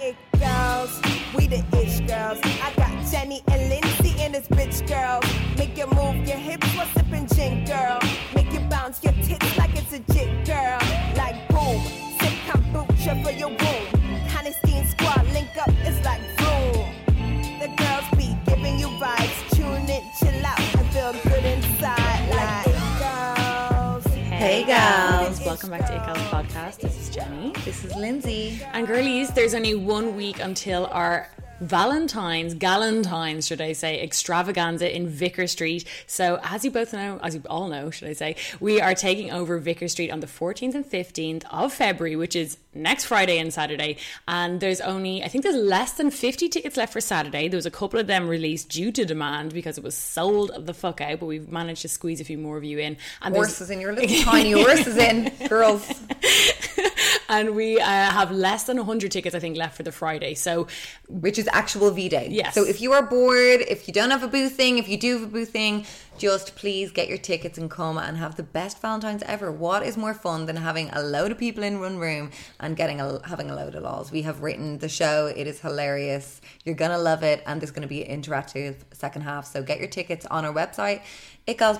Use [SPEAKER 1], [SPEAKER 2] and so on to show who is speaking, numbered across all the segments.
[SPEAKER 1] It girls, we the ish girls. I got Jenny and Lindsay and this bitch girl. Make you move your hips while sipping gin, girl. Make you bounce your tits like it's a jig, girl. Like boom, sip kombucha for your womb. Honeystine squad link up, it's like boom. The girls be giving you vibes. Tune in, chill out, and feel good inside. Like it girls.
[SPEAKER 2] Hey girls, welcome back to It Girls Podcast. This is Jenny.
[SPEAKER 3] This is Lindsay.
[SPEAKER 2] And girlies, there's only one week until our Valentine's, Galentine's, should I say, extravaganza in Vicker Street. So, as you both know, as you all know, should I say, we are taking over Vicker Street on the 14th and 15th of February, which is next Friday and Saturday. And there's only, I think there's less than 50 tickets left for Saturday. There was a couple of them released due to demand because it was sold the fuck out, but we've managed to squeeze a few more of you in. And there's-
[SPEAKER 3] Horses in your little tiny horses in, girls.
[SPEAKER 2] and we uh, have less than 100 tickets, I think, left for the Friday. So,
[SPEAKER 3] Which is actual V Day.
[SPEAKER 2] Yes.
[SPEAKER 3] So if you are bored, if you don't have a booth thing, if you do have a booth thing, just please get your tickets and come and have the best Valentine's ever. What is more fun than having a load of people in one room and getting a, having a load of lols? We have written the show. It is hilarious. You're gonna love it, and there's gonna be an interactive second half. So get your tickets on our website,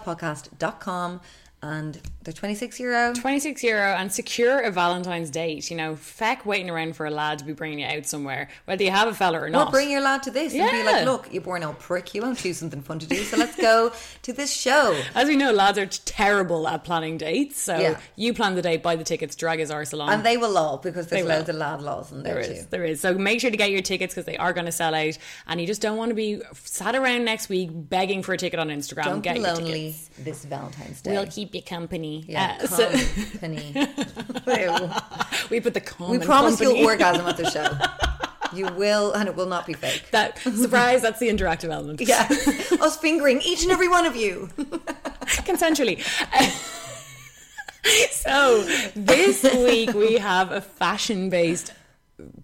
[SPEAKER 3] itgalspodcast.com, and they're 26 euro.
[SPEAKER 2] 26 euro and secure a Valentine's date. You know, feck waiting around for a lad to be bringing you out somewhere, whether you have a fella or not.
[SPEAKER 3] Or bring your lad to this and be
[SPEAKER 2] Yeah.
[SPEAKER 3] like, look, you're born old prick. You won't choose something fun to do. So let's go to this show.
[SPEAKER 2] As we know, lads are terrible at planning dates. So
[SPEAKER 3] Yeah.
[SPEAKER 2] you plan the date, buy the tickets, drag his arse along.
[SPEAKER 3] And they will lol because there's
[SPEAKER 2] They will.
[SPEAKER 3] loads of lad lols in there,
[SPEAKER 2] there
[SPEAKER 3] too.
[SPEAKER 2] is, there is. So make sure to get your tickets because they are going to sell out, and you just don't want to be sat around next week begging for a ticket on Instagram.
[SPEAKER 3] Don't
[SPEAKER 2] get
[SPEAKER 3] be
[SPEAKER 2] your
[SPEAKER 3] lonely
[SPEAKER 2] tickets.
[SPEAKER 3] this Valentine's Day.
[SPEAKER 2] We'll keep you company.
[SPEAKER 3] yeah,
[SPEAKER 2] Uh, so-
[SPEAKER 3] company. Ew.
[SPEAKER 2] we put the com
[SPEAKER 3] we
[SPEAKER 2] in
[SPEAKER 3] promise
[SPEAKER 2] company.
[SPEAKER 3] you'll orgasm at the show. You will, and it will not be fake.
[SPEAKER 2] That surprise. That's the interactive element.
[SPEAKER 3] yeah, us fingering each and every one of you.
[SPEAKER 2] consensually. so this week we have a fashion based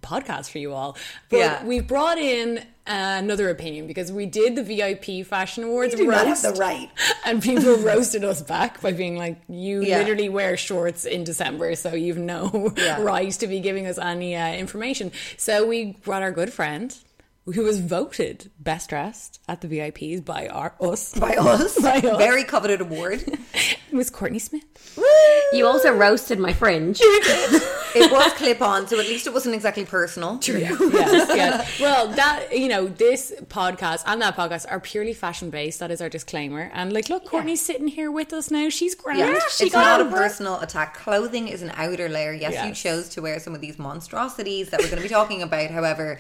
[SPEAKER 2] podcast for you all. But
[SPEAKER 3] Yeah.
[SPEAKER 2] we brought in another opinion because we did the VIP Fashion Awards
[SPEAKER 3] do not have
[SPEAKER 2] roast
[SPEAKER 3] the right.
[SPEAKER 2] and people roasted us back by being like you
[SPEAKER 3] Yeah.
[SPEAKER 2] literally wear shorts in December so you've no
[SPEAKER 3] Yeah.
[SPEAKER 2] right to be giving us any uh, information. So we brought our good friend who was voted best dressed at the VIPs by our us
[SPEAKER 3] By us,
[SPEAKER 2] By us.
[SPEAKER 3] very coveted award.
[SPEAKER 2] Miss Courtney Smith.
[SPEAKER 4] You also roasted my fringe.
[SPEAKER 3] It was clip on, so at least it wasn't exactly personal. True.
[SPEAKER 2] yes, yes. Well, that you know, this podcast and that podcast are purely fashion based. That is our disclaimer. And like, look, Courtney's sitting here with us now. She's grand.
[SPEAKER 3] Yeah,
[SPEAKER 2] She
[SPEAKER 3] it's
[SPEAKER 2] got
[SPEAKER 3] not
[SPEAKER 2] out
[SPEAKER 3] a
[SPEAKER 2] of work.
[SPEAKER 3] personal attack. Clothing is an outer layer. Yes, you
[SPEAKER 2] Yes.
[SPEAKER 3] chose to wear some of these monstrosities that we're going to be talking about. However,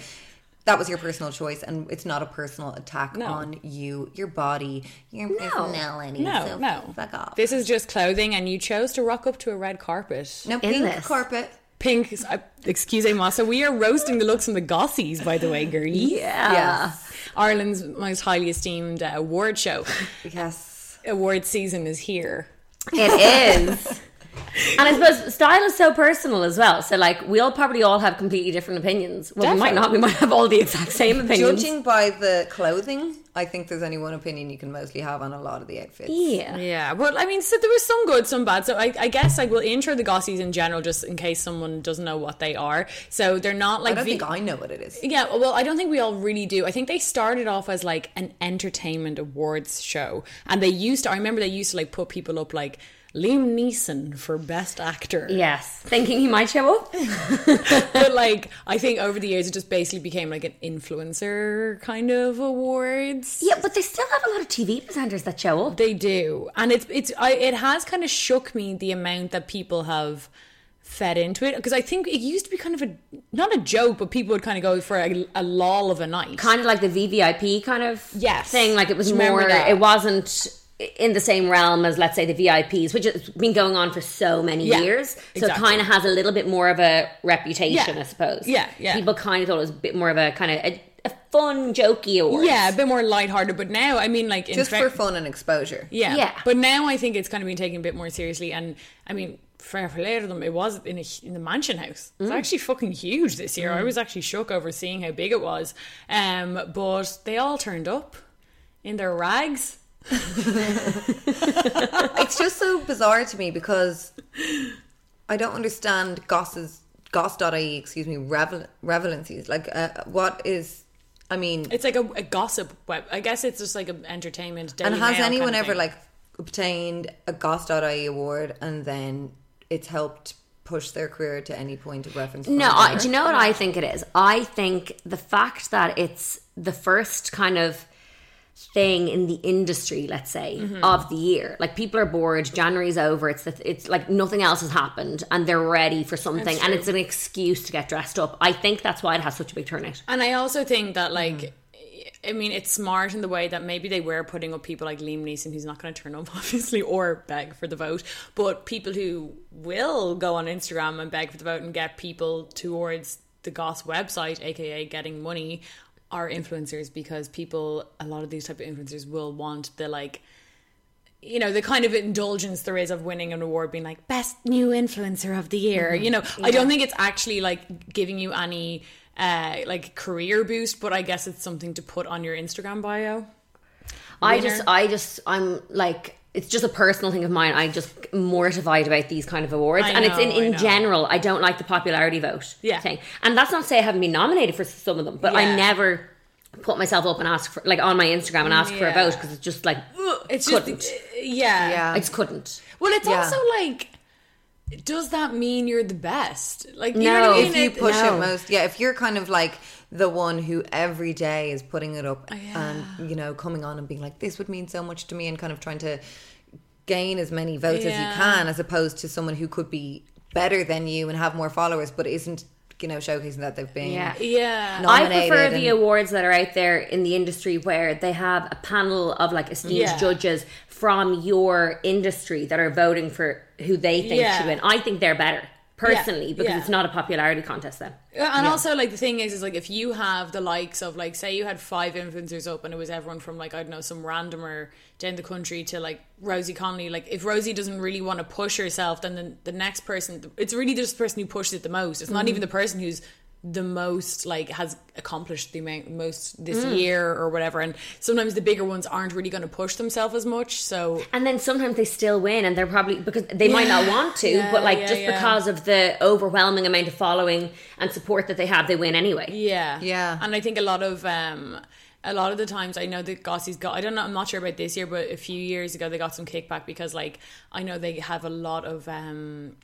[SPEAKER 3] that was your personal choice, and it's not a personal attack
[SPEAKER 2] No.
[SPEAKER 3] on you, your body, your personality.
[SPEAKER 2] No,
[SPEAKER 3] so
[SPEAKER 2] no.
[SPEAKER 3] fuck off.
[SPEAKER 2] This is just clothing, and you chose to rock up to a red carpet.
[SPEAKER 3] no
[SPEAKER 4] In
[SPEAKER 3] pink
[SPEAKER 4] this.
[SPEAKER 3] carpet.
[SPEAKER 2] Pink, uh, excuse me, Massa. We are roasting the looks from the gossies, by the way, girlie.
[SPEAKER 4] Yeah.
[SPEAKER 3] Yeah.
[SPEAKER 2] Ireland's most highly esteemed uh, award show.
[SPEAKER 3] Yes,
[SPEAKER 2] award season is here.
[SPEAKER 4] It is. and I suppose style is so personal as well. So like we'll probably all have completely different opinions. Well we might not, we might have all the exact same opinions.
[SPEAKER 3] judging by the clothing, I think there's only one opinion you can mostly have on a lot of the outfits.
[SPEAKER 4] yeah.
[SPEAKER 2] Yeah, well, I mean, so there was some good, some bad. So I, I guess like we'll intro the Gossies in general, just in case someone doesn't know what they are. So they're not like
[SPEAKER 3] I don't
[SPEAKER 2] ve-
[SPEAKER 3] think I know what it is.
[SPEAKER 2] yeah, well, I don't think we all really do. I think they started off as like an entertainment awards show, and they used to. I remember they used to like put people up like Liam Neeson for best actor.
[SPEAKER 4] Yes. Thinking he might show up.
[SPEAKER 2] but like I think over the years it just basically became like an influencer kind of awards.
[SPEAKER 4] Yeah, but they still have a lot of TV presenters that show up.
[SPEAKER 2] They do, and it's it's I, it has kind of shook me the amount that people have fed into it because I think it used to be kind of a not a joke, but people would kind of go for a, a lull of a night.
[SPEAKER 4] Kind of like the VVIP kind of
[SPEAKER 2] Yes.
[SPEAKER 4] thing. Like it was
[SPEAKER 2] Remember
[SPEAKER 4] more
[SPEAKER 2] that.
[SPEAKER 4] it wasn't in the same realm as let's say the VIPs, which has been going on for so many
[SPEAKER 2] Yeah,
[SPEAKER 4] years. So it
[SPEAKER 2] exactly.
[SPEAKER 4] kind of has a little bit more of a reputation,
[SPEAKER 2] Yeah.
[SPEAKER 4] I suppose.
[SPEAKER 2] Yeah, yeah.
[SPEAKER 4] People kind of thought it was a bit more of a kind of a, a fun, jokey award.
[SPEAKER 2] Yeah, a bit more lighthearted, but now I mean, like in
[SPEAKER 3] Just
[SPEAKER 2] fact-
[SPEAKER 3] for fun and exposure.
[SPEAKER 2] Yeah.
[SPEAKER 4] Yeah.
[SPEAKER 2] But now I think it's kind of been taken a bit more seriously. And I mean, fair play to them. It was in, a, in the Mansion House.
[SPEAKER 3] Mm.
[SPEAKER 2] It's actually fucking huge this year. I was actually shook over seeing how big it was. Um, but they all turned up in their rags.
[SPEAKER 3] It's just so bizarre to me because I don't understand Goss's Goss.ie, E, excuse me, revel, revelancies. Like, uh, what is? I mean,
[SPEAKER 2] It's like a, a gossip web. I guess it's just like an entertainment. Daily
[SPEAKER 3] and has
[SPEAKER 2] Mail
[SPEAKER 3] anyone
[SPEAKER 2] kind of
[SPEAKER 3] ever
[SPEAKER 2] thing.
[SPEAKER 3] like obtained a Goss.ie E award and then it's helped push their career to any point of reference? from
[SPEAKER 4] No, I,
[SPEAKER 3] there?
[SPEAKER 4] do you know what I think it is? I think the fact that it's the first kind of thing in the industry, let's say, of the year. Like people are bored. January's over. It's the, it's like nothing else has happened, and they're ready for something, and it's an excuse to get dressed up. I think that's why it has such a big turnout.
[SPEAKER 2] And I also think that like.
[SPEAKER 3] Mm.
[SPEAKER 2] I mean, it's smart in the way that maybe they were putting up people like Liam Neeson, who's not going to turn up, obviously, or beg for the vote, but people who will go on Instagram and beg for the vote and get people towards the Goss website, aka getting money, are influencers because people, a lot of these type of influencers will want the like, you know, the kind of indulgence there is of winning an award being like best new influencer of the year.
[SPEAKER 3] Mm-hmm.
[SPEAKER 2] You know, I don't think it's actually like giving you any uh like career boost, but I guess it's something to put on your Instagram bio.
[SPEAKER 4] I just, I just, I'm like. It's just a personal thing of mine. I'm just mortified about these kind of awards,
[SPEAKER 2] I
[SPEAKER 4] and it's in
[SPEAKER 2] know, I
[SPEAKER 4] in
[SPEAKER 2] know.
[SPEAKER 4] general. I don't like the popularity vote
[SPEAKER 2] Yeah.
[SPEAKER 4] thing, and that's not to say I haven't been nominated for some of them, but I
[SPEAKER 2] Yeah.
[SPEAKER 4] never put myself up and ask for like on my Instagram and ask for a
[SPEAKER 2] Yeah.
[SPEAKER 4] vote because it's just like
[SPEAKER 2] It's
[SPEAKER 4] couldn't.
[SPEAKER 2] just uh, yeah.
[SPEAKER 3] Yeah.
[SPEAKER 4] I just couldn't.
[SPEAKER 2] Well, it's
[SPEAKER 3] Yeah.
[SPEAKER 2] also like does that mean you're the best? Like you
[SPEAKER 4] No.
[SPEAKER 2] know what I mean?
[SPEAKER 3] if you
[SPEAKER 2] It-
[SPEAKER 3] push
[SPEAKER 4] No.
[SPEAKER 3] it most yeah if you're kind of like the one who every day is putting it
[SPEAKER 2] Oh,
[SPEAKER 3] up and you know coming on and being like this would mean so much to me and kind of trying to gain as many votes as
[SPEAKER 2] Yeah.
[SPEAKER 3] you can as opposed to someone who could be better than you and have more followers but isn't you know showcasing that they've been
[SPEAKER 4] Yeah.
[SPEAKER 2] yeah.
[SPEAKER 3] No.
[SPEAKER 4] I prefer
[SPEAKER 3] nominated
[SPEAKER 4] the
[SPEAKER 3] and-
[SPEAKER 4] awards that are out there in the industry where they have a panel of like esteemed
[SPEAKER 2] Yeah.
[SPEAKER 4] judges from your industry that are voting for who they think
[SPEAKER 2] Yeah.
[SPEAKER 4] should win. I think they're better personally because
[SPEAKER 2] yeah.
[SPEAKER 4] it's not a popularity contest then.
[SPEAKER 2] Yeah, And also, like the thing is, is like if you have the likes of like, say you had five influencers up, and it was everyone from like I don't know some randomer down the country to like Rosie Connolly. Like if Rosie doesn't really want to push herself, then the, the next person, it's really just the person who pushes it the most. It's not even the person who's the most like has accomplished the amount most this year or whatever. And sometimes the bigger ones aren't really going to push themselves as much. So
[SPEAKER 4] And then sometimes they still win and they're probably because they might not want to,
[SPEAKER 2] Yeah,
[SPEAKER 4] but like
[SPEAKER 2] yeah,
[SPEAKER 4] just
[SPEAKER 2] yeah.
[SPEAKER 4] because of the overwhelming amount of following and support that they have, they win anyway.
[SPEAKER 2] Yeah.
[SPEAKER 3] Yeah.
[SPEAKER 2] And I think a lot of um a lot of the times I know that Gossie's got I don't know I'm not sure about this year, but a few years ago they got some kickback because like I know they have a lot of um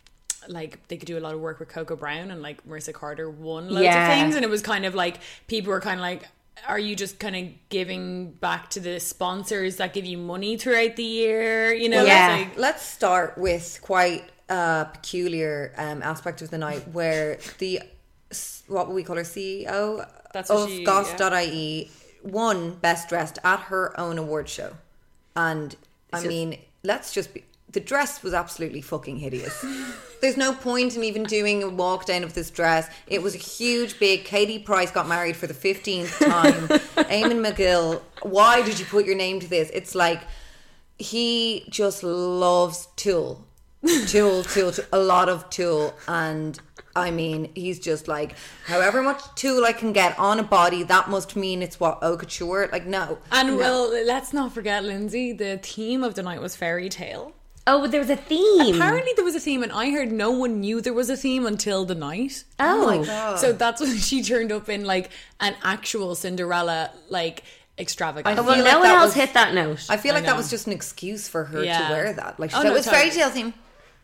[SPEAKER 2] like they could do a lot of work with Coco Brown and like Marissa Carter won loads
[SPEAKER 4] Yeah.
[SPEAKER 2] of things and it was kind of like people were kind of like are you just kind of giving back to the sponsors that give you money throughout the year? You know,
[SPEAKER 4] Yeah.
[SPEAKER 2] it's like,
[SPEAKER 3] Let's start with quite a peculiar um, aspect of the night where the s- what we call her CEO
[SPEAKER 2] That's what
[SPEAKER 3] of
[SPEAKER 2] she-
[SPEAKER 3] Goss.ie E won Best Dressed at her own award show, and I mean, let's just be. The dress was absolutely fucking hideous. There's no point in even doing a walk down of this dress. It was a huge, big. Katie Price got married for the 15th time. Eamon McGill, why did you put your name to this? It's like he just loves Tool. Tool, Tool, Tool, a lot of Tool. And I mean, he's just like, however much Tool I can get on a body, that must mean it's what haute couture. Like, no.
[SPEAKER 2] and well, let's not forget, Lindsay, the theme of the night was fairy tale.
[SPEAKER 4] Oh, but there was a theme.
[SPEAKER 2] Apparently there was a theme, and I heard no one knew there was a theme until the night.
[SPEAKER 4] oh,
[SPEAKER 2] So that's when she turned up in like an actual Cinderella like extravaganza.
[SPEAKER 4] Well,
[SPEAKER 3] feel
[SPEAKER 4] no
[SPEAKER 3] like
[SPEAKER 4] one
[SPEAKER 3] that
[SPEAKER 4] else
[SPEAKER 3] was-
[SPEAKER 4] hit that note.
[SPEAKER 3] I feel like that
[SPEAKER 2] know.
[SPEAKER 3] was just an excuse for her
[SPEAKER 2] Yeah.
[SPEAKER 3] to wear that. Like, she
[SPEAKER 2] Oh,
[SPEAKER 3] said,
[SPEAKER 2] no,
[SPEAKER 3] it's fairy
[SPEAKER 2] totally.
[SPEAKER 3] tale theme.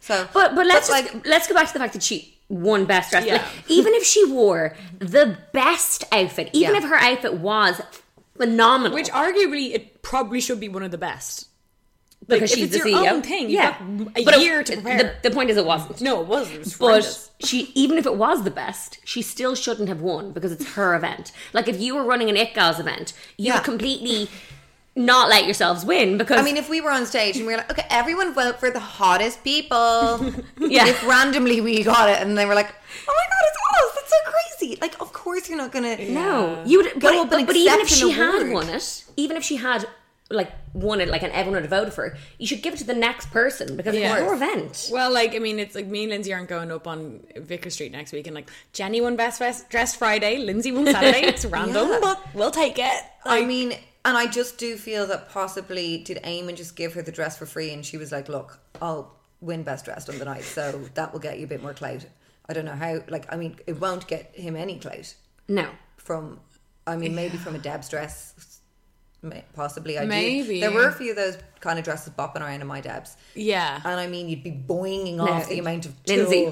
[SPEAKER 3] So,
[SPEAKER 4] But but let's
[SPEAKER 3] But,
[SPEAKER 4] just, let's go back to the fact that she won best dress. Like
[SPEAKER 2] Yeah.
[SPEAKER 4] even if she wore the best outfit, even
[SPEAKER 3] Yeah.
[SPEAKER 4] if her outfit was phenomenal,
[SPEAKER 2] which arguably it probably should be one of the best. Like,
[SPEAKER 4] because
[SPEAKER 2] if
[SPEAKER 4] she's
[SPEAKER 2] it's
[SPEAKER 4] the
[SPEAKER 2] your
[SPEAKER 4] CEO,
[SPEAKER 2] own thing, you
[SPEAKER 4] yeah,
[SPEAKER 2] got a
[SPEAKER 4] But it-
[SPEAKER 2] year to prepare.
[SPEAKER 4] The, the point is, it wasn't.
[SPEAKER 2] no, it wasn't. It was horrendous.
[SPEAKER 4] But she, even if it was the best, she still shouldn't have won because it's her event. Like if you were running an It Girls event, you
[SPEAKER 3] Yeah.
[SPEAKER 4] would completely not let yourselves win because
[SPEAKER 3] I mean, if we were on stage and we were like, okay, everyone vote for the hottest people.
[SPEAKER 4] Yeah.
[SPEAKER 3] If randomly we got it and they were like, oh my God, it's us. That's so crazy. Like, of course you're not going to.
[SPEAKER 4] No, you would
[SPEAKER 3] Go
[SPEAKER 4] go
[SPEAKER 3] up
[SPEAKER 4] but,
[SPEAKER 3] and
[SPEAKER 4] but even if
[SPEAKER 3] accept an
[SPEAKER 4] she had
[SPEAKER 3] award.
[SPEAKER 4] won it, even if she had like won it, like and everyone would have voted for her, you should give it to the next person because
[SPEAKER 2] Yeah.
[SPEAKER 4] it's your event.
[SPEAKER 2] Well, like I mean, it's like me and Lindsay aren't going up on Vicar Street next week, and like Jenny won Best Dress- Dressed Friday, Lindsay won Saturday. It's random,
[SPEAKER 3] Yeah.
[SPEAKER 2] but we'll take it.
[SPEAKER 3] I mean, and I just do feel that possibly did Eamon just give her the dress for free and she was like, look, I'll win best dressed on the night. So that will get you a bit more clout. I don't know how, like, I mean, it won't get him any clout
[SPEAKER 4] No,
[SPEAKER 3] from, I mean, maybe from a Deb's dress. may- Possibly, I do.
[SPEAKER 2] Maybe.
[SPEAKER 3] there were a few of those kind of dresses bopping around in my Debs.
[SPEAKER 2] yeah,
[SPEAKER 3] And I mean, you'd be boinging
[SPEAKER 4] no.
[SPEAKER 3] off the amount of tulle.
[SPEAKER 4] Lindsay,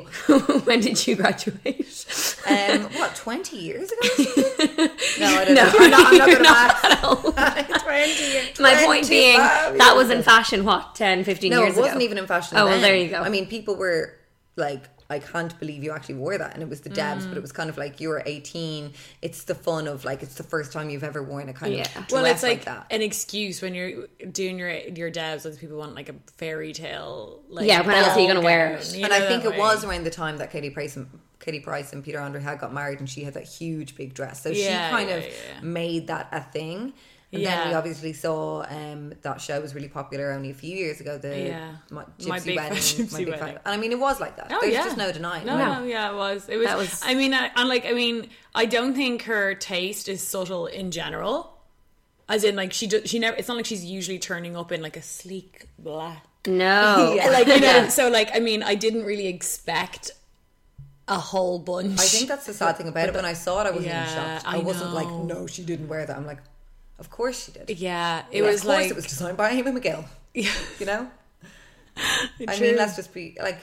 [SPEAKER 4] when did you graduate?
[SPEAKER 3] Um, what, 20 years ago? or something? no, I don't
[SPEAKER 4] No,
[SPEAKER 3] know. I'm not, I'm not going
[SPEAKER 4] you're
[SPEAKER 3] to
[SPEAKER 4] not
[SPEAKER 3] laugh.
[SPEAKER 4] at all.
[SPEAKER 3] years.
[SPEAKER 4] My point being
[SPEAKER 3] 25
[SPEAKER 4] that
[SPEAKER 3] years
[SPEAKER 4] was in
[SPEAKER 3] ago.
[SPEAKER 4] fashion what 10, 15
[SPEAKER 3] No,
[SPEAKER 4] years
[SPEAKER 3] it wasn't
[SPEAKER 4] ago.
[SPEAKER 3] even in fashion.
[SPEAKER 4] Oh well,
[SPEAKER 3] then.
[SPEAKER 4] there you go.
[SPEAKER 3] I mean, people were like, I can't believe you actually wore that. And it was the Debs, but it was kind of like you were 18. It's the fun of like, it's the first time you've ever worn a kind
[SPEAKER 4] Yeah.
[SPEAKER 3] of dress
[SPEAKER 2] well, it's like,
[SPEAKER 3] like, that.
[SPEAKER 2] an excuse when you're doing your your devs. Like people want like a fairy tale. Like,
[SPEAKER 4] Yeah, when else are you
[SPEAKER 2] ball
[SPEAKER 4] gonna wear
[SPEAKER 2] gown,
[SPEAKER 4] it?
[SPEAKER 2] you
[SPEAKER 3] and
[SPEAKER 2] know,
[SPEAKER 3] I think
[SPEAKER 2] that way.
[SPEAKER 3] it was around the time that Katie Price and Katie Price and Peter Andre had got married, and she had that huge big dress. So
[SPEAKER 2] Yeah,
[SPEAKER 3] she kind
[SPEAKER 2] yeah,
[SPEAKER 3] of
[SPEAKER 2] yeah.
[SPEAKER 3] made that a thing. And then we
[SPEAKER 2] Yeah.
[SPEAKER 3] obviously saw um, that show was really popular only a few years ago. The
[SPEAKER 2] Yeah.
[SPEAKER 3] my, Gypsy
[SPEAKER 2] My Big
[SPEAKER 3] wedding,
[SPEAKER 2] Fat Gypsy
[SPEAKER 3] my big
[SPEAKER 2] Wedding.
[SPEAKER 3] Fat- and I mean it was like that.
[SPEAKER 2] Oh,
[SPEAKER 3] There's
[SPEAKER 2] yeah.
[SPEAKER 3] just no denying.
[SPEAKER 2] No,
[SPEAKER 3] it.
[SPEAKER 2] no, yeah, it was. It was.
[SPEAKER 4] That was-
[SPEAKER 2] I mean, I, and like, I mean, I don't think her taste is subtle in general. As in, like, she does. She never. It's not like she's usually turning up in like a sleek black.
[SPEAKER 4] no,
[SPEAKER 2] Like you know. so, like, I mean, I didn't really expect a whole bunch.
[SPEAKER 3] I think that's the sad thing about it. When I saw it, I wasn't even
[SPEAKER 2] Yeah,
[SPEAKER 3] shocked. I,
[SPEAKER 2] I
[SPEAKER 3] wasn't like,
[SPEAKER 2] know.
[SPEAKER 3] no, she didn't wear that. I'm like, of course she did.
[SPEAKER 2] Yeah, it
[SPEAKER 3] of
[SPEAKER 2] was
[SPEAKER 3] course
[SPEAKER 2] like.
[SPEAKER 3] it was designed by Amy McGill. You know, I
[SPEAKER 2] True.
[SPEAKER 3] mean, let's just be like,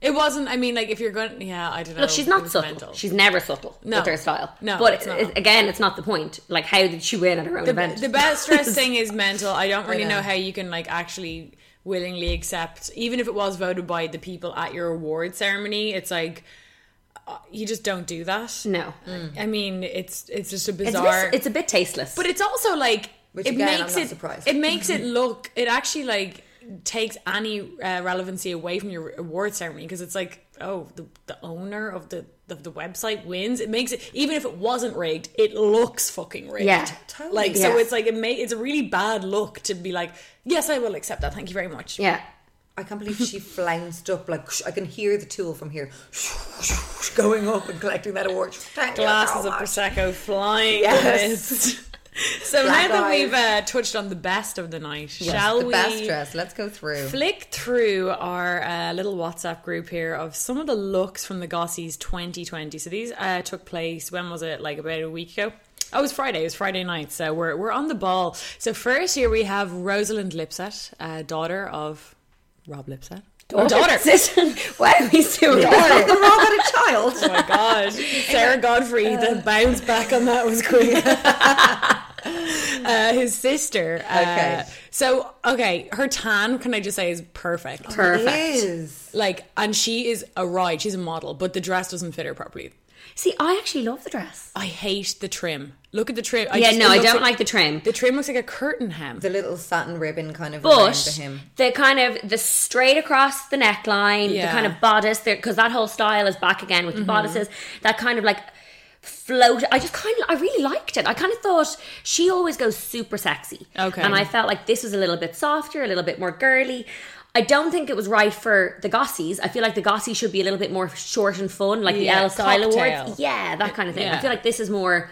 [SPEAKER 2] It wasn't. I mean, like, if you're going, to yeah, I don't know.
[SPEAKER 4] Look, she's
[SPEAKER 2] It
[SPEAKER 4] not
[SPEAKER 2] was
[SPEAKER 4] subtle.
[SPEAKER 2] mental.
[SPEAKER 4] She's never subtle
[SPEAKER 2] No.
[SPEAKER 4] with her style.
[SPEAKER 2] No,
[SPEAKER 4] but
[SPEAKER 2] it's
[SPEAKER 4] it's
[SPEAKER 2] not.
[SPEAKER 4] again, it's not the point. Like, how did she win at her own event?
[SPEAKER 2] The best dressed thing is mental. I don't really know.
[SPEAKER 3] know.
[SPEAKER 2] how you can like actually willingly accept, even if it was voted by the people at your award ceremony. It's like uh, you just don't do that.
[SPEAKER 4] no,
[SPEAKER 2] I mean it's it's just a
[SPEAKER 4] it's a,
[SPEAKER 2] Mm. bizarre.
[SPEAKER 4] bit, it's a bit tasteless.
[SPEAKER 2] but it's also like
[SPEAKER 3] Which
[SPEAKER 2] it
[SPEAKER 3] again, I'm
[SPEAKER 2] makes
[SPEAKER 3] not
[SPEAKER 2] it
[SPEAKER 3] surprised.
[SPEAKER 2] it makes it look it actually like takes any uh, relevancy away from your award ceremony because it's like oh the, the owner of the of the website wins it makes it even if it wasn't rigged it looks fucking rigged
[SPEAKER 4] Yeah.
[SPEAKER 3] Totally.
[SPEAKER 2] like so
[SPEAKER 4] Yeah.
[SPEAKER 2] it's like it may it's a really bad look to be like yes I will accept that thank you very much
[SPEAKER 4] yeah,
[SPEAKER 3] I can't believe she flounced up. Like, I can hear the tool from here going up and collecting that award. Thank you Oh,
[SPEAKER 2] glasses
[SPEAKER 3] so
[SPEAKER 2] of
[SPEAKER 3] much.
[SPEAKER 2] prosecco flying
[SPEAKER 3] Yes.
[SPEAKER 2] yes. so
[SPEAKER 3] Black
[SPEAKER 2] now that
[SPEAKER 3] eyes.
[SPEAKER 2] we've uh, touched on the best of the night
[SPEAKER 3] Yes,
[SPEAKER 2] shall
[SPEAKER 3] the
[SPEAKER 2] we
[SPEAKER 3] best dress. Let's go through.
[SPEAKER 2] flick through our uh, little WhatsApp group here of some of the looks from the Gossies 2020. So these uh, took place when was it? Like about a week ago. Oh, it was Friday. It was Friday night, so we're we're on the ball. So first here we have Rosalind Lipset, uh, daughter of Rob Lipset. Or daughter.
[SPEAKER 4] wow, he's too daughter.
[SPEAKER 3] the Rob had a child.
[SPEAKER 2] Oh my Uh, god, Sarah Godfrey, the bounce back on that was quick. Uh, his sister. Uh,
[SPEAKER 3] Okay.
[SPEAKER 2] So, okay, her tan, can I just say, is perfect.
[SPEAKER 4] Perfect.
[SPEAKER 3] Is.
[SPEAKER 2] Like, and she is a ride. She's a model, but the dress doesn't fit her properly.
[SPEAKER 4] See, I actually love the dress.
[SPEAKER 2] I hate the trim. Look at the trim. I
[SPEAKER 4] yeah,
[SPEAKER 2] just-
[SPEAKER 4] no,
[SPEAKER 2] it
[SPEAKER 4] I
[SPEAKER 2] looks
[SPEAKER 4] don't like the trim.
[SPEAKER 2] The trim looks like a curtain hem.
[SPEAKER 3] The little satin ribbon kind of around
[SPEAKER 4] But
[SPEAKER 3] the him.
[SPEAKER 4] the kind of the straight across the neckline,
[SPEAKER 2] Yeah. Mm-hmm.
[SPEAKER 4] the kind of bodice, because that whole style is back again with the bodices. That kind of like float. I just kind of, I really liked it. I kind of thought she always goes super sexy.
[SPEAKER 2] Okay.
[SPEAKER 4] and I felt like this was a little bit softer, a little bit more girly. I don't think it was right for the Gossies. I feel like the Gossies should be a little bit more short and fun, like
[SPEAKER 2] Yeah,
[SPEAKER 4] the L Style
[SPEAKER 2] cocktail.
[SPEAKER 4] Awards. Yeah, that kind of thing.
[SPEAKER 2] Yeah.
[SPEAKER 4] I feel like this is more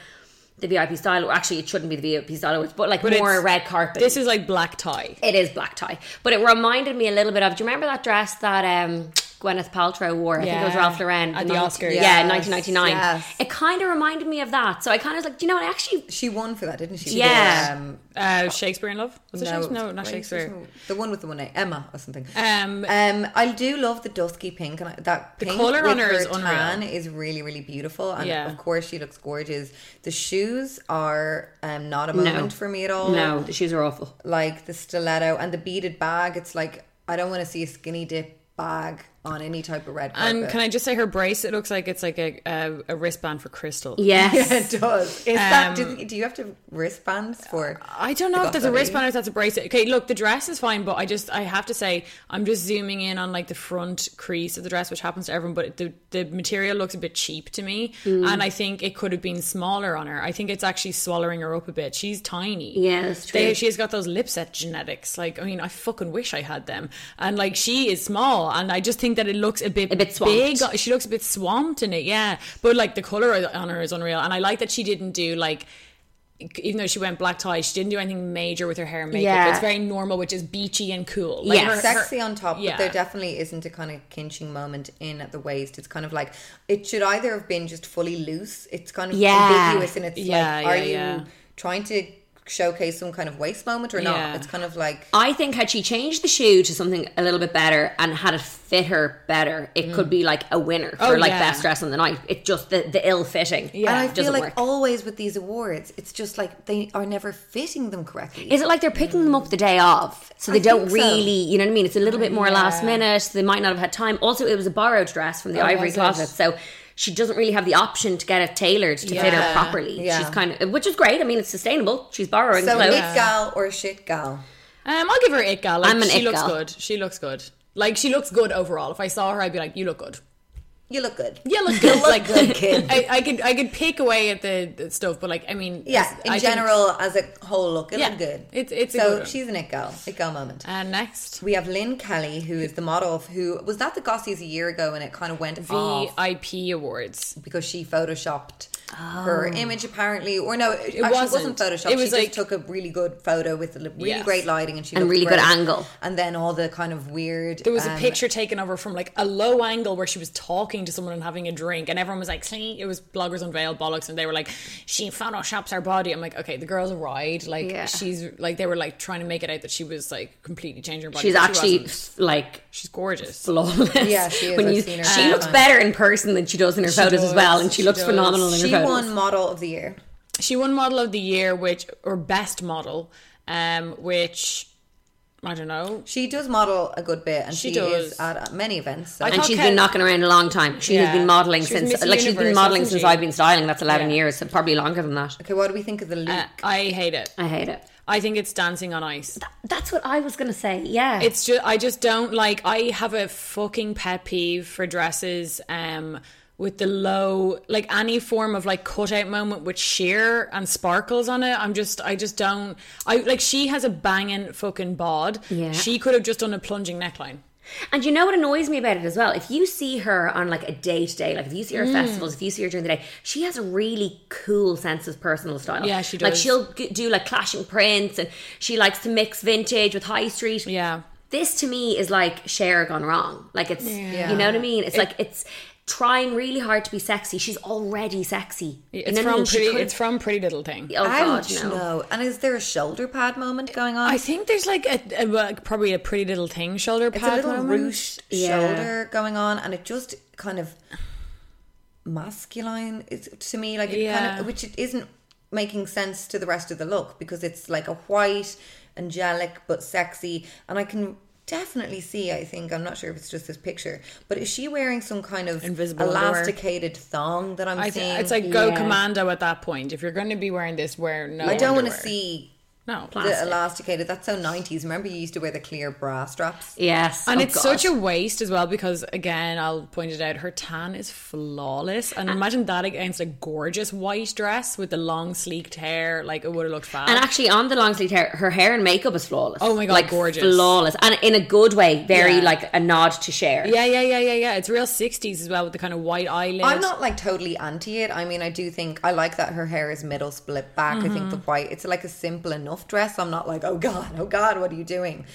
[SPEAKER 4] the VIP style. Actually, it shouldn't be the VIP style awards, but like
[SPEAKER 2] But
[SPEAKER 4] more
[SPEAKER 2] it's-
[SPEAKER 4] red carpet.
[SPEAKER 2] This is like black tie.
[SPEAKER 4] It is black tie, but it reminded me a little bit of. Do you remember that dress that um, Gwyneth Paltrow wore? I think it was
[SPEAKER 2] Yeah.
[SPEAKER 4] Ralph Lauren
[SPEAKER 2] At
[SPEAKER 4] in
[SPEAKER 2] the
[SPEAKER 4] nin-
[SPEAKER 2] Oscars.
[SPEAKER 4] Yeah,
[SPEAKER 3] Yes,
[SPEAKER 4] in 1999.
[SPEAKER 3] yes.
[SPEAKER 4] It kind of reminded me of that. So I kind of was like, do you know what? I actually,
[SPEAKER 3] She won for that, didn't she?
[SPEAKER 4] Yeah.
[SPEAKER 3] The, um,
[SPEAKER 2] Uh, Shakespeare in Love? Was it
[SPEAKER 3] no,
[SPEAKER 2] Shakespeare? No, not
[SPEAKER 3] wait,
[SPEAKER 2] Shakespeare.
[SPEAKER 3] The one with the one name, Emma or something.
[SPEAKER 2] Um,
[SPEAKER 3] Um, I do love the dusky pink, and I, that the
[SPEAKER 2] colour on her is
[SPEAKER 3] tan
[SPEAKER 2] unreal.
[SPEAKER 3] is really, really beautiful, and
[SPEAKER 2] Yeah.
[SPEAKER 3] of course she looks gorgeous. The shoes are um, not a moment for me at all.
[SPEAKER 4] no, the shoes are awful.
[SPEAKER 3] like the stiletto and the beaded bag. It's like I don't want to see a skinny dip bag on any type of red carpet.
[SPEAKER 2] And can I just say her bracelet looks like it's like a a, a wristband for crystal.
[SPEAKER 4] Yes.
[SPEAKER 3] it does. Is that do, you- do you have to wristbands for?
[SPEAKER 2] Um, I don't know if
[SPEAKER 3] They got
[SPEAKER 2] that's
[SPEAKER 3] that,
[SPEAKER 2] a
[SPEAKER 3] eh?
[SPEAKER 2] wristband or if that's a bracelet. Okay, look, the dress is fine, but I just I have to say I'm just zooming in on like the front crease of the dress, which happens to everyone. But the the material looks a bit cheap to me,
[SPEAKER 4] Mm.
[SPEAKER 2] and I think it could have been smaller on her. I think it's actually swallowing her up a bit. She's tiny.
[SPEAKER 4] Yeah, that's true.
[SPEAKER 2] They, she's got those lip set genetics. Like, I mean, I fucking wish I had them. And like, she is small, and I just think that it looks a bit
[SPEAKER 4] A bit
[SPEAKER 2] big.
[SPEAKER 4] swamped.
[SPEAKER 2] She looks a bit swamped in it, yeah. But like, the color on her is unreal, and I like that she didn't do like. Even though she went black tie, she didn't do anything major with her hair and makeup.
[SPEAKER 4] Yeah.
[SPEAKER 2] It's very normal, which is beachy and cool.
[SPEAKER 4] Yes.
[SPEAKER 2] her- her-
[SPEAKER 3] Sexy on top,
[SPEAKER 2] yeah.
[SPEAKER 3] but there definitely isn't a kind of kinching moment in at the waist. It's kind of like it should either have been just fully loose. It's kind of
[SPEAKER 4] Yeah.
[SPEAKER 3] ambiguous, and it's
[SPEAKER 2] Yeah,
[SPEAKER 3] like,
[SPEAKER 2] yeah,
[SPEAKER 3] are you
[SPEAKER 2] yeah.
[SPEAKER 3] trying to showcase some kind of waist moment or
[SPEAKER 2] Yeah. Uh,
[SPEAKER 3] not? It's kind of like
[SPEAKER 4] I think had she changed the shoe to something a little bit better and had it fit her better, it could be like a winner for
[SPEAKER 2] Mm. Oh,
[SPEAKER 4] like
[SPEAKER 2] yeah.
[SPEAKER 4] best dress on the night. It just the, the ill fitting.
[SPEAKER 3] And I feel
[SPEAKER 4] doesn't
[SPEAKER 3] like
[SPEAKER 4] work.
[SPEAKER 3] always with these awards, it's just like they are never fitting them correctly.
[SPEAKER 4] Is it like they're picking them up the day of? So they
[SPEAKER 3] I
[SPEAKER 4] don't
[SPEAKER 3] think so.
[SPEAKER 4] really, you know what I mean? It's a little bit more last minute. So they might not have had time. Also, it was a borrowed dress from the ivory
[SPEAKER 2] was it?
[SPEAKER 4] closet. So she doesn't really have the option to get it tailored to fit her
[SPEAKER 2] Yeah.
[SPEAKER 4] properly.
[SPEAKER 3] Yeah.
[SPEAKER 4] She's kind of, which is great. I mean, it's sustainable. She's borrowing
[SPEAKER 3] so
[SPEAKER 4] clothes.
[SPEAKER 3] knit gal or shit gal?
[SPEAKER 2] Um, I'll give her it gal. Like,
[SPEAKER 4] I'm an
[SPEAKER 2] she
[SPEAKER 4] it
[SPEAKER 2] looks
[SPEAKER 4] gal.
[SPEAKER 2] good. She looks good. Like she looks good overall. If I saw her, I'd be like, "You look good."
[SPEAKER 3] You look good.
[SPEAKER 2] Yeah, look good. like
[SPEAKER 3] good, kid.
[SPEAKER 2] I, I could I could pick away at the, the stuff, but like I mean,
[SPEAKER 3] Yeah, in
[SPEAKER 2] I think-
[SPEAKER 3] general, as a whole look, it
[SPEAKER 2] Yeah,
[SPEAKER 3] looked good.
[SPEAKER 2] it's- it's a
[SPEAKER 3] so
[SPEAKER 2] good one.
[SPEAKER 3] she's an it gal, it gal moment.
[SPEAKER 2] and next
[SPEAKER 3] We have Lynn Kelly, who is the model of who was that the Gossies a year ago, and it kind of went off
[SPEAKER 2] VIP awards.
[SPEAKER 3] because she photoshopped her image apparently, or no, it actually
[SPEAKER 2] Oh. wasn't.
[SPEAKER 3] wasn't, photoshopped.
[SPEAKER 2] It was
[SPEAKER 3] she
[SPEAKER 2] like-
[SPEAKER 3] just took a really good photo with a really
[SPEAKER 2] Yes.
[SPEAKER 3] great lighting, and she
[SPEAKER 4] And
[SPEAKER 3] looked
[SPEAKER 4] really good
[SPEAKER 3] great.
[SPEAKER 4] angle.
[SPEAKER 3] and then all the kind of weird. um,
[SPEAKER 2] There was a picture taken of her from like a low angle where she was talking to someone and having a drink, and everyone was like, "See, it was bloggers unveiled bollocks," and they were like, "She photoshops her body." I'm like, "Okay, the girl's a ride." Like
[SPEAKER 4] Yeah.
[SPEAKER 2] she's like they were like trying to make it out that she was like completely changing her body.
[SPEAKER 4] She's
[SPEAKER 2] but she
[SPEAKER 4] actually
[SPEAKER 2] wasn't.
[SPEAKER 4] like
[SPEAKER 2] she's gorgeous.
[SPEAKER 4] flawless.
[SPEAKER 3] Yeah, she is. I've
[SPEAKER 4] you,
[SPEAKER 3] seen her
[SPEAKER 4] she
[SPEAKER 3] a
[SPEAKER 4] looks
[SPEAKER 3] lot.
[SPEAKER 4] better in person than she does in her photos as well,
[SPEAKER 2] does,
[SPEAKER 4] and she,
[SPEAKER 2] she
[SPEAKER 4] looks
[SPEAKER 2] does.
[SPEAKER 4] phenomenal in her
[SPEAKER 3] She
[SPEAKER 4] photos.
[SPEAKER 3] won model of the year.
[SPEAKER 2] She won model of the year, which or best model, um, which I don't know.
[SPEAKER 3] She does model a good bit, and
[SPEAKER 2] She
[SPEAKER 3] she,
[SPEAKER 2] does.
[SPEAKER 3] is at uh, many events. So.
[SPEAKER 2] I
[SPEAKER 4] and
[SPEAKER 2] thought
[SPEAKER 4] she's
[SPEAKER 2] Ken-
[SPEAKER 4] been knocking around a long time. She
[SPEAKER 2] Yeah.
[SPEAKER 4] has been modeling
[SPEAKER 2] She was
[SPEAKER 4] since,
[SPEAKER 2] Miss
[SPEAKER 4] like, she's been
[SPEAKER 2] Universe,
[SPEAKER 4] modeling
[SPEAKER 2] wasn't
[SPEAKER 4] since
[SPEAKER 2] she?
[SPEAKER 4] I've been styling. That's eleven
[SPEAKER 2] Yeah.
[SPEAKER 4] years, so probably longer than that.
[SPEAKER 3] okay, what do we think of the look?
[SPEAKER 2] Uh, I hate it.
[SPEAKER 4] I hate it.
[SPEAKER 2] I think it's dancing on ice.
[SPEAKER 4] That's what I was gonna say. Yeah,
[SPEAKER 2] It's just I just don't like I have a fucking pet peeve for dresses um with the low like any form of like cutout moment with sheer and sparkles on it. I'm just I just don't I like she has a banging fucking bod.
[SPEAKER 4] Yeah.
[SPEAKER 2] She could have just done a plunging neckline.
[SPEAKER 4] And you know what annoys me about it as well? If you see her on like a day to day, like if you see her at
[SPEAKER 2] Mm.
[SPEAKER 4] festivals, if you see her during the day, she has a really cool sense of personal style.
[SPEAKER 2] Yeah, she
[SPEAKER 4] Like
[SPEAKER 2] does.
[SPEAKER 4] she'll g- do like clashing prints, and she likes to mix vintage with high street.
[SPEAKER 2] Yeah.
[SPEAKER 4] This to me is like Cher gone wrong. Like it's you know what I mean? It's like it's trying really hard to be sexy. She's already sexy. You
[SPEAKER 2] It's
[SPEAKER 4] know what I
[SPEAKER 2] from
[SPEAKER 4] mean? She
[SPEAKER 2] pretty
[SPEAKER 4] could-
[SPEAKER 2] it's from pretty little thing.
[SPEAKER 4] oh
[SPEAKER 3] Ouch,
[SPEAKER 4] god, no.
[SPEAKER 3] no. And is there a shoulder pad moment going on?
[SPEAKER 2] I think there's like a, a well, probably a pretty little thing shoulder
[SPEAKER 3] it's a
[SPEAKER 2] pad
[SPEAKER 3] little
[SPEAKER 2] moment.
[SPEAKER 3] ruched
[SPEAKER 4] Yeah.
[SPEAKER 3] shoulder going on, and it just kind of masculine is to me. Like it kind
[SPEAKER 2] Yeah.
[SPEAKER 3] of, which it isn't making sense to the rest of the look because it's like a white, angelic but sexy, and I can. Definitely see. I think I'm not sure if it's just this picture, but is she wearing some kind of
[SPEAKER 2] Invisible underwear.
[SPEAKER 3] elasticated thong that I'm
[SPEAKER 2] I
[SPEAKER 3] seeing?
[SPEAKER 2] think it's like go
[SPEAKER 4] Yeah.
[SPEAKER 2] commando at that point. If you're going to be wearing this, wear no.
[SPEAKER 3] I don't want to
[SPEAKER 2] underwear.
[SPEAKER 3] see
[SPEAKER 2] no.
[SPEAKER 3] the elasticated. That's so 90s. Remember, you used to wear the clear bra straps.
[SPEAKER 4] Yes,
[SPEAKER 2] And
[SPEAKER 4] oh,
[SPEAKER 2] it's
[SPEAKER 4] God.
[SPEAKER 2] such a waste as well because again, I'll point it out, her tan is flawless. And imagine that against a gorgeous white dress with the long sleeked hair, like it would have looked fab.
[SPEAKER 4] And actually, on the long sleeve hair, her hair and makeup is flawless.
[SPEAKER 2] Oh my God,
[SPEAKER 4] like
[SPEAKER 2] gorgeous.
[SPEAKER 4] flawless, and in a good way, very
[SPEAKER 2] Yeah.
[SPEAKER 4] like a nod to share.
[SPEAKER 2] yeah, yeah, yeah, yeah, yeah. It's real sixties as well with the kind of white eyelid.
[SPEAKER 3] I'm not like totally anti it. I mean, I do think I like that her hair is middle split back. I think the white, it's like a simple enough dress. I'm not like, oh God, oh God, what are you doing?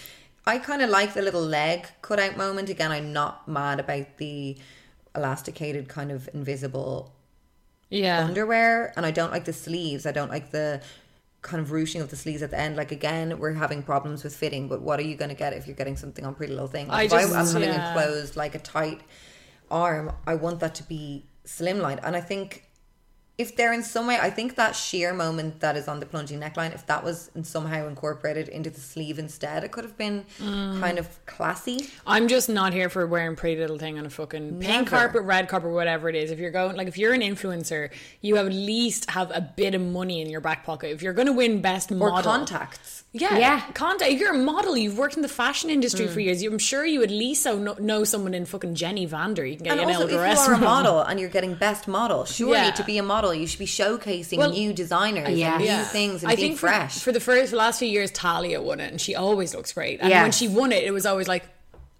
[SPEAKER 3] I kind of like the little leg cutout moment. Again, I'm not mad about the elasticated kind of invisible
[SPEAKER 2] yeah.
[SPEAKER 3] underwear. And I don't like the sleeves. I don't like the kind of ruching of the sleeves at the end. Like, again, we're having problems with fitting, but what are you going to get if you're getting something on Pretty Little Thing?
[SPEAKER 2] I
[SPEAKER 3] Like, if
[SPEAKER 2] just-
[SPEAKER 3] I'm having
[SPEAKER 2] yeah.
[SPEAKER 3] a closed, like a tight arm, I want that to be slimlined. And I think if they're in some way, I think that sheer moment that is on the plunging neckline, if that was in somehow incorporated into the sleeve instead, it could have been
[SPEAKER 2] Mm.
[SPEAKER 3] kind of classy.
[SPEAKER 2] I'm just not here for wearing pretty little thing on a fucking pink
[SPEAKER 3] Never.
[SPEAKER 2] carpet, red carpet, whatever it is. If you're going, like, if you're an influencer, you have at least have a bit of money in your back pocket. If you're going to win best
[SPEAKER 3] Or
[SPEAKER 2] model,
[SPEAKER 3] contacts.
[SPEAKER 2] yeah,
[SPEAKER 4] Yeah.
[SPEAKER 2] contact. You're a model. You've worked in the fashion industry
[SPEAKER 3] Mm.
[SPEAKER 2] for years. You- I'm sure you at least so know, know someone in fucking Jenny Vander. You can get
[SPEAKER 3] And
[SPEAKER 2] an
[SPEAKER 3] also, if you
[SPEAKER 2] Eldoress
[SPEAKER 3] are a
[SPEAKER 2] from.
[SPEAKER 3] model and you're getting best model, surely
[SPEAKER 2] Yeah.
[SPEAKER 3] to be a model, you should be showcasing
[SPEAKER 2] Well,
[SPEAKER 3] new designers,
[SPEAKER 4] yeah.
[SPEAKER 3] and new
[SPEAKER 4] Yeah.
[SPEAKER 3] things, and being
[SPEAKER 2] for-
[SPEAKER 3] fresh.
[SPEAKER 2] For, the first the last few years, Talia won it, and she always looks great. And
[SPEAKER 4] Yes.
[SPEAKER 2] when she won it, it was always like.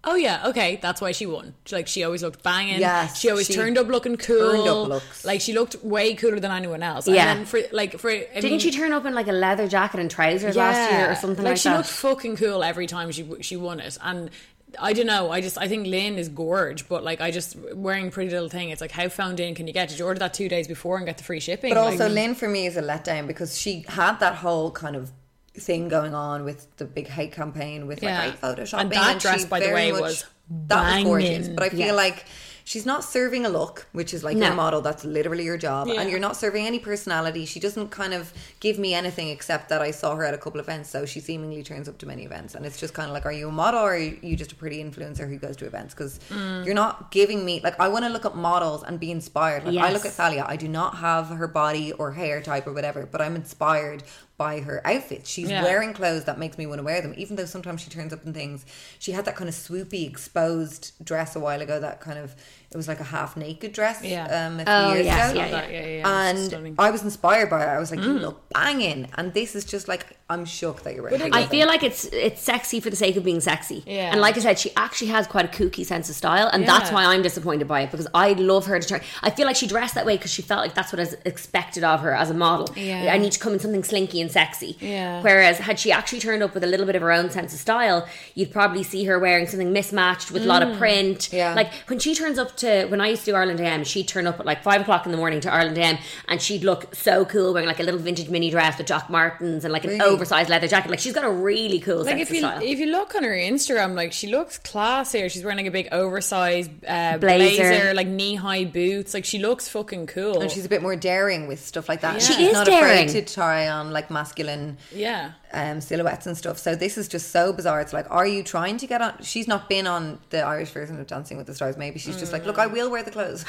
[SPEAKER 2] Oh yeah, okay, that's why she won. She, like she always looked banging.
[SPEAKER 3] Yes,
[SPEAKER 2] she always
[SPEAKER 3] she
[SPEAKER 2] turned up looking cool.
[SPEAKER 3] turned up looks.
[SPEAKER 2] Like she looked way cooler than anyone else.
[SPEAKER 4] Yeah.
[SPEAKER 2] and then for like for I
[SPEAKER 4] Didn't
[SPEAKER 2] mean,
[SPEAKER 4] she turn up in like a leather jacket and trousers last year or something like,
[SPEAKER 2] she
[SPEAKER 4] that?
[SPEAKER 2] looked fucking cool every time she she won it, and I don't know. I just I think Lynn is gorge, but like I just wearing pretty little thing. It's like how found in can you get? Did you order that two days before and get the free shipping?
[SPEAKER 3] But
[SPEAKER 2] Like-
[SPEAKER 3] also, Lynn for me is a letdown because she had that whole kind of thing going on with the big hate campaign with like
[SPEAKER 2] Yeah.
[SPEAKER 3] right photoshopping.
[SPEAKER 2] And that dress,
[SPEAKER 3] she
[SPEAKER 2] by the
[SPEAKER 3] very
[SPEAKER 2] way,
[SPEAKER 3] much-
[SPEAKER 2] was
[SPEAKER 3] that was gorgeous.
[SPEAKER 2] banging.
[SPEAKER 3] But I feel
[SPEAKER 4] Yes.
[SPEAKER 3] like she's not serving a look, which is like
[SPEAKER 4] No.
[SPEAKER 3] your model. That's literally your job,
[SPEAKER 2] Yeah.
[SPEAKER 3] and you're not serving any personality. She doesn't kind of give me anything except that I saw her at a couple events, so she seemingly turns up to many events, and it's just kind of like, are you a model or are you just a pretty influencer who goes to events? Because
[SPEAKER 4] Mm.
[SPEAKER 3] you're not giving me like I want to look at models and be inspired. Like I look at
[SPEAKER 4] Yes.
[SPEAKER 3] Thalia. I do not have her body or hair type or whatever, but I'm inspired by her outfits. She's
[SPEAKER 2] Yeah.
[SPEAKER 3] wearing clothes that makes me want to wear them, even though sometimes she turns up in things. She had that kind of swoopy, exposed dress a while ago. That kind of it was like a half naked dress.
[SPEAKER 2] Yeah.
[SPEAKER 3] Um, a few
[SPEAKER 4] Oh,
[SPEAKER 3] years
[SPEAKER 4] yeah,
[SPEAKER 3] ago.
[SPEAKER 4] yeah, Mm.
[SPEAKER 2] That- yeah, yeah, yeah, it's
[SPEAKER 3] and
[SPEAKER 2] stunning.
[SPEAKER 3] I was inspired by it. I was like, you look banging, and this is just like I'm shook that you're wearing.
[SPEAKER 4] I feel like it's it's sexy for the sake of being sexy.
[SPEAKER 2] Yeah.
[SPEAKER 4] And like I said, she actually has quite a kooky sense of style, and that's
[SPEAKER 2] Yeah.
[SPEAKER 4] why I'm disappointed by it because I love her to turn. I feel like she dressed that way because she felt like that's what is expected of her as a model.
[SPEAKER 2] Yeah.
[SPEAKER 4] I need to come in something slinky and sexy.
[SPEAKER 2] Yeah.
[SPEAKER 4] Whereas had she actually turned up with a little bit of her own sense of style, you'd probably see her wearing something mismatched with a lot of print.
[SPEAKER 3] Yeah.
[SPEAKER 4] Like when she turns up to when I used to do Ireland AM, she'd turn up at like five o'clock in the morning to Ireland AM, and she'd look so cool wearing like a little vintage mini dress with Doc Martens and like an
[SPEAKER 3] Really?
[SPEAKER 4] oversized leather jacket. Like she's got a really cool
[SPEAKER 2] Like
[SPEAKER 4] sense
[SPEAKER 2] if
[SPEAKER 4] of
[SPEAKER 2] you
[SPEAKER 4] style.
[SPEAKER 2] if you look on her Instagram, like she looks classy. She's wearing like a big oversized uh, blazer.
[SPEAKER 4] Blazer.
[SPEAKER 2] like knee high boots. Like she looks fucking cool.
[SPEAKER 3] And she's a bit more daring with stuff like that.
[SPEAKER 2] She
[SPEAKER 3] She's
[SPEAKER 4] is
[SPEAKER 3] not
[SPEAKER 4] daring.
[SPEAKER 3] afraid to try on like masculine
[SPEAKER 2] yeah,
[SPEAKER 3] um, silhouettes and stuff. So this is just so bizarre. It's like, are you trying to get on? She's not been on the Irish version of Dancing with the Stars. Maybe she's just like, look, I will wear the clothes.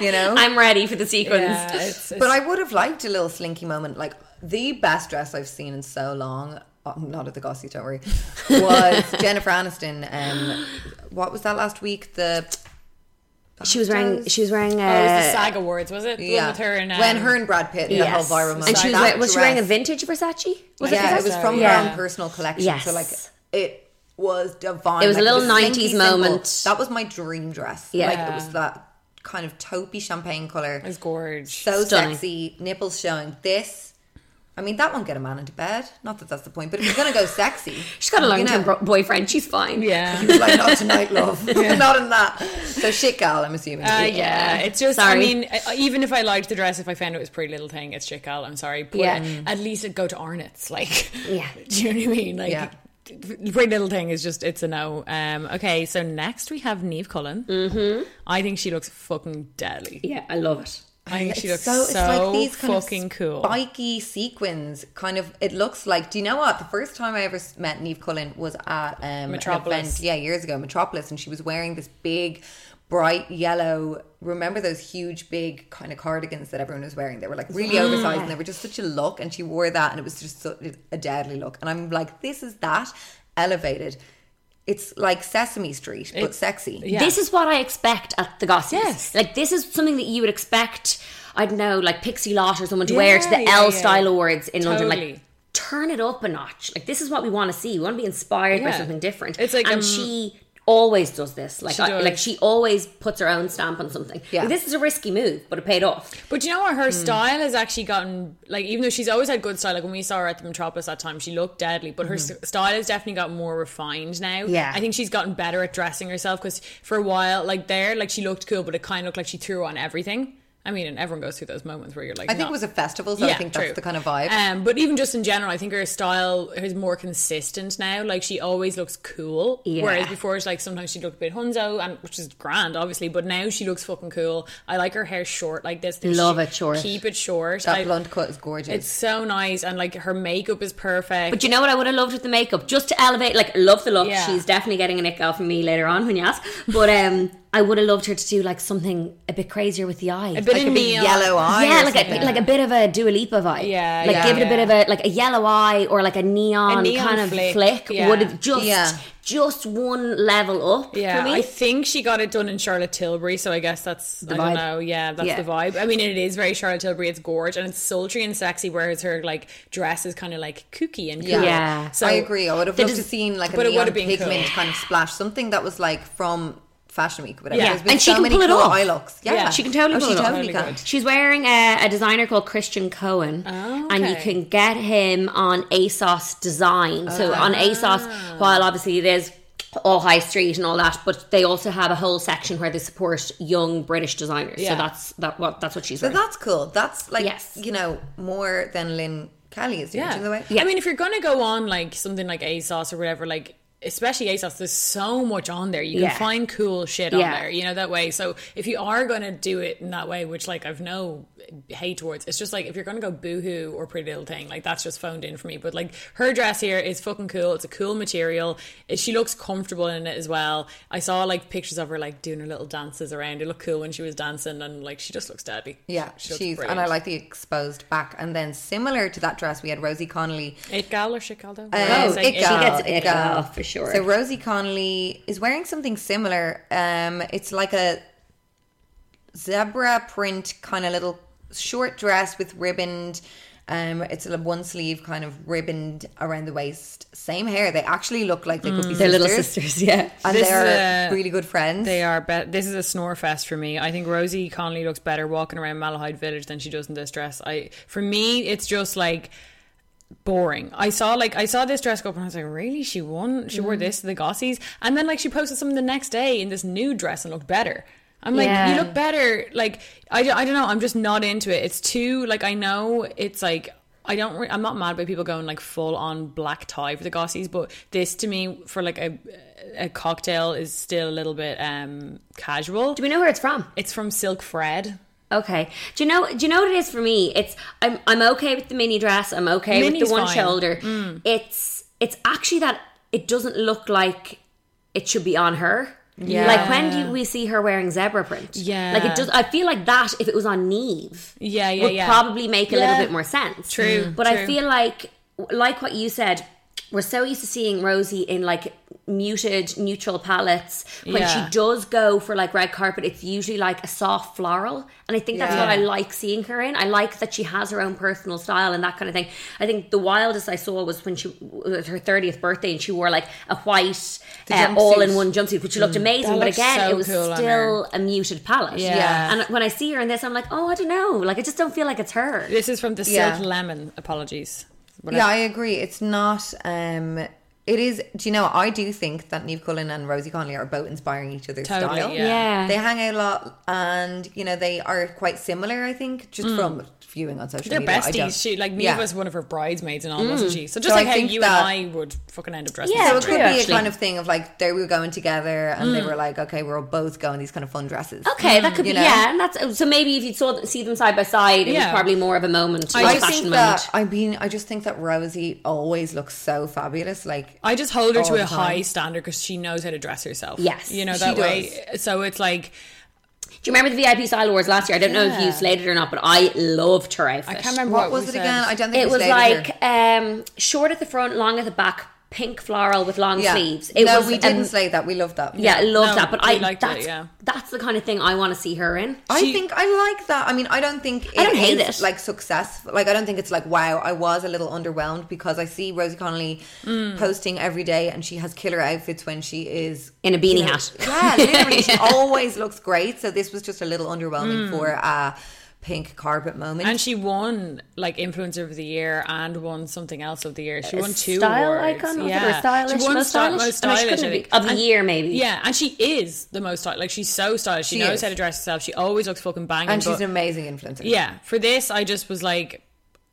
[SPEAKER 3] you know.
[SPEAKER 4] I'm ready for the sequence.
[SPEAKER 2] yeah. It's, it's,
[SPEAKER 3] but I would have liked a little slinky moment. Like the best dress I've seen in so long. oh, Not at the Gossies, don't worry. Was Jennifer Aniston? Um, what was that last week? The
[SPEAKER 4] She was wearing. She was wearing.
[SPEAKER 2] oh, it was
[SPEAKER 4] Uh,
[SPEAKER 2] the SAG Awards was it? The one
[SPEAKER 3] yeah,
[SPEAKER 2] with her and
[SPEAKER 3] when
[SPEAKER 2] um,
[SPEAKER 3] her and Brad Pitt, the whole
[SPEAKER 4] yes.
[SPEAKER 3] viral moment.
[SPEAKER 4] and she was,
[SPEAKER 3] That
[SPEAKER 4] wearing, was she wearing a
[SPEAKER 3] dress-
[SPEAKER 4] vintage Versace? Was
[SPEAKER 3] yeah,
[SPEAKER 4] it
[SPEAKER 3] it was
[SPEAKER 4] Versace?
[SPEAKER 3] from
[SPEAKER 4] yeah.
[SPEAKER 3] her own personal collection. So like
[SPEAKER 4] Yes.
[SPEAKER 3] it was divine.
[SPEAKER 4] It was a
[SPEAKER 3] Like,
[SPEAKER 4] little
[SPEAKER 3] the
[SPEAKER 4] 90s
[SPEAKER 3] slinky symbol.
[SPEAKER 4] moment.
[SPEAKER 3] That was my dream dress.
[SPEAKER 4] Yeah.
[SPEAKER 3] Like it was that kind of taupey champagne colour.
[SPEAKER 2] is gorge.
[SPEAKER 3] So
[SPEAKER 4] Stunning.
[SPEAKER 3] sexy, nipples showing. This I mean that won't get a man into bed. Not that that's the point, but if you're gonna go sexy,
[SPEAKER 4] She's got a
[SPEAKER 3] you
[SPEAKER 4] long-term
[SPEAKER 3] know.
[SPEAKER 4] bro- boyfriend. She's fine.
[SPEAKER 2] yeah.
[SPEAKER 3] He was like, not tonight, love. not in that. So shit, gal. I'm assuming.
[SPEAKER 2] Uh, yeah, it's just. I
[SPEAKER 4] Sorry.
[SPEAKER 2] mean, I- even if I liked the dress, if I found it was Pretty Little Thing, it's chick girl. I'm sorry, but
[SPEAKER 4] Yeah.
[SPEAKER 2] at least it go to Arnott's. Like,
[SPEAKER 4] Yeah.
[SPEAKER 2] do you know what I mean? Like,
[SPEAKER 3] Yeah.
[SPEAKER 2] Pretty Little Thing is just it's a no. Um, okay, so next we have Neve Cullen. Mm-hmm. I think she looks fucking deadly.
[SPEAKER 4] Yeah, I love it.
[SPEAKER 2] I think she looks
[SPEAKER 3] It's
[SPEAKER 2] so,
[SPEAKER 3] of
[SPEAKER 2] fucking cool.
[SPEAKER 3] Spiky sequins, kind of. It looks like. Do you know what? The first time I ever s- met Neve Cullen was at um, an
[SPEAKER 2] Metropolis.
[SPEAKER 3] event, yeah, years ago, Metropolis, and she was wearing this big, bright yellow. Remember those huge, big kind of cardigans that everyone was wearing? They were like really oversized, and they were just such a look. And she wore that, and it was just so, a deadly look. And I'm like, this is that elevated. It's like Sesame Street, but sexy.
[SPEAKER 2] Yeah.
[SPEAKER 4] This is what I expect at the gossips.
[SPEAKER 2] Yes.
[SPEAKER 4] Like this is something that you would expect. I don't know, like Pixie Lot or someone to
[SPEAKER 2] Yeah,
[SPEAKER 4] wear to the
[SPEAKER 2] yeah,
[SPEAKER 4] L
[SPEAKER 2] yeah.
[SPEAKER 4] Style Awards in London.
[SPEAKER 2] Totally.
[SPEAKER 4] Like turn it up a notch. Like this is what we want to see. We want to be inspired by
[SPEAKER 2] Yeah.
[SPEAKER 4] something different.
[SPEAKER 2] It's like,
[SPEAKER 4] and
[SPEAKER 2] um,
[SPEAKER 4] she always does this. Like
[SPEAKER 2] She
[SPEAKER 4] I-
[SPEAKER 2] does.
[SPEAKER 4] like she always puts her own stamp on something.
[SPEAKER 3] Yeah.
[SPEAKER 4] Like, this is a risky move, but it paid off.
[SPEAKER 2] But you know what? Her
[SPEAKER 3] Hmm.
[SPEAKER 2] style has actually gotten like, even though she's always had good style. Like when we saw her at the Metropolis that time, she looked deadly. But her s- style has definitely got more refined now.
[SPEAKER 3] Mm-hmm. Yeah.
[SPEAKER 2] I think she's gotten better at dressing herself because for a while, like there, like she looked cool, but it kind of looked like she threw on everything. I mean, and everyone goes through those moments where you're like,
[SPEAKER 3] I think
[SPEAKER 2] not-
[SPEAKER 3] it was a festival, so I
[SPEAKER 2] Yeah,
[SPEAKER 3] think
[SPEAKER 2] true.
[SPEAKER 3] that's the kind of vibe.
[SPEAKER 2] Um, but even just in general, I think her style is more consistent now. Like she always looks cool,
[SPEAKER 4] Yeah.
[SPEAKER 2] whereas before, it's like sometimes she looked a bit hunzo, and which is grand, obviously. But now she looks fucking cool. I like her hair short like this.
[SPEAKER 4] Love
[SPEAKER 2] She-
[SPEAKER 4] it short.
[SPEAKER 2] Keep it short.
[SPEAKER 3] that
[SPEAKER 2] I-
[SPEAKER 3] blonde cut is gorgeous.
[SPEAKER 2] it's so nice, and like her makeup is perfect.
[SPEAKER 4] But you know what I would have loved with the makeup? Just to elevate, like, love the look.
[SPEAKER 2] Yeah.
[SPEAKER 4] She's definitely getting a nick out from me later on when you ask. But um, I would have loved her to do, like, something a bit crazier with the eyes.
[SPEAKER 2] a bit
[SPEAKER 3] like a
[SPEAKER 2] of
[SPEAKER 3] big
[SPEAKER 2] neon.
[SPEAKER 3] yellow eye.
[SPEAKER 4] yeah,
[SPEAKER 3] or
[SPEAKER 4] like a,
[SPEAKER 3] something.
[SPEAKER 4] like a bit of a Dua Lipa vibe.
[SPEAKER 2] Yeah,
[SPEAKER 4] like
[SPEAKER 3] yeah,
[SPEAKER 4] give it a bit
[SPEAKER 2] yeah.
[SPEAKER 4] of a like a yellow eye or like a neon,
[SPEAKER 2] A neon
[SPEAKER 4] kind of
[SPEAKER 2] flick,
[SPEAKER 4] flick,
[SPEAKER 2] yeah.
[SPEAKER 4] would have just
[SPEAKER 3] Yeah.
[SPEAKER 4] just one level up
[SPEAKER 2] Yeah,
[SPEAKER 4] for me.
[SPEAKER 2] I think she got it done in Charlotte Tilbury, so I guess that's I don't
[SPEAKER 4] vibe.
[SPEAKER 2] know. Yeah, that's
[SPEAKER 4] Yeah.
[SPEAKER 2] the vibe. I mean, it is very Charlotte Tilbury. It's gorge and it's sultry and sexy, whereas her like dress is kind of like kooky and cool.
[SPEAKER 3] Yeah.
[SPEAKER 4] Yeah.
[SPEAKER 2] So
[SPEAKER 3] I agree. I would have
[SPEAKER 4] They
[SPEAKER 3] loved to
[SPEAKER 4] just-
[SPEAKER 3] seen like a
[SPEAKER 2] but it would
[SPEAKER 3] neon
[SPEAKER 2] have been
[SPEAKER 3] pigment
[SPEAKER 2] cool.
[SPEAKER 3] kind of splash, something that was like from Fashion Week, or whatever.
[SPEAKER 2] Yeah.
[SPEAKER 3] There's been
[SPEAKER 4] And she
[SPEAKER 3] so
[SPEAKER 4] can
[SPEAKER 3] many
[SPEAKER 4] pull it
[SPEAKER 3] cool
[SPEAKER 4] off.
[SPEAKER 3] eye looks. Yeah.
[SPEAKER 2] Yeah.
[SPEAKER 4] She can totally
[SPEAKER 3] Oh,
[SPEAKER 4] pull
[SPEAKER 3] she
[SPEAKER 4] it off.
[SPEAKER 3] totally
[SPEAKER 2] Totally
[SPEAKER 3] can.
[SPEAKER 2] good.
[SPEAKER 4] She's wearing a, a designer called Christian Cohen, and you
[SPEAKER 2] Oh, okay.
[SPEAKER 4] can get him on ASOS Design. So
[SPEAKER 2] Ah.
[SPEAKER 4] on ASOS, while obviously it is all high street and all that, but they also have a whole section where they support young British designers.
[SPEAKER 2] Yeah.
[SPEAKER 4] So that's that. What that's what she's
[SPEAKER 3] So
[SPEAKER 4] wearing.
[SPEAKER 3] that's cool. That's like
[SPEAKER 4] Yes.
[SPEAKER 3] you know more than Lynn Kelly is doing.
[SPEAKER 2] yeah.
[SPEAKER 3] Do you know the way?
[SPEAKER 2] I mean, if you're gonna go on like something like ASOS or whatever, like especially ASOS, there's so much on there. You can
[SPEAKER 4] Yeah.
[SPEAKER 2] find cool shit on
[SPEAKER 4] Yeah.
[SPEAKER 2] there, you know that way. So if you are gonna do it in that way, which like I've no hate towards, it's just like if you're gonna go boohoo or pretty little thing, like that's just phoned in for me. But like her dress here is fucking cool. It's a cool material. It- She looks comfortable in it as well. I saw like pictures of her like doing her little dances around. It looked cool when she was dancing, and like she just looks deadly.
[SPEAKER 3] Yeah,
[SPEAKER 2] she looks
[SPEAKER 3] she's
[SPEAKER 2] brilliant.
[SPEAKER 3] and I like the exposed back. And then similar to that dress, we had Rosie Connolly.
[SPEAKER 2] it gal or shit gal though.
[SPEAKER 4] Oh,
[SPEAKER 2] Or is
[SPEAKER 3] gal,
[SPEAKER 4] it She gets
[SPEAKER 3] Uh, it
[SPEAKER 4] it
[SPEAKER 3] gal.
[SPEAKER 4] gal, for sure.
[SPEAKER 3] So Rosie Connolly is wearing something similar. Um, it's like a zebra print kind of little short dress with ribboned. Um, it's a one sleeve kind of ribboned around the waist. Same hair. They actually look like they could be
[SPEAKER 4] They're
[SPEAKER 3] sisters,
[SPEAKER 4] little sisters, yeah.
[SPEAKER 3] and
[SPEAKER 2] This is
[SPEAKER 3] they're
[SPEAKER 2] a-
[SPEAKER 3] really good friends.
[SPEAKER 2] They are. Be- this is a snore fest for me. I think Rosie Connolly looks better walking around Malahide Village than she does in this dress. I for me, it's just like boring. I saw like I saw this dress go up and I was like, really? She won? She wore this to the Gossies, and then like she posted something the next day in this new dress and looked better. I'm like,
[SPEAKER 4] Yeah.
[SPEAKER 2] you look better. Like I, I don't know. I'm just not into it. It's too like I know it's like. I don't. Re- I'm not mad by people going like full on black tie for the Gossies, but this to me for like a a cocktail is still a little bit um casual.
[SPEAKER 4] Do we know where it's from?
[SPEAKER 2] It's from Silk Fred.
[SPEAKER 4] Okay. Do you know? Do you know what it is for me? It's I'm I'm okay with the mini dress. I'm okay with
[SPEAKER 2] Mini's
[SPEAKER 4] the one
[SPEAKER 2] fine. Mm.
[SPEAKER 4] shoulder. It's it's actually that it doesn't look like it should be on her.
[SPEAKER 2] Yeah.
[SPEAKER 4] Like when do we see her wearing zebra print?
[SPEAKER 2] Yeah.
[SPEAKER 4] Like it does. I feel like that if it was on Neve,
[SPEAKER 2] Yeah, yeah,
[SPEAKER 4] would
[SPEAKER 2] yeah.
[SPEAKER 4] probably make a little
[SPEAKER 2] Yeah.
[SPEAKER 4] bit more sense. Mm.
[SPEAKER 2] True,
[SPEAKER 4] But
[SPEAKER 2] true.
[SPEAKER 4] I feel like like what you said. We're so used to seeing Rosie in like muted, neutral palettes. When
[SPEAKER 2] Yeah.
[SPEAKER 4] she does go for like red carpet, it's usually like a soft floral. And I think that's what
[SPEAKER 2] Yeah.
[SPEAKER 4] I like seeing her in. I like that she has her own personal style and that kind of thing. I think the wildest I saw was when she was her 30th birthday and she wore like a white uh,
[SPEAKER 3] jumpsuit.
[SPEAKER 4] all in one jumpsuit, which looked amazing. But
[SPEAKER 2] looks
[SPEAKER 4] again,
[SPEAKER 2] Mm. so
[SPEAKER 4] it was
[SPEAKER 2] cool on
[SPEAKER 4] still a muted palette.
[SPEAKER 2] Yeah. Yeah.
[SPEAKER 4] And when I see her in this, I'm like, oh, I don't know. Like, I just don't feel like it's her.
[SPEAKER 2] This is from the
[SPEAKER 3] Yeah.
[SPEAKER 2] Silk Lemon. Apologies.
[SPEAKER 3] Yeah, I agree. It's not. um It is. Do you know? I do think that Neve Cullen and Rosie Connolly are both inspiring each other's
[SPEAKER 2] Totally,
[SPEAKER 3] style.
[SPEAKER 2] yeah.
[SPEAKER 4] Yeah.
[SPEAKER 3] They hang out a lot, and you know they are quite similar. I think
[SPEAKER 4] Mm.
[SPEAKER 3] just from viewing on social
[SPEAKER 2] They're
[SPEAKER 3] media. I don't-
[SPEAKER 2] besties. She like Neve
[SPEAKER 3] Yeah. Mm.
[SPEAKER 2] was one of her bridesmaids and all, wasn't she? So just
[SPEAKER 3] So
[SPEAKER 2] like
[SPEAKER 3] I
[SPEAKER 2] how
[SPEAKER 3] think
[SPEAKER 2] you
[SPEAKER 3] that-
[SPEAKER 2] and I would fucking end up dressing.
[SPEAKER 4] Yeah,
[SPEAKER 3] So
[SPEAKER 2] the
[SPEAKER 3] it
[SPEAKER 4] true,
[SPEAKER 3] could be
[SPEAKER 4] actually. Mm.
[SPEAKER 3] a kind of thing of like they were going together, and they were like, okay, we're both going these kind of fun dresses.
[SPEAKER 4] Okay,
[SPEAKER 2] Mm,
[SPEAKER 4] that could
[SPEAKER 3] you
[SPEAKER 4] be
[SPEAKER 3] know?
[SPEAKER 4] yeah, and that's oh, so maybe if you saw see them side by side, it
[SPEAKER 2] Yeah.
[SPEAKER 4] was probably more of a moment,
[SPEAKER 2] I
[SPEAKER 4] like
[SPEAKER 3] I
[SPEAKER 4] a
[SPEAKER 2] just
[SPEAKER 4] fashion
[SPEAKER 3] think
[SPEAKER 4] moment.
[SPEAKER 3] that I mean I just think that Rosie always looks so fabulous. Like
[SPEAKER 2] I just hold her to
[SPEAKER 3] all
[SPEAKER 2] a
[SPEAKER 3] the time.
[SPEAKER 2] high standard because she knows how to dress herself.
[SPEAKER 4] Yes,
[SPEAKER 2] you know
[SPEAKER 4] she
[SPEAKER 2] that
[SPEAKER 3] does.
[SPEAKER 2] way. So it's like
[SPEAKER 4] Do you remember the VIP Style Awards last year? I don't know if you slated it or not, but I loved her outfit.
[SPEAKER 2] I can't remember
[SPEAKER 3] what
[SPEAKER 2] what,
[SPEAKER 3] was
[SPEAKER 2] we
[SPEAKER 3] it
[SPEAKER 2] said.
[SPEAKER 3] again? I don't think
[SPEAKER 4] It
[SPEAKER 3] we
[SPEAKER 4] was
[SPEAKER 3] stayed with her.
[SPEAKER 4] like um, short at the front, long at the back, pink floral with long
[SPEAKER 3] yeah.
[SPEAKER 4] sleeves. It
[SPEAKER 3] no,
[SPEAKER 4] was
[SPEAKER 3] we
[SPEAKER 4] um,
[SPEAKER 3] didn't say that. We loved that.
[SPEAKER 4] yeah, I
[SPEAKER 2] No,
[SPEAKER 4] love that. But
[SPEAKER 2] we
[SPEAKER 4] I
[SPEAKER 2] liked it,
[SPEAKER 4] that's,
[SPEAKER 2] yeah.
[SPEAKER 4] that's the kind of thing I want to see her in.
[SPEAKER 3] I
[SPEAKER 2] She-
[SPEAKER 3] think I like that. I mean, I don't think
[SPEAKER 4] I don't hate
[SPEAKER 3] is,
[SPEAKER 4] it.
[SPEAKER 3] Like successful. Like I don't think it's like wow. I was a little underwhelmed because I see Rosie Connolly posting every day, and she has killer outfits when she is
[SPEAKER 4] In a beanie
[SPEAKER 3] you know,
[SPEAKER 4] hat.
[SPEAKER 3] Yeah, literally, she always looks great. So this was just a little underwhelming for a pink carpet moment.
[SPEAKER 2] And she won like influencer of the year and won something else of the year. She won two
[SPEAKER 4] style
[SPEAKER 2] awards.
[SPEAKER 4] icon, was it? Or
[SPEAKER 2] yeah.
[SPEAKER 4] stylish,
[SPEAKER 2] She won
[SPEAKER 4] most
[SPEAKER 2] sti-
[SPEAKER 4] stylish?
[SPEAKER 2] most
[SPEAKER 4] I mean, she
[SPEAKER 2] stylish,
[SPEAKER 4] couldn't
[SPEAKER 2] I think.
[SPEAKER 4] be- of the
[SPEAKER 2] And-
[SPEAKER 4] year, maybe.
[SPEAKER 2] Yeah, and she is the most stylish. Like she's so stylish. She,
[SPEAKER 3] She
[SPEAKER 2] knows
[SPEAKER 3] is.
[SPEAKER 2] how to dress herself. She always looks fucking banging.
[SPEAKER 3] and she's
[SPEAKER 2] but-
[SPEAKER 3] an amazing influencer.
[SPEAKER 2] yeah. For this, I just was like,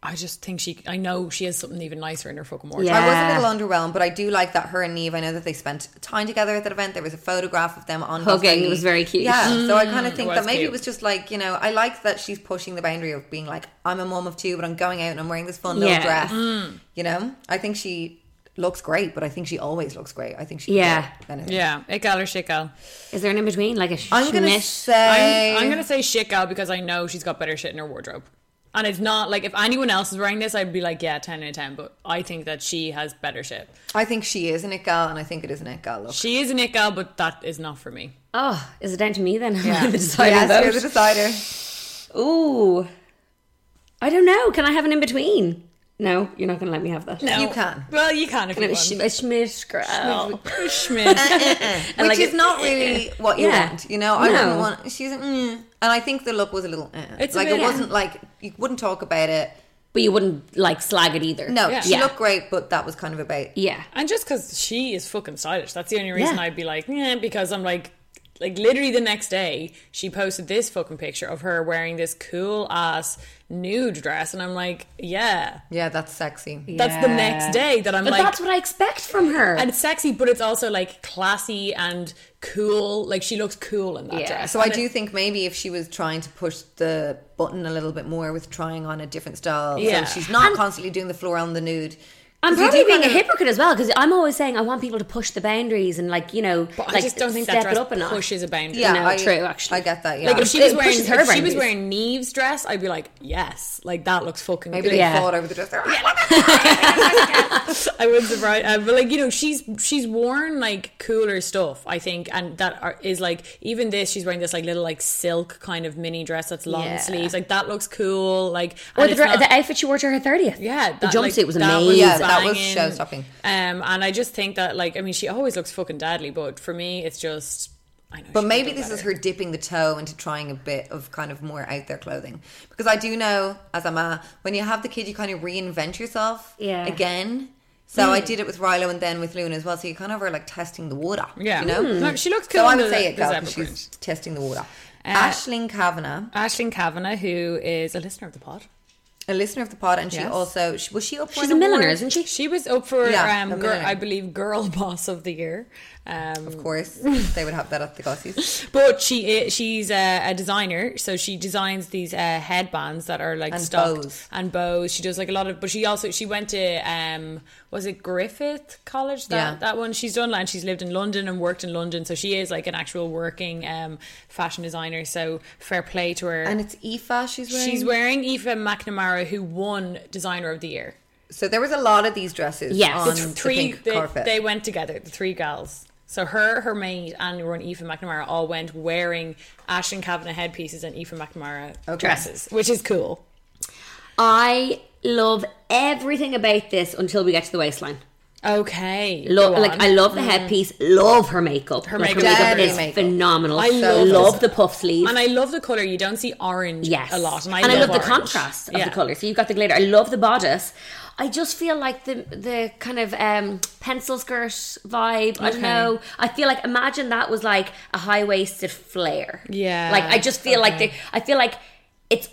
[SPEAKER 2] I just think she. I know she has something even nicer in her fucking wardrobe.
[SPEAKER 4] Yeah.
[SPEAKER 3] I was a little underwhelmed, but I do like that her and Neve. I know that they spent time together at that event. There was a photograph of them on
[SPEAKER 4] Hugging.
[SPEAKER 3] Gosling.
[SPEAKER 4] It was very cute.
[SPEAKER 3] Yeah, so I kind of think
[SPEAKER 2] Mm. was
[SPEAKER 3] that maybe
[SPEAKER 2] cute.
[SPEAKER 3] it was just like you know, I like that she's pushing the boundary of being like, I'm a mom of two, but I'm going out and I'm wearing this fun little
[SPEAKER 4] Yeah.
[SPEAKER 3] dress.
[SPEAKER 2] Mm.
[SPEAKER 3] You know, I think she looks great, but I think she always looks great. I think she can
[SPEAKER 4] Yeah.
[SPEAKER 3] do anything.
[SPEAKER 2] Yeah, it gal or shit gal.
[SPEAKER 4] Is there an in between? Like a
[SPEAKER 3] I'm gonna
[SPEAKER 4] schmish?
[SPEAKER 3] say
[SPEAKER 2] I'm, I'm gonna say shit gal because I know she's got better shit in her wardrobe. And it's not like if anyone else is wearing this, I'd be like, yeah, ten out of ten. But I think that she has better shit.
[SPEAKER 3] I think she is an it gal, and I think it is an it gal look.
[SPEAKER 2] She is an it gal, but that is not for me.
[SPEAKER 4] Oh, is it down to me then?
[SPEAKER 3] Yeah.
[SPEAKER 4] the deciding
[SPEAKER 3] yes,
[SPEAKER 4] vote.
[SPEAKER 3] you're the decider.
[SPEAKER 4] Ooh. I don't know. Can I have an in between? No, you're not going to let me have that.
[SPEAKER 2] No.
[SPEAKER 3] You can.
[SPEAKER 2] Well, you can if you
[SPEAKER 4] A
[SPEAKER 2] want.
[SPEAKER 4] sh- a schmish girl. Uh,
[SPEAKER 2] Schmidt.
[SPEAKER 3] Which
[SPEAKER 4] like
[SPEAKER 3] is
[SPEAKER 4] it-
[SPEAKER 3] not really what you
[SPEAKER 4] Yeah.
[SPEAKER 3] want, you know. I
[SPEAKER 4] No.
[SPEAKER 3] wouldn't want. She's like, mm. and I think the look was a little. Uh,
[SPEAKER 2] It's a
[SPEAKER 3] like
[SPEAKER 2] bit-
[SPEAKER 3] it wasn't like you wouldn't talk about it.
[SPEAKER 4] But you wouldn't like slag it either.
[SPEAKER 3] No,
[SPEAKER 2] Yeah.
[SPEAKER 3] she
[SPEAKER 4] Yeah.
[SPEAKER 3] looked great, but that was kind of about.
[SPEAKER 4] Yeah.
[SPEAKER 2] And just because she is fucking stylish, that's the only reason
[SPEAKER 4] Yeah.
[SPEAKER 2] I'd be like, yeah, because I'm like, like literally the next day, she posted this fucking picture of her wearing this cool ass nude dress, and I'm like, yeah,
[SPEAKER 3] Yeah, that's sexy.
[SPEAKER 2] that's the next day that I'm
[SPEAKER 4] But
[SPEAKER 2] like,
[SPEAKER 4] that's what I expect from her.
[SPEAKER 2] and it's sexy, but it's also like classy and cool. Like she looks cool in that
[SPEAKER 4] Yeah.
[SPEAKER 2] dress.
[SPEAKER 3] So I do think maybe if she was trying to push the button a little bit more with trying on a different style,
[SPEAKER 2] Yeah.
[SPEAKER 3] so she's not constantly doing the floor on the nude.
[SPEAKER 4] I'm
[SPEAKER 3] 'Cause you
[SPEAKER 4] probably
[SPEAKER 3] do
[SPEAKER 4] being
[SPEAKER 3] kind
[SPEAKER 4] a
[SPEAKER 3] of-
[SPEAKER 4] hypocrite as well because I'm always saying I want people to push the boundaries and like you know,
[SPEAKER 2] But
[SPEAKER 4] like
[SPEAKER 2] I just don't think
[SPEAKER 4] step
[SPEAKER 2] that dress
[SPEAKER 4] it up and
[SPEAKER 2] pushes a boundary.
[SPEAKER 3] Yeah,
[SPEAKER 4] No,
[SPEAKER 3] I,
[SPEAKER 4] true, actually.
[SPEAKER 3] I get that. Yeah,
[SPEAKER 2] Like if she
[SPEAKER 4] It
[SPEAKER 2] was wearing
[SPEAKER 4] pushes her
[SPEAKER 2] if she was
[SPEAKER 4] boundaries.
[SPEAKER 2] wearing Neve's dress, I'd be like, yes, like that looks fucking
[SPEAKER 3] maybe
[SPEAKER 2] good.
[SPEAKER 3] they
[SPEAKER 4] Yeah.
[SPEAKER 3] fought over the dress. They're,
[SPEAKER 2] I would surprise, uh, but like you know, she's she's worn like cooler stuff, I think, and that are, is like even this. She's wearing this like little like silk kind of mini dress that's long
[SPEAKER 4] Yeah.
[SPEAKER 2] sleeves. Like that looks cool. Like
[SPEAKER 4] Or
[SPEAKER 2] and
[SPEAKER 4] the,
[SPEAKER 2] it's
[SPEAKER 4] dre-
[SPEAKER 2] not-
[SPEAKER 4] the outfit she wore to her thirtieth.
[SPEAKER 2] yeah,
[SPEAKER 4] the
[SPEAKER 2] that, like,
[SPEAKER 4] jumpsuit was
[SPEAKER 2] that
[SPEAKER 4] amazing.
[SPEAKER 3] Yeah, that was
[SPEAKER 2] banging.
[SPEAKER 3] show-stopping.
[SPEAKER 2] Um, and I just think that like I mean, she always looks fucking deadly, but for me, it's just. I know she
[SPEAKER 3] But
[SPEAKER 2] could
[SPEAKER 3] maybe
[SPEAKER 2] do
[SPEAKER 3] this
[SPEAKER 2] better.
[SPEAKER 3] is her dipping the toe into trying a bit of kind of more out there clothing. Because I do know, as a ma, when you have the kid, you kind of reinvent yourself
[SPEAKER 4] Yeah.
[SPEAKER 3] again. So I did it with Rilo and then with Luna as well. So you kind of are like testing the water.
[SPEAKER 2] Yeah,
[SPEAKER 3] You know?
[SPEAKER 2] No, she looks cool.
[SPEAKER 3] So I
[SPEAKER 2] in
[SPEAKER 3] would
[SPEAKER 2] the-
[SPEAKER 3] say it,
[SPEAKER 2] the
[SPEAKER 3] Gal,
[SPEAKER 2] zebra
[SPEAKER 3] 'cause she's
[SPEAKER 2] print.
[SPEAKER 3] testing the water. Ashling Kavanagh,
[SPEAKER 2] Ashling Kavanagh, who is a listener of the pod.
[SPEAKER 3] a listener of the pod, and she
[SPEAKER 2] Yes.
[SPEAKER 3] also, she, was she up for
[SPEAKER 4] She's
[SPEAKER 3] an
[SPEAKER 4] a milliner,
[SPEAKER 3] award?
[SPEAKER 4] isn't she?
[SPEAKER 2] She was up for,
[SPEAKER 3] Yeah,
[SPEAKER 2] um,
[SPEAKER 3] I'm
[SPEAKER 2] gir-
[SPEAKER 3] gonna-
[SPEAKER 2] I believe, Girl Boss of the Year. Um,
[SPEAKER 3] Of course, they would have that at the gossies.
[SPEAKER 2] But she is, she's a, a designer, so she designs these uh, headbands that are like
[SPEAKER 3] And
[SPEAKER 2] stuffed
[SPEAKER 3] bows.
[SPEAKER 2] and bows. She does like a lot of, but she also she went to um was it Griffith College that
[SPEAKER 3] Yeah.
[SPEAKER 2] that one she's done and she's lived in London and worked in London, so she is like an actual working um fashion designer. So fair play to her.
[SPEAKER 3] And it's Aoife she's wearing.
[SPEAKER 2] she's wearing Eva McNamara, who won Designer of the Year.
[SPEAKER 3] So there was a lot of these dresses
[SPEAKER 4] Yes.
[SPEAKER 3] on
[SPEAKER 4] The
[SPEAKER 3] the
[SPEAKER 2] Three
[SPEAKER 3] pink
[SPEAKER 2] they,
[SPEAKER 3] carpet.
[SPEAKER 2] they went together, the three gals. So her, her mate, and Ron Aoife McNamara all went wearing Ashton Kavanagh headpieces and Aoife McNamara dresses, which is cool.
[SPEAKER 4] I love everything about this until we get to the waistline.
[SPEAKER 2] Okay,
[SPEAKER 4] Lo-
[SPEAKER 2] go
[SPEAKER 4] like
[SPEAKER 2] on. Mm-hmm.
[SPEAKER 4] I love the headpiece, love her makeup. Her like,
[SPEAKER 2] makeup is
[SPEAKER 4] her
[SPEAKER 3] very
[SPEAKER 4] makeup is
[SPEAKER 3] makeup.
[SPEAKER 4] phenomenal.
[SPEAKER 2] I
[SPEAKER 4] I
[SPEAKER 2] love
[SPEAKER 4] love,
[SPEAKER 2] it.
[SPEAKER 4] the puff sleeve.
[SPEAKER 2] and I love the color. You don't see orange
[SPEAKER 4] Yes,
[SPEAKER 2] a lot, and I
[SPEAKER 4] and
[SPEAKER 2] love,
[SPEAKER 4] the
[SPEAKER 2] orange.
[SPEAKER 4] contrast of
[SPEAKER 2] Yeah.
[SPEAKER 4] the color. So you've got the glitter. I love the bodice. I just feel like the the kind of um, pencil skirt vibe. I
[SPEAKER 2] Okay.
[SPEAKER 4] don't know. I feel like imagine that was like a high waisted flare.
[SPEAKER 2] Yeah,
[SPEAKER 4] like I just feel like
[SPEAKER 2] okay.
[SPEAKER 4] they, I feel like it's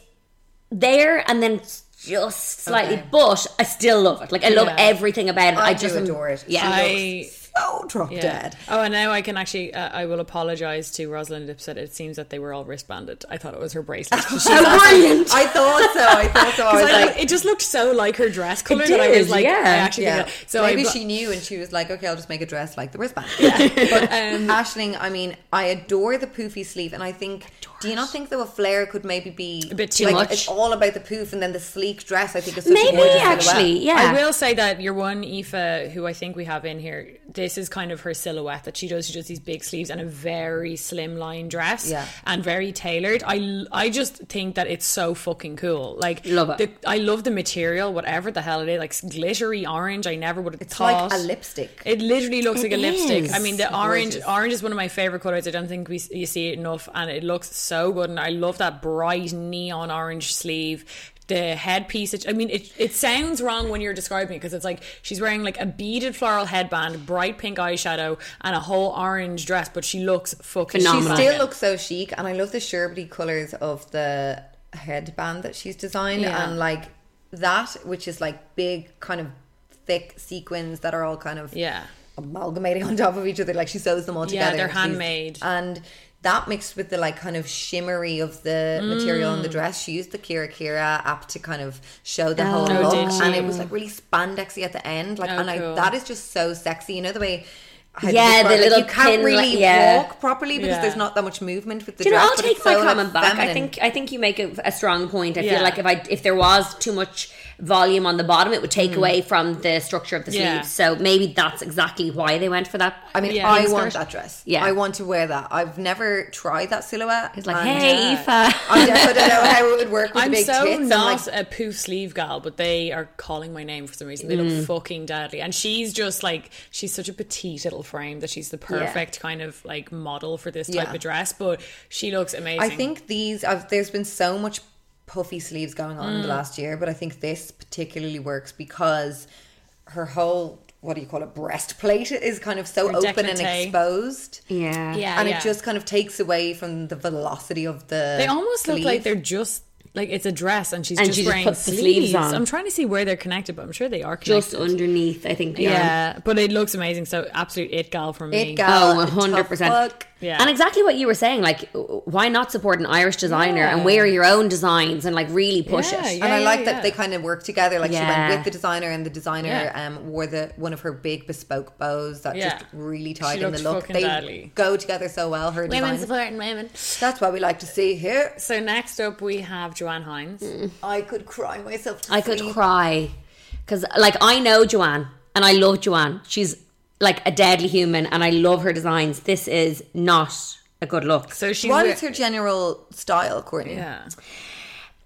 [SPEAKER 4] there and then it's just slightly, but I still love it. Like I love
[SPEAKER 2] Yeah.
[SPEAKER 4] everything about it.
[SPEAKER 3] I
[SPEAKER 4] I,
[SPEAKER 3] do
[SPEAKER 4] just am-
[SPEAKER 3] adore it.
[SPEAKER 4] Yeah,
[SPEAKER 2] I
[SPEAKER 3] so drop
[SPEAKER 2] yeah.
[SPEAKER 3] dead.
[SPEAKER 2] Oh, and now I can actually. Uh, I will apologize to Rosalind Lipset. It seems that they were all wristbanded. I thought it was her bracelet. She's
[SPEAKER 4] so brilliant.
[SPEAKER 3] I thought so. I thought so. I was
[SPEAKER 2] I
[SPEAKER 3] like,
[SPEAKER 2] lo- it just looked so like her dress color that I
[SPEAKER 4] did,
[SPEAKER 2] was like,
[SPEAKER 4] yeah.
[SPEAKER 2] I actually
[SPEAKER 3] yeah.
[SPEAKER 2] think that- So
[SPEAKER 3] maybe
[SPEAKER 2] I, bl-
[SPEAKER 3] she knew, and she was like, "Okay, I'll just make a dress like the wristband." but Ashling, I mean, I adore the poofy sleeve, and I think. do you not think though a flare could maybe be a
[SPEAKER 2] bit too
[SPEAKER 3] like,
[SPEAKER 2] much?
[SPEAKER 3] It's all about the poof, and then the sleek dress. I think is such a
[SPEAKER 4] maybe
[SPEAKER 3] gorgeous
[SPEAKER 4] actually,
[SPEAKER 3] silhouette.
[SPEAKER 4] yeah.
[SPEAKER 2] I will say that your one Aoife, who I think we have in here, the this is kind of her silhouette that she does. She does these big sleeves and a very slim line dress,
[SPEAKER 3] Yeah.
[SPEAKER 2] and very tailored. I I just think that it's so fucking cool. Like
[SPEAKER 4] Love it.
[SPEAKER 2] The, I love the material, whatever the hell it is, like glittery orange. I never would have
[SPEAKER 3] It's
[SPEAKER 2] thought
[SPEAKER 3] like a lipstick.
[SPEAKER 2] It literally looks like a lipstick. I
[SPEAKER 4] is.
[SPEAKER 2] mean, the orange
[SPEAKER 3] Gorgeous.
[SPEAKER 2] orange is one of my favorite colors. I don't think we s- you see it enough, and it looks so good. And I love that bright neon orange sleeve. The headpiece. it- I mean, it it sounds wrong when you're describing it because it's like she's wearing like a beaded floral headband, bright pink eyeshadow, and a whole orange dress. But she looks fucking
[SPEAKER 3] She
[SPEAKER 4] Phenomenal. phenomenal.
[SPEAKER 3] still looks so chic, and I love the sherbety colors of the headband that she's designed,
[SPEAKER 2] Yeah.
[SPEAKER 3] and like that, which is like big, kind of thick sequins that are all kind of
[SPEAKER 2] Yeah.
[SPEAKER 3] amalgamating on top of each other. Like she sews them all
[SPEAKER 2] Yeah,
[SPEAKER 3] together.
[SPEAKER 2] they're
[SPEAKER 3] into these-
[SPEAKER 2] handmade.
[SPEAKER 3] and that mixed with the like kind of shimmery of the material
[SPEAKER 2] Mm.
[SPEAKER 3] on the dress. She used the Kira Kira app to kind of show the whole
[SPEAKER 2] Oh,
[SPEAKER 3] look,
[SPEAKER 2] did she?
[SPEAKER 3] and it was like really spandexy at the end. Like,
[SPEAKER 2] Oh,
[SPEAKER 3] and I,
[SPEAKER 2] cool.
[SPEAKER 3] that is just so sexy. You know the way. how to
[SPEAKER 4] Yeah, the
[SPEAKER 3] describe it,
[SPEAKER 4] little
[SPEAKER 3] you can't
[SPEAKER 4] pin, like-
[SPEAKER 3] really
[SPEAKER 4] yeah.
[SPEAKER 3] walk properly because
[SPEAKER 2] Yeah.
[SPEAKER 3] there's not that much movement with the
[SPEAKER 4] Do you know,
[SPEAKER 3] dress.
[SPEAKER 4] I'll
[SPEAKER 3] but
[SPEAKER 4] take
[SPEAKER 3] it's
[SPEAKER 4] my
[SPEAKER 3] so, like,
[SPEAKER 4] comment back. I
[SPEAKER 3] feminine.
[SPEAKER 4] think I think you make a, a strong point. I
[SPEAKER 2] Yeah.
[SPEAKER 4] feel like if I if there was too much volume on the bottom, it would take
[SPEAKER 3] Mm.
[SPEAKER 4] away from the structure of the
[SPEAKER 2] Yeah.
[SPEAKER 4] sleeves. So maybe that's exactly why they went for that.
[SPEAKER 3] I mean,
[SPEAKER 2] Yeah.
[SPEAKER 3] I
[SPEAKER 2] Pink
[SPEAKER 3] want
[SPEAKER 2] skirt.
[SPEAKER 3] that dress.
[SPEAKER 4] Yeah.
[SPEAKER 3] I want to wear that. I've never tried that silhouette.
[SPEAKER 4] it's like,
[SPEAKER 3] and
[SPEAKER 4] hey, Aoife.
[SPEAKER 3] I definitely don't know how it would work with
[SPEAKER 2] I'm
[SPEAKER 3] big
[SPEAKER 2] so
[SPEAKER 3] tits. and, like,
[SPEAKER 2] not a poof sleeve gal, but they are calling my name for some reason. They look
[SPEAKER 3] Mm.
[SPEAKER 2] fucking deadly, and she's just like she's such a petite little frame that she's the perfect kind of like model for this type
[SPEAKER 3] Yeah.
[SPEAKER 2] of dress. But she looks amazing.
[SPEAKER 3] I think these. I've, there's been so much puffy sleeves going on in
[SPEAKER 2] Mm.
[SPEAKER 3] the last year, but I think this particularly works because her whole what do you call it breastplate is kind of so
[SPEAKER 2] Her
[SPEAKER 3] open and
[SPEAKER 2] décolleté.
[SPEAKER 3] exposed,
[SPEAKER 4] yeah,
[SPEAKER 2] yeah,
[SPEAKER 3] and
[SPEAKER 2] yeah.
[SPEAKER 3] it just kind of takes away from the velocity of the.
[SPEAKER 2] they almost look like
[SPEAKER 3] sleeve.
[SPEAKER 2] they're just. Like it's a dress, and she's
[SPEAKER 4] And
[SPEAKER 2] just
[SPEAKER 4] she just
[SPEAKER 2] wearing
[SPEAKER 4] puts the
[SPEAKER 2] sleeves.
[SPEAKER 4] sleeves on.
[SPEAKER 2] I'm trying to see where they're connected, but I'm sure they are connected.
[SPEAKER 4] just underneath. I think. they are.
[SPEAKER 2] yeah, but it looks amazing. So absolute it gal for me.
[SPEAKER 3] It gal,
[SPEAKER 4] Oh,
[SPEAKER 3] a tough
[SPEAKER 4] 100%.
[SPEAKER 3] look.
[SPEAKER 2] Yeah.
[SPEAKER 4] And exactly what you were saying, like, w- why not support an Irish designer and wear your own designs and, like, really push
[SPEAKER 2] Yeah,
[SPEAKER 4] it?
[SPEAKER 2] yeah.
[SPEAKER 3] and I like that
[SPEAKER 2] yeah.
[SPEAKER 3] they kind of work together. Like she
[SPEAKER 4] Yeah.
[SPEAKER 3] went with the designer, and the designer
[SPEAKER 2] Yeah.
[SPEAKER 3] um, wore the one of her big bespoke bows that
[SPEAKER 2] Yeah.
[SPEAKER 3] just really tied
[SPEAKER 2] She
[SPEAKER 3] in the
[SPEAKER 2] looked
[SPEAKER 3] look.
[SPEAKER 2] fucking
[SPEAKER 3] They
[SPEAKER 2] deadly.
[SPEAKER 3] go together so well. Her design.
[SPEAKER 2] supporting women.
[SPEAKER 3] That's why we like to see here.
[SPEAKER 2] So next up we have Joanne Hines.
[SPEAKER 3] I could cry myself. To
[SPEAKER 4] I could
[SPEAKER 3] sleep.
[SPEAKER 4] cry. Because, like, I know Joanne and I love Joanne. She's, like, a deadly human and I love her designs. This is not a good look.
[SPEAKER 2] So she's
[SPEAKER 3] What
[SPEAKER 2] we-
[SPEAKER 3] is her general style, Courtney?
[SPEAKER 2] yeah.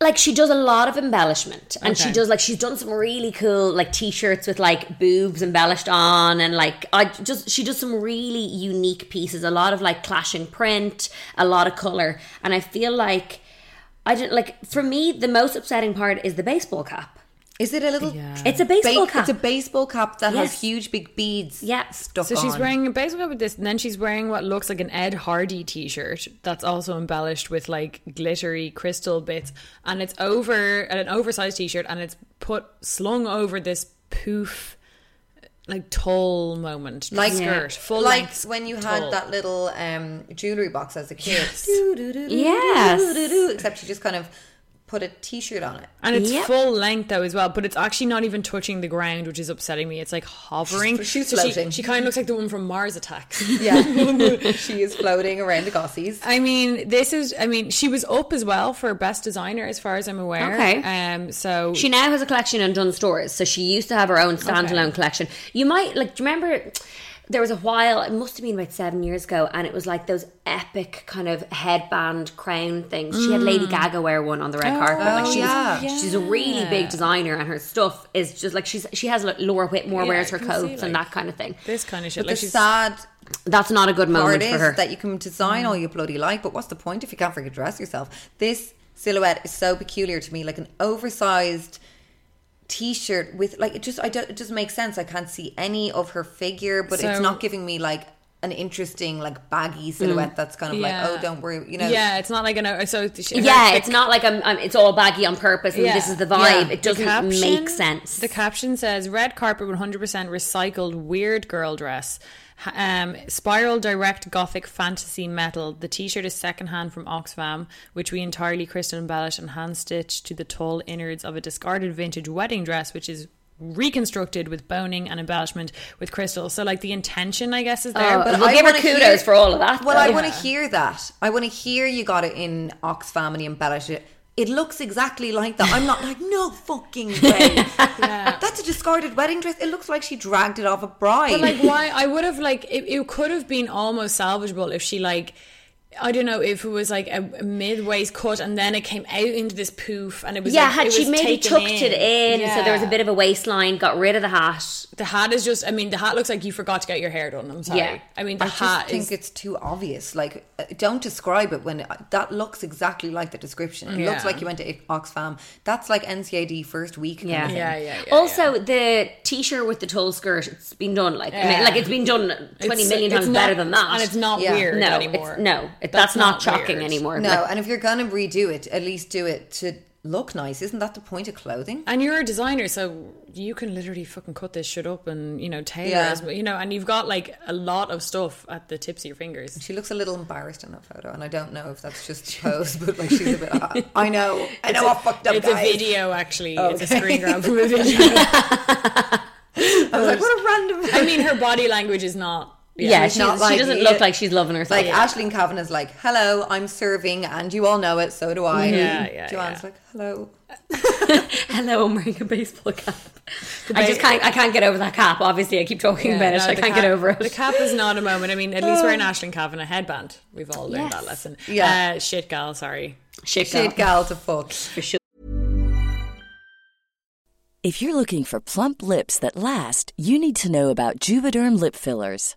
[SPEAKER 4] like she does a lot of embellishment and
[SPEAKER 2] Okay.
[SPEAKER 4] she does like she's done some really cool like t-shirts with like boobs embellished on and like I just she does some really unique pieces a lot of like clashing print a lot of color and I feel like I don't like for me the most upsetting part is the baseball cap
[SPEAKER 3] Is it a little?
[SPEAKER 4] it's a baseball
[SPEAKER 3] ba-
[SPEAKER 4] cap
[SPEAKER 3] It's a baseball cap that
[SPEAKER 4] Yes.
[SPEAKER 3] has huge big beads.
[SPEAKER 4] Yeah.
[SPEAKER 3] stuck
[SPEAKER 2] So she's
[SPEAKER 3] on.
[SPEAKER 2] wearing a baseball cap with this, and then she's wearing what looks like an Ed Hardy T-shirt that's also embellished with like glittery crystal bits, and it's over an oversized T-shirt, and it's put slung over this poof, like tulle moment,
[SPEAKER 3] Like-
[SPEAKER 2] like skirt, full
[SPEAKER 3] like
[SPEAKER 2] length
[SPEAKER 3] when you had
[SPEAKER 2] tulle.
[SPEAKER 3] that little um, jewelry box as a kid.
[SPEAKER 4] Yes.
[SPEAKER 3] Doo-doo-doo-doo-doo, Except you just kind of put a t-shirt on it.
[SPEAKER 2] And it's
[SPEAKER 4] Yep.
[SPEAKER 2] full length though as well, but it's actually not even touching the ground, which is upsetting me. It's like hovering.
[SPEAKER 3] She's- she's
[SPEAKER 2] So she-
[SPEAKER 3] floating.
[SPEAKER 2] She, kind of looks like the woman from Mars Attacks.
[SPEAKER 3] Yeah, she is floating around the gossies.
[SPEAKER 2] I mean, this is. I mean, she was up as well for best designer, as far as I'm aware.
[SPEAKER 4] Okay.
[SPEAKER 2] Um. So
[SPEAKER 4] She now has a collection in Dunn stores, so she used to have her own standalone
[SPEAKER 2] Okay.
[SPEAKER 4] collection. You might like. Do you remember? There was a while. It must have been about seven years ago, and it was like those epic kind of headband crown things. She had
[SPEAKER 2] Mm.
[SPEAKER 4] Lady Gaga wear one on the red carpet. Like
[SPEAKER 3] Oh,
[SPEAKER 4] she's,
[SPEAKER 3] yeah.
[SPEAKER 4] she's a really big designer, and her stuff is just like she's. She has like, Laura Whitmore
[SPEAKER 2] Yeah,
[SPEAKER 4] wears
[SPEAKER 2] I
[SPEAKER 4] her
[SPEAKER 2] can see,
[SPEAKER 4] coats and
[SPEAKER 2] like,
[SPEAKER 4] that kind of thing.
[SPEAKER 2] this kind of shit.
[SPEAKER 3] But
[SPEAKER 2] Like
[SPEAKER 3] the
[SPEAKER 2] she's
[SPEAKER 3] sad
[SPEAKER 4] That's not a good
[SPEAKER 3] part
[SPEAKER 4] moment for
[SPEAKER 3] is
[SPEAKER 4] her.
[SPEAKER 3] that you can design all you bloody like, but what's the point if you can't freaking dress yourself? This silhouette is so peculiar to me, like an oversized t-shirt with like it just I don't it doesn't make sense. I can't see any of her figure, but it's
[SPEAKER 2] So-
[SPEAKER 3] not giving me like an interesting like
[SPEAKER 4] Mm.
[SPEAKER 3] baggy silhouette that's kind of
[SPEAKER 2] yeah.
[SPEAKER 3] like oh don't worry you know
[SPEAKER 2] Yeah, it's not like an. uh, So she, her-
[SPEAKER 4] yeah,
[SPEAKER 2] the-
[SPEAKER 4] it's not like I'm, I'm. It's all baggy on purpose, and
[SPEAKER 2] Yeah.
[SPEAKER 4] this is the vibe.
[SPEAKER 3] Yeah.
[SPEAKER 4] It
[SPEAKER 2] the
[SPEAKER 4] doesn't
[SPEAKER 2] caption-
[SPEAKER 4] make sense.
[SPEAKER 2] The caption says red carpet 100% recycled weird girl dress. H- Um, spiral direct gothic fantasy metal. The t-shirt is secondhand from Oxfam, which we entirely crystal embellished and hand stitched to the tall innards of a discarded vintage wedding dress, which is reconstructed with boning and embellishment with crystals. So like the intention, I guess, is there. but
[SPEAKER 4] But we'll give her
[SPEAKER 3] wanna
[SPEAKER 4] kudos for all of that.
[SPEAKER 3] Well,
[SPEAKER 4] though.
[SPEAKER 3] I want to hear that. I want to hear you got it in Oxfam and you embellish it. it looks exactly like that. I'm not like, no fucking way. That's a discarded wedding dress. It looks like she dragged it off a bride.
[SPEAKER 2] But like, why? I would have like it, it could have been almost salvageable if she like. I don't know if it was like a mid waist cut and then it came out into this poof and it was
[SPEAKER 4] yeah,
[SPEAKER 2] like,
[SPEAKER 4] had
[SPEAKER 2] it
[SPEAKER 4] she
[SPEAKER 2] was
[SPEAKER 4] maybe
[SPEAKER 2] taken
[SPEAKER 4] tucked it in, so there was a
[SPEAKER 2] Yeah.
[SPEAKER 4] bit of a waistline, got rid of the hat.
[SPEAKER 2] the hat is just I mean the hat looks like you forgot to get your hair done I'm sorry
[SPEAKER 4] Yeah.
[SPEAKER 2] I mean the
[SPEAKER 3] I
[SPEAKER 2] hat
[SPEAKER 3] just think
[SPEAKER 2] is
[SPEAKER 3] it's too obvious. Like, uh, don't describe it when uh, that looks exactly like the description. It looks
[SPEAKER 2] Yeah.
[SPEAKER 3] like you went to Oxfam. That's like NCAD first week. kind of
[SPEAKER 4] Yeah.
[SPEAKER 3] thing.
[SPEAKER 2] yeah yeah, yeah
[SPEAKER 4] also, the t-shirt with the tulle skirt—it's been done like I mean,
[SPEAKER 2] Yeah.
[SPEAKER 4] like it's been done twenty
[SPEAKER 2] It's-
[SPEAKER 4] million
[SPEAKER 2] it's
[SPEAKER 4] times
[SPEAKER 2] not-
[SPEAKER 4] better than that,
[SPEAKER 2] and it's not
[SPEAKER 3] Yeah.
[SPEAKER 2] weird
[SPEAKER 4] no,
[SPEAKER 2] anymore
[SPEAKER 4] It's, no, it, that's,
[SPEAKER 2] not
[SPEAKER 4] not shocking
[SPEAKER 2] weird.
[SPEAKER 4] anymore.
[SPEAKER 3] No,
[SPEAKER 4] Like,
[SPEAKER 3] and if you're gonna redo it, at least do it to look nice. Isn't that the point of clothing?
[SPEAKER 2] and you're a designer so you can literally fucking cut this shit up and you know tailor
[SPEAKER 3] Yeah.
[SPEAKER 2] as well, you know and you've got like a lot of stuff at the tips of your fingers
[SPEAKER 3] She looks a little embarrassed in that photo, and I don't know if that's just pose, but like she's a bit. "Ah, I know, I know, I fucked up.
[SPEAKER 2] it's
[SPEAKER 3] guys.
[SPEAKER 2] a video actually it's a screen grab from a video
[SPEAKER 3] I was like, what a random.
[SPEAKER 2] I mean her body language is not
[SPEAKER 4] yeah,
[SPEAKER 3] It's
[SPEAKER 4] she's,
[SPEAKER 3] not like
[SPEAKER 4] she doesn't
[SPEAKER 3] you-
[SPEAKER 4] look like she's loving herself.
[SPEAKER 3] Like Ashleen Kavanaugh's like, hello, I'm serving, and you all know it, so do I.
[SPEAKER 2] Yeah, yeah,
[SPEAKER 3] Joanne's
[SPEAKER 2] yeah.
[SPEAKER 3] like, hello.
[SPEAKER 4] Hello, I'm wearing a baseball cap. I just can't. I can't get over that cap. Obviously, I keep talking about it.
[SPEAKER 2] no,
[SPEAKER 4] I
[SPEAKER 2] the
[SPEAKER 4] can't
[SPEAKER 2] cap-
[SPEAKER 4] get over it.
[SPEAKER 2] The cap is not a moment. I mean, at least we're in Ashland Kavanagh headband. We've all learned that
[SPEAKER 4] Yes.
[SPEAKER 2] lesson.
[SPEAKER 3] Yeah.
[SPEAKER 2] Uh, shit, gal, sorry.
[SPEAKER 4] Shit,
[SPEAKER 3] Shit, gal
[SPEAKER 4] girl.
[SPEAKER 3] to fuck.
[SPEAKER 5] If you're looking for plump lips that last, you need to know about Juvederm lip fillers.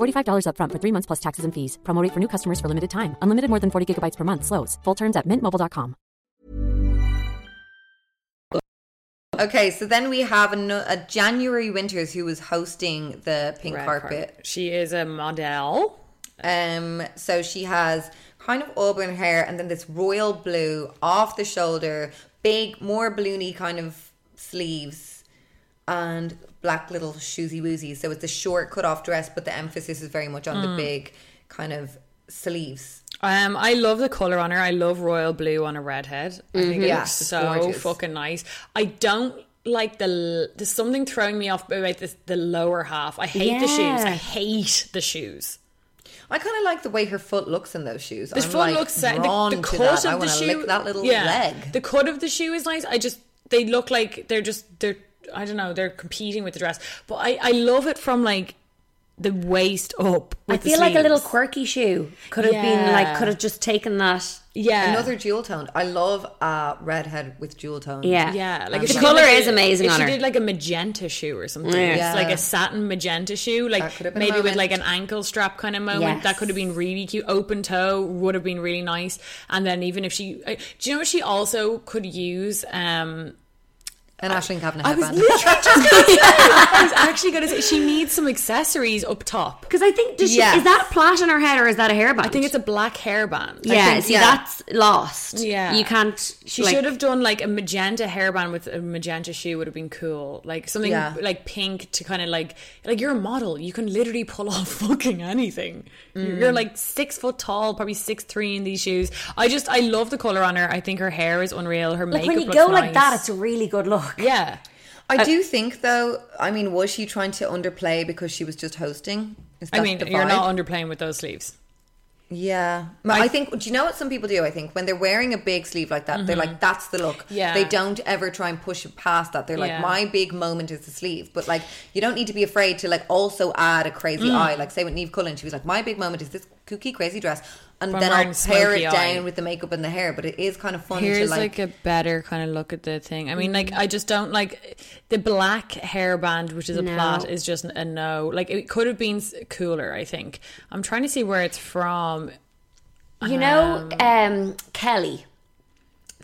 [SPEAKER 6] $45 upfront for three months plus taxes and fees. Promo rate for new customers for limited time. Unlimited more than 40 gigabytes per month. Slows. Full terms at mintmobile.com.
[SPEAKER 3] Okay, so then we have an, a January Winters who was hosting the pink
[SPEAKER 2] Red
[SPEAKER 3] carpet.
[SPEAKER 2] She is a model.
[SPEAKER 3] Um, so she has kind of auburn hair and then this royal blue off the shoulder, big, more balloony kind of sleeves, and black little shoesy woozies. So it's a short cut off dress, but the emphasis is very much on
[SPEAKER 2] Hmm.
[SPEAKER 3] the big kind of sleeves.
[SPEAKER 2] Um, I love the color on her. I love royal blue on a redhead. I think it
[SPEAKER 3] Yeah,
[SPEAKER 2] looks so
[SPEAKER 3] gorgeous.
[SPEAKER 2] fucking nice. I don't like the l- there's something throwing me off about this, the lower half. I hate the shoes. I
[SPEAKER 4] Yeah.
[SPEAKER 2] hate the shoes.
[SPEAKER 3] I kind of like the way her foot looks in those shoes.
[SPEAKER 2] The
[SPEAKER 3] I'm
[SPEAKER 2] foot
[SPEAKER 3] like
[SPEAKER 2] looks se-
[SPEAKER 3] drawn
[SPEAKER 2] the, the
[SPEAKER 3] to
[SPEAKER 2] cut
[SPEAKER 3] that.
[SPEAKER 2] of
[SPEAKER 3] I
[SPEAKER 2] the
[SPEAKER 3] want to
[SPEAKER 2] shoe.
[SPEAKER 3] lick that little
[SPEAKER 2] yeah.
[SPEAKER 3] leg.
[SPEAKER 2] The cut of the shoe is nice. I just they look like they're just they're I don't know they're competing with the dress. But I I love it from like the waist up.
[SPEAKER 4] I
[SPEAKER 2] with the
[SPEAKER 4] feel like a little
[SPEAKER 2] sleeves.
[SPEAKER 4] quirky shoe could have been
[SPEAKER 2] Yeah.
[SPEAKER 4] like could have just taken that.
[SPEAKER 2] yeah
[SPEAKER 3] Another jewel toned. I love a redhead with jewel toned.
[SPEAKER 4] Yeah,
[SPEAKER 2] Yeah, like
[SPEAKER 4] the
[SPEAKER 2] if she did,
[SPEAKER 4] color
[SPEAKER 2] like,
[SPEAKER 4] is
[SPEAKER 2] a-
[SPEAKER 4] amazing
[SPEAKER 2] If
[SPEAKER 4] on
[SPEAKER 2] she
[SPEAKER 4] her.
[SPEAKER 2] did like a magenta shoe or something,
[SPEAKER 4] Yeah.
[SPEAKER 2] it's
[SPEAKER 3] Yeah.
[SPEAKER 2] like a satin magenta shoe,
[SPEAKER 3] That
[SPEAKER 2] like
[SPEAKER 3] could have been a
[SPEAKER 2] maybe with
[SPEAKER 3] moment.
[SPEAKER 2] like an ankle strap kind of moment.
[SPEAKER 4] Yes.
[SPEAKER 2] That could have been really cute. Open toe would have been really nice. And then even if she, uh, do you know what she also could use? Um,
[SPEAKER 3] And Ashling Kavanagh
[SPEAKER 2] I was
[SPEAKER 3] headband.
[SPEAKER 2] literally just gonna say. I was actually gonna say she needs some accessories up top.
[SPEAKER 4] because I think does she,
[SPEAKER 3] Yes.
[SPEAKER 4] is that a plait on her head or is that a hairband?
[SPEAKER 2] I think it's a black hairband.
[SPEAKER 4] yeah.
[SPEAKER 3] think-
[SPEAKER 4] see,
[SPEAKER 3] yeah.
[SPEAKER 4] that's lost.
[SPEAKER 2] Yeah.
[SPEAKER 4] you can't.
[SPEAKER 2] She
[SPEAKER 4] like-
[SPEAKER 2] should have done like a magenta hairband with a magenta shoe would have been cool. Like something
[SPEAKER 3] Yeah.
[SPEAKER 2] like pink to kind of like like you're a model. You can literally pull off fucking anything. You're-
[SPEAKER 4] Mm.
[SPEAKER 2] You're like six foot tall, probably six three in these shoes. I just I love the color on her. I think her hair is unreal. Her
[SPEAKER 4] Like
[SPEAKER 2] makeup
[SPEAKER 4] when you
[SPEAKER 2] looks
[SPEAKER 4] go like that,
[SPEAKER 2] nice.
[SPEAKER 4] it's a really good look.
[SPEAKER 2] yeah.
[SPEAKER 3] I do think though. I mean, was she trying to underplay because she was just hosting? Is
[SPEAKER 2] I
[SPEAKER 3] that
[SPEAKER 2] mean,
[SPEAKER 3] the
[SPEAKER 2] you're
[SPEAKER 3] vibe?
[SPEAKER 2] not underplaying with those sleeves.
[SPEAKER 3] Yeah, But I, think. Do you know what some people do? I think when they're wearing a big sleeve like that, they're like, "That's the look."
[SPEAKER 2] Mm-hmm. Yeah.
[SPEAKER 3] They don't ever try and push it past that. They're like,
[SPEAKER 2] Yeah.
[SPEAKER 3] "My big moment is the sleeve," but like, you don't need to be afraid to like also add a crazy
[SPEAKER 2] Mm.
[SPEAKER 3] eye. Like, say with Neve Cullen, she was like, "My big moment is this kooky crazy dress," and
[SPEAKER 2] But
[SPEAKER 3] then
[SPEAKER 2] wearing
[SPEAKER 3] I'll pare
[SPEAKER 2] smoky
[SPEAKER 3] it
[SPEAKER 2] eye.
[SPEAKER 3] down with the makeup and the hair. But it is kind of fun
[SPEAKER 2] Here's
[SPEAKER 3] to
[SPEAKER 2] like,
[SPEAKER 3] like.
[SPEAKER 2] a better kind of look at the thing. I mean, like I just don't like the black hairband, which is a
[SPEAKER 4] No.
[SPEAKER 2] plait, is just a no. Like it could have been s- cooler. I think I'm trying to see where it's from.
[SPEAKER 4] You know, um, Kelly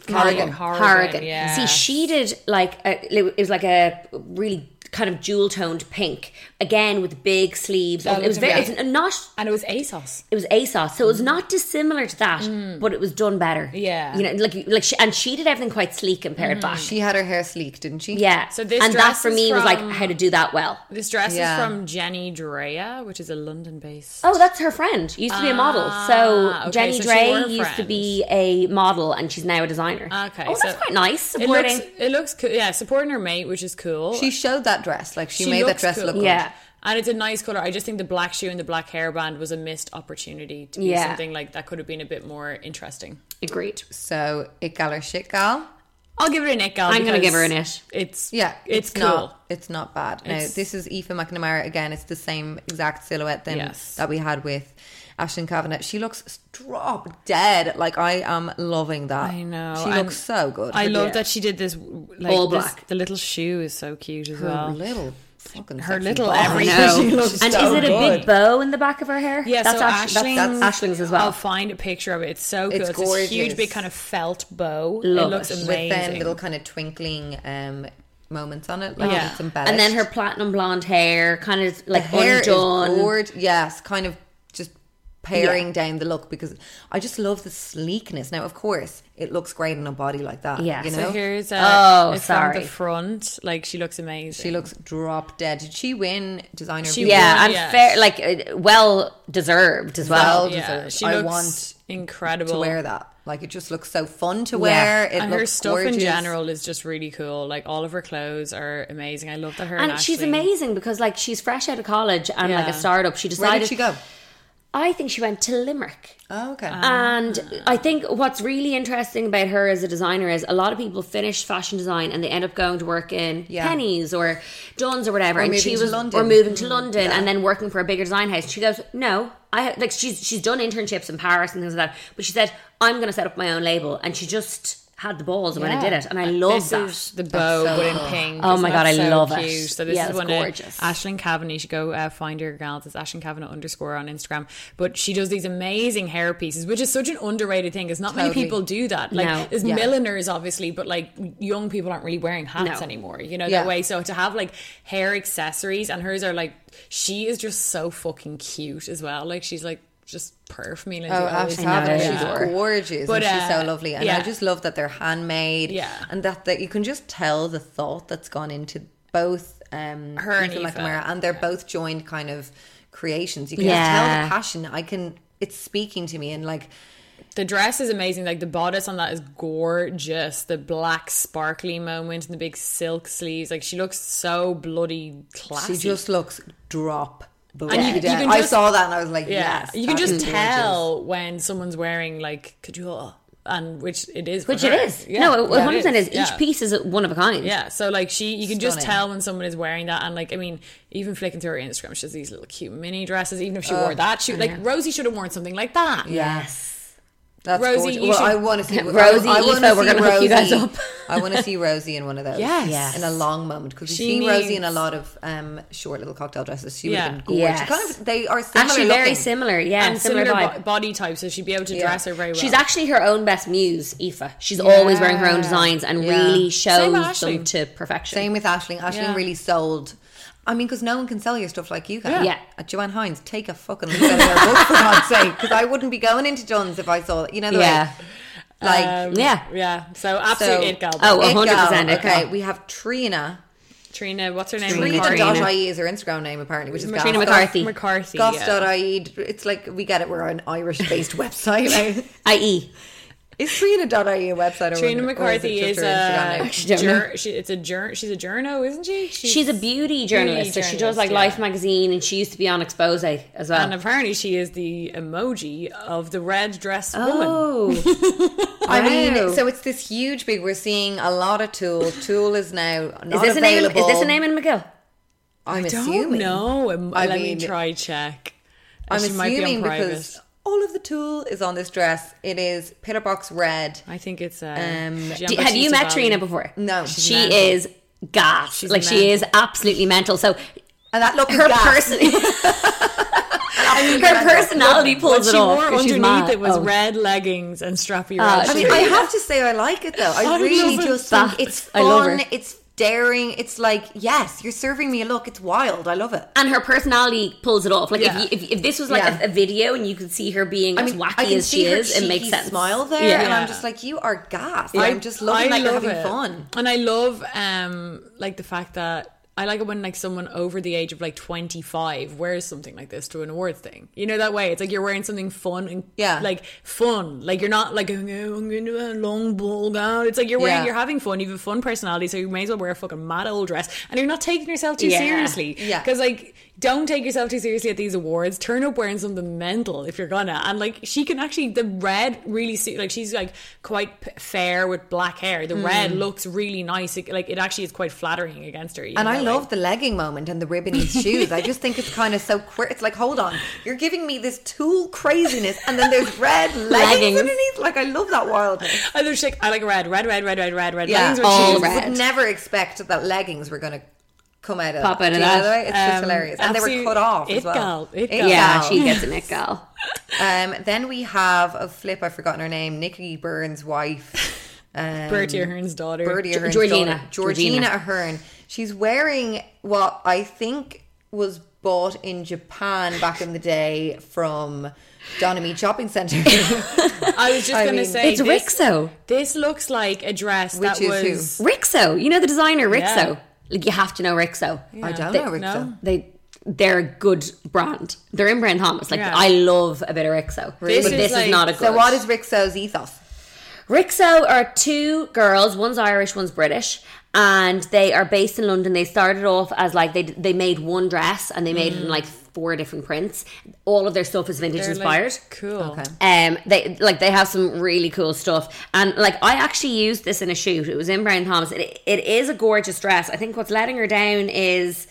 [SPEAKER 2] Harrigan. Harrigan, yeah.
[SPEAKER 4] See, she did like a, it was like a really kind of jewel toned pink again with big sleeves. it was
[SPEAKER 2] looked
[SPEAKER 4] very.
[SPEAKER 2] amazing.
[SPEAKER 4] It's not.
[SPEAKER 2] And it was ASOS.
[SPEAKER 4] It was ASOS, so it was not dissimilar to that, but it was done better.
[SPEAKER 2] Mm. Yeah. Mm.
[SPEAKER 4] you know, like like she, and she did everything quite sleek and pared back.
[SPEAKER 3] she had her hair sleek, didn't she?
[SPEAKER 4] yeah.
[SPEAKER 2] So this
[SPEAKER 4] and that
[SPEAKER 2] dress
[SPEAKER 4] for
[SPEAKER 2] is
[SPEAKER 4] me was like
[SPEAKER 2] from-
[SPEAKER 4] how to do that well.
[SPEAKER 2] This dress
[SPEAKER 3] Yeah.
[SPEAKER 2] is from Jenny Drea, which is a London base.
[SPEAKER 4] Oh, that's her friend. Used to be a model. So
[SPEAKER 2] Ah, okay,
[SPEAKER 4] Jenny
[SPEAKER 2] so she
[SPEAKER 4] Drey
[SPEAKER 2] were a
[SPEAKER 4] used to
[SPEAKER 2] friend.
[SPEAKER 4] be a model, and she's now a designer.
[SPEAKER 2] Okay,
[SPEAKER 4] oh, that's
[SPEAKER 2] so-
[SPEAKER 4] quite nice.
[SPEAKER 2] It
[SPEAKER 4] Supporting.
[SPEAKER 2] looks, it looks cool. Yeah, supporting her mate, which is cool.
[SPEAKER 3] She showed that dress. Like she,
[SPEAKER 2] She
[SPEAKER 3] made that
[SPEAKER 2] looks
[SPEAKER 3] dress
[SPEAKER 2] cool.
[SPEAKER 3] look. Good.
[SPEAKER 4] yeah.
[SPEAKER 2] And it's a nice color. I just think the black shoe and the black hairband was a missed opportunity to be
[SPEAKER 4] Yeah.
[SPEAKER 2] something like that could have been a bit more interesting.
[SPEAKER 4] Agreed.
[SPEAKER 3] So it gal or shit gal.
[SPEAKER 2] I'll give it an it, gal.
[SPEAKER 4] I'm gonna
[SPEAKER 2] because
[SPEAKER 4] give her an it.
[SPEAKER 2] It's
[SPEAKER 3] Yeah,
[SPEAKER 2] it's, cool.
[SPEAKER 3] Not, it's not bad. Now
[SPEAKER 2] It's-
[SPEAKER 3] this is Aoife McNamara again. It's the same exact silhouette then
[SPEAKER 2] Yes.
[SPEAKER 3] that we had with Ashton Kavanagh. She looks drop dead. Like I am loving that.
[SPEAKER 2] I know.
[SPEAKER 3] She
[SPEAKER 2] and
[SPEAKER 3] looks so good.
[SPEAKER 2] I
[SPEAKER 3] Her
[SPEAKER 2] love that she did this like,
[SPEAKER 4] All
[SPEAKER 2] this-
[SPEAKER 4] black.
[SPEAKER 2] the little shoe is so cute as
[SPEAKER 3] Her
[SPEAKER 2] well.
[SPEAKER 3] little fucking
[SPEAKER 2] Her
[SPEAKER 3] sexy
[SPEAKER 2] little
[SPEAKER 3] body.
[SPEAKER 2] everything.
[SPEAKER 4] No.
[SPEAKER 2] She looks
[SPEAKER 4] and
[SPEAKER 2] so
[SPEAKER 4] is it a
[SPEAKER 2] good.
[SPEAKER 4] big bow in the back of her hair?
[SPEAKER 2] Yeah,
[SPEAKER 4] that's
[SPEAKER 2] so
[SPEAKER 4] Ash- that's-
[SPEAKER 2] Ashling's,
[SPEAKER 4] that's Ashling's as well.
[SPEAKER 2] I'll find a picture of it. It's so good.
[SPEAKER 3] It's
[SPEAKER 2] It's, a
[SPEAKER 3] gorgeous.
[SPEAKER 2] huge, big kind of felt bow.
[SPEAKER 4] Love
[SPEAKER 2] it looks
[SPEAKER 4] it.
[SPEAKER 2] amazing.
[SPEAKER 3] with then little kind of twinkling um, moments on it. Like
[SPEAKER 2] Yeah.
[SPEAKER 3] it's embellished.
[SPEAKER 4] and then her platinum blonde hair, kind of like
[SPEAKER 3] The hair is
[SPEAKER 4] undone.
[SPEAKER 3] gourd- Yes, kind of just paring down the look because I just love the sleekness. Now, of course, it looks great in a body like that.
[SPEAKER 4] Yeah.
[SPEAKER 3] you
[SPEAKER 4] So
[SPEAKER 3] know.
[SPEAKER 2] So here's a,
[SPEAKER 4] Oh,
[SPEAKER 2] it's from
[SPEAKER 4] sorry.
[SPEAKER 2] the front. Like she looks amazing.
[SPEAKER 3] she looks drop dead. Did she win designer?
[SPEAKER 2] She
[SPEAKER 3] of the
[SPEAKER 2] won.
[SPEAKER 3] Year?
[SPEAKER 4] yeah, and
[SPEAKER 2] Yes.
[SPEAKER 4] fair, like uh, well deserved as well.
[SPEAKER 3] Well deserved.
[SPEAKER 2] She
[SPEAKER 3] I
[SPEAKER 2] looks
[SPEAKER 3] want
[SPEAKER 2] incredible.
[SPEAKER 3] to wear that. Like it just looks so fun to wear. It
[SPEAKER 2] and
[SPEAKER 3] looks
[SPEAKER 2] her stuff
[SPEAKER 3] gorgeous.
[SPEAKER 2] in general is just really cool. Like all of her clothes are amazing. I love that her
[SPEAKER 4] And
[SPEAKER 2] and,
[SPEAKER 4] she's
[SPEAKER 2] Ashley-
[SPEAKER 4] amazing because like she's fresh out of college and like a
[SPEAKER 2] Yeah.
[SPEAKER 4] startup. She
[SPEAKER 3] Where
[SPEAKER 4] decided
[SPEAKER 3] did she go?
[SPEAKER 4] I think she went to Limerick.
[SPEAKER 3] Oh, okay.
[SPEAKER 4] And I think what's really interesting about her as a designer is a lot of people finish fashion design and they end up going to work in
[SPEAKER 3] Yeah.
[SPEAKER 4] Pennies or Dunn's or whatever, and
[SPEAKER 3] moving
[SPEAKER 4] she
[SPEAKER 3] to
[SPEAKER 4] was
[SPEAKER 3] London.
[SPEAKER 4] or moving to London and then working for a bigger design house. She goes, no, I like she's she's done internships in Paris and things like that, but she said I'm going to set up my own label, and she just had the balls when I did it, and I love
[SPEAKER 2] This
[SPEAKER 4] that.
[SPEAKER 2] is the bow,
[SPEAKER 3] so
[SPEAKER 2] but in
[SPEAKER 3] cool.
[SPEAKER 2] pink.
[SPEAKER 4] Oh
[SPEAKER 2] Isn't
[SPEAKER 4] my God,
[SPEAKER 2] that
[SPEAKER 4] I
[SPEAKER 2] so
[SPEAKER 4] love it.
[SPEAKER 2] cute? So this
[SPEAKER 4] Yeah,
[SPEAKER 2] is
[SPEAKER 4] it's
[SPEAKER 2] one
[SPEAKER 4] gorgeous.
[SPEAKER 2] of Ashlyn Kavanagh. You should go uh, find her, gals. It's Ashlyn Kavanagh underscore on Instagram. But she does these amazing hair pieces, which is such an underrated thing. Because not many
[SPEAKER 3] Totally.
[SPEAKER 2] people do that. Like
[SPEAKER 4] No.
[SPEAKER 2] there's
[SPEAKER 3] Yeah.
[SPEAKER 2] milliners, obviously, but like young people aren't really wearing hats
[SPEAKER 4] No.
[SPEAKER 2] anymore. You know
[SPEAKER 3] Yeah.
[SPEAKER 2] that way. So to have like hair accessories, and hers are like she is just so fucking cute as well. Like she's like just perf me. Lindsay.
[SPEAKER 3] Oh,
[SPEAKER 2] I always
[SPEAKER 3] Ash
[SPEAKER 4] know,
[SPEAKER 3] Kavanagh,
[SPEAKER 4] I
[SPEAKER 3] she's
[SPEAKER 4] adore her.
[SPEAKER 3] gorgeous,
[SPEAKER 2] But,
[SPEAKER 3] and she's so
[SPEAKER 2] uh,
[SPEAKER 3] lovely. And I
[SPEAKER 2] yeah.
[SPEAKER 3] just love that they're handmade,
[SPEAKER 2] Yeah.
[SPEAKER 3] and that that you can just tell the thought that's gone into both um,
[SPEAKER 2] Her and
[SPEAKER 3] Aoife
[SPEAKER 2] Aoife,
[SPEAKER 3] McNamara, and they're both joined kind of creations. You can
[SPEAKER 4] Yeah.
[SPEAKER 3] just tell the passion. I can, it's speaking to me, and like
[SPEAKER 2] The dress is amazing. Like the bodice on that is gorgeous. The black sparkly moment and the big silk sleeves. Like she looks so bloody classy.
[SPEAKER 3] she just looks drop.
[SPEAKER 2] you- you
[SPEAKER 3] bloody dead.
[SPEAKER 2] can
[SPEAKER 3] I
[SPEAKER 2] just-
[SPEAKER 3] saw that and I was like,
[SPEAKER 2] yeah.
[SPEAKER 3] yes,
[SPEAKER 2] you can
[SPEAKER 3] that
[SPEAKER 2] just
[SPEAKER 3] is gorgeous.
[SPEAKER 2] tell when someone's wearing like couture, and which it is. for
[SPEAKER 4] which it
[SPEAKER 2] her.
[SPEAKER 4] is.
[SPEAKER 2] Yeah.
[SPEAKER 4] No,
[SPEAKER 2] Yeah,
[SPEAKER 4] one
[SPEAKER 2] it
[SPEAKER 4] hundred percent is. Each
[SPEAKER 2] Yeah.
[SPEAKER 4] piece is one of a kind.
[SPEAKER 2] Yeah, so like she, you can just
[SPEAKER 3] Stunning.
[SPEAKER 2] tell when someone is wearing that, and like I mean, even flicking through her Instagram, she has these little cute mini dresses. Even if she wore that, she like Rosie should have worn something like that.
[SPEAKER 3] Yes. That's
[SPEAKER 2] Rosie,
[SPEAKER 3] gorgeous.
[SPEAKER 2] you
[SPEAKER 3] well,
[SPEAKER 2] should-
[SPEAKER 3] I want to see
[SPEAKER 4] Rosie,
[SPEAKER 3] I, I wanna
[SPEAKER 4] Aoife, we're
[SPEAKER 3] see
[SPEAKER 4] gonna hook you guys
[SPEAKER 3] Rosie-
[SPEAKER 4] up.
[SPEAKER 3] I want to see Rosie in one of those.
[SPEAKER 2] Yes. Yes.
[SPEAKER 3] in a long moment because we
[SPEAKER 2] She
[SPEAKER 3] see Rosie in a
[SPEAKER 2] needs-
[SPEAKER 3] lot of um, short little cocktail dresses. She
[SPEAKER 2] Yeah.
[SPEAKER 3] would have been gorgeous.
[SPEAKER 4] Yes.
[SPEAKER 3] Kind of, they are similar.
[SPEAKER 4] actually very
[SPEAKER 3] looking.
[SPEAKER 4] similar. Yeah,
[SPEAKER 2] and
[SPEAKER 4] similar,
[SPEAKER 2] similar,
[SPEAKER 4] vibe.
[SPEAKER 2] bo- body type, so she'd be able to dress her very well.
[SPEAKER 4] She's actually her own best muse, Aoife. She's always wearing her own designs and really
[SPEAKER 2] Same with
[SPEAKER 4] shows
[SPEAKER 2] Ashley.
[SPEAKER 4] them to perfection.
[SPEAKER 3] Same with Ashling. Ashling
[SPEAKER 2] Yeah.
[SPEAKER 3] really sold. I mean, because no one can sell your stuff like you can.
[SPEAKER 4] Yeah. Yeah.
[SPEAKER 3] Uh, Joanne Hines, take a fucking look at her book for God's sake, because I wouldn't be going into Dunn's if I saw that. You know the
[SPEAKER 4] Yeah.
[SPEAKER 3] way. Like,
[SPEAKER 4] yeah.
[SPEAKER 2] yeah, so absolute
[SPEAKER 3] So-
[SPEAKER 2] it gal.
[SPEAKER 4] Oh,
[SPEAKER 3] it
[SPEAKER 4] 100%
[SPEAKER 3] go.
[SPEAKER 4] it
[SPEAKER 3] Okay,
[SPEAKER 4] go.
[SPEAKER 3] we have Trina.
[SPEAKER 2] Trina, what's her name?
[SPEAKER 4] Trina
[SPEAKER 3] Rita
[SPEAKER 4] Carney.
[SPEAKER 3] Dot IE E is her Instagram name apparently, which is
[SPEAKER 2] Martina
[SPEAKER 3] gas.
[SPEAKER 4] McCarthy.
[SPEAKER 2] McCarthy.
[SPEAKER 3] Goss E,
[SPEAKER 2] yeah.
[SPEAKER 4] E.
[SPEAKER 3] dot IE. It's like we get it. We're an Irish based website.
[SPEAKER 4] I.e.
[SPEAKER 3] Is Trina.ie E a website or
[SPEAKER 2] Trina
[SPEAKER 3] or it
[SPEAKER 2] McCarthy
[SPEAKER 3] just
[SPEAKER 2] is
[SPEAKER 3] her Instagram
[SPEAKER 2] a
[SPEAKER 3] name?
[SPEAKER 4] don't know.
[SPEAKER 2] jur- she, it's a jur- she's a journo, isn't she?
[SPEAKER 4] She's a beauty journalist, so she does like
[SPEAKER 2] journalist, yeah.
[SPEAKER 4] Life magazine, and she used to be on Expose as well.
[SPEAKER 2] And apparently, she is the emoji of the red dress woman.
[SPEAKER 4] oh,
[SPEAKER 3] I mean,
[SPEAKER 4] Wow.
[SPEAKER 3] so it's this huge big. We're seeing a lot of Tool. Tool is now not
[SPEAKER 4] is this a name?
[SPEAKER 3] available.
[SPEAKER 4] Is this a name in McGill?
[SPEAKER 3] I'm
[SPEAKER 2] Don't
[SPEAKER 3] assuming.
[SPEAKER 2] know. Em-
[SPEAKER 3] I
[SPEAKER 2] Let
[SPEAKER 3] mean,
[SPEAKER 2] me try check.
[SPEAKER 3] I'm
[SPEAKER 2] she might be
[SPEAKER 3] assuming
[SPEAKER 2] on private.
[SPEAKER 3] because all of the Tool is on this dress. It is Pitterbox Red.
[SPEAKER 2] I think it's. Uh,
[SPEAKER 3] Um,
[SPEAKER 2] Jean
[SPEAKER 4] Do- have
[SPEAKER 2] Baptiste
[SPEAKER 4] you met
[SPEAKER 2] Valli.
[SPEAKER 4] Trina before?
[SPEAKER 3] No.
[SPEAKER 4] she
[SPEAKER 2] mental.
[SPEAKER 4] is gas. like she
[SPEAKER 2] mental.
[SPEAKER 4] is absolutely mental. So
[SPEAKER 3] And that look is
[SPEAKER 4] her
[SPEAKER 3] gas.
[SPEAKER 4] person, her personality
[SPEAKER 2] What
[SPEAKER 4] pulls
[SPEAKER 2] she
[SPEAKER 4] it
[SPEAKER 2] wore
[SPEAKER 4] off. 'cause she's
[SPEAKER 2] underneath
[SPEAKER 4] mad.
[SPEAKER 2] it was
[SPEAKER 4] Oh. Uh,
[SPEAKER 2] red leggings and strappy red.
[SPEAKER 3] I mean, I have to say I like it though. I,
[SPEAKER 2] I
[SPEAKER 3] really
[SPEAKER 2] love it.
[SPEAKER 3] just think
[SPEAKER 4] That-
[SPEAKER 3] it's
[SPEAKER 4] I love
[SPEAKER 3] fun.
[SPEAKER 4] her.
[SPEAKER 3] It's daring. It's like yes, you're serving me a look. It's wild. I love it.
[SPEAKER 4] and her personality pulls it off. Like
[SPEAKER 2] Yeah.
[SPEAKER 4] if, you, if if this was like
[SPEAKER 3] Yeah.
[SPEAKER 4] a, a video and you could see her being as wacky as she
[SPEAKER 3] her
[SPEAKER 4] is, it makes
[SPEAKER 3] cheeky
[SPEAKER 4] sense.
[SPEAKER 3] Smile there,
[SPEAKER 4] Yeah.
[SPEAKER 3] and I'm just like, you are gas. I'm just loving
[SPEAKER 2] looking
[SPEAKER 3] that
[SPEAKER 2] like
[SPEAKER 3] you're having fun.
[SPEAKER 2] And I love um like the fact that I like it when like someone over the age of like 25 wears something like this to an awards thing. You know that way. It's like you're wearing something fun and
[SPEAKER 3] Yeah.
[SPEAKER 2] like fun. Like you're not like "Oh, I'm going to a long ball gown. It's like you're wearing
[SPEAKER 3] Yeah.
[SPEAKER 2] you're having fun. You have a fun personality, so you may as well wear a fucking mad old dress. And you're not taking yourself too
[SPEAKER 4] Yeah.
[SPEAKER 2] seriously.
[SPEAKER 3] Yeah.
[SPEAKER 2] Because like don't take yourself too seriously at these awards. Turn up wearing something mental if you're gonna. And like she can actually the red really suit. Like she's like quite p- fair with black hair. The red
[SPEAKER 3] Mm.
[SPEAKER 2] looks really nice. It, like it actually is quite flattering against her. you
[SPEAKER 3] And
[SPEAKER 2] know,
[SPEAKER 3] I
[SPEAKER 2] like-
[SPEAKER 3] love the legging moment and the ribbony shoes. I just think it's kind of so queer. It's like, hold on, you're giving me this tool craziness, and then there's red leggings,
[SPEAKER 4] Leggings.
[SPEAKER 3] underneath. Like, I love that wildness.
[SPEAKER 2] I love chick. I like red, red, red, red, red, red, red.
[SPEAKER 3] Yeah,
[SPEAKER 2] Leggings are
[SPEAKER 4] all
[SPEAKER 2] shoes.
[SPEAKER 4] red.
[SPEAKER 3] Would never expect that leggings were going to come out of
[SPEAKER 4] Pop out of
[SPEAKER 3] Do you
[SPEAKER 4] that.
[SPEAKER 3] know the way? It's just
[SPEAKER 2] Um,
[SPEAKER 3] hilarious, and they were
[SPEAKER 2] absolute
[SPEAKER 3] cut off
[SPEAKER 2] it
[SPEAKER 3] as well.
[SPEAKER 2] gal, it
[SPEAKER 3] It
[SPEAKER 2] gal.
[SPEAKER 4] Yeah,
[SPEAKER 3] gal.
[SPEAKER 4] she gets an it gal.
[SPEAKER 3] Um, then we have a flip. I've forgotten her name. Nikki Burns' wife. Um,
[SPEAKER 2] Bertie Ahern's daughter.
[SPEAKER 3] Bertie
[SPEAKER 4] Jo-
[SPEAKER 3] Ahern's
[SPEAKER 4] Georgina.
[SPEAKER 3] daughter. Georgina
[SPEAKER 4] Georgina.
[SPEAKER 3] Ahern. She's wearing what I think was bought in Japan back in the day from Donami Shopping Centre.
[SPEAKER 2] I was just
[SPEAKER 3] I
[SPEAKER 2] gonna
[SPEAKER 3] mean- uh,
[SPEAKER 2] say
[SPEAKER 4] It's
[SPEAKER 2] this,
[SPEAKER 4] Rixo.
[SPEAKER 2] This looks like a dress that
[SPEAKER 3] Which is who?
[SPEAKER 2] was.
[SPEAKER 4] Rixo, you know the designer Rixo.
[SPEAKER 2] Yeah.
[SPEAKER 4] Like you have to know Rixo.
[SPEAKER 3] I don't
[SPEAKER 4] They-
[SPEAKER 3] know, Rick.
[SPEAKER 2] no.
[SPEAKER 4] They they're a good brand. They're in Brand Thomas. Like
[SPEAKER 2] Yeah.
[SPEAKER 4] I love a bit of Rixo,
[SPEAKER 2] This
[SPEAKER 4] but
[SPEAKER 2] is
[SPEAKER 4] this
[SPEAKER 2] like-
[SPEAKER 4] is not a good.
[SPEAKER 3] So what is Rixo's ethos?
[SPEAKER 4] Rixo are two girls, one's Irish, one's British, and they are based in London. They started off as like they they made one dress and they made
[SPEAKER 3] Mm.
[SPEAKER 4] it in like four different prints. All of their stuff is vintage
[SPEAKER 2] They're, like,
[SPEAKER 4] inspired.
[SPEAKER 2] cool.
[SPEAKER 4] Um, they like they have some really cool stuff, and like I actually used this in a shoot. It was in Brian Thomas. It, it is a gorgeous dress. I think what's letting her down is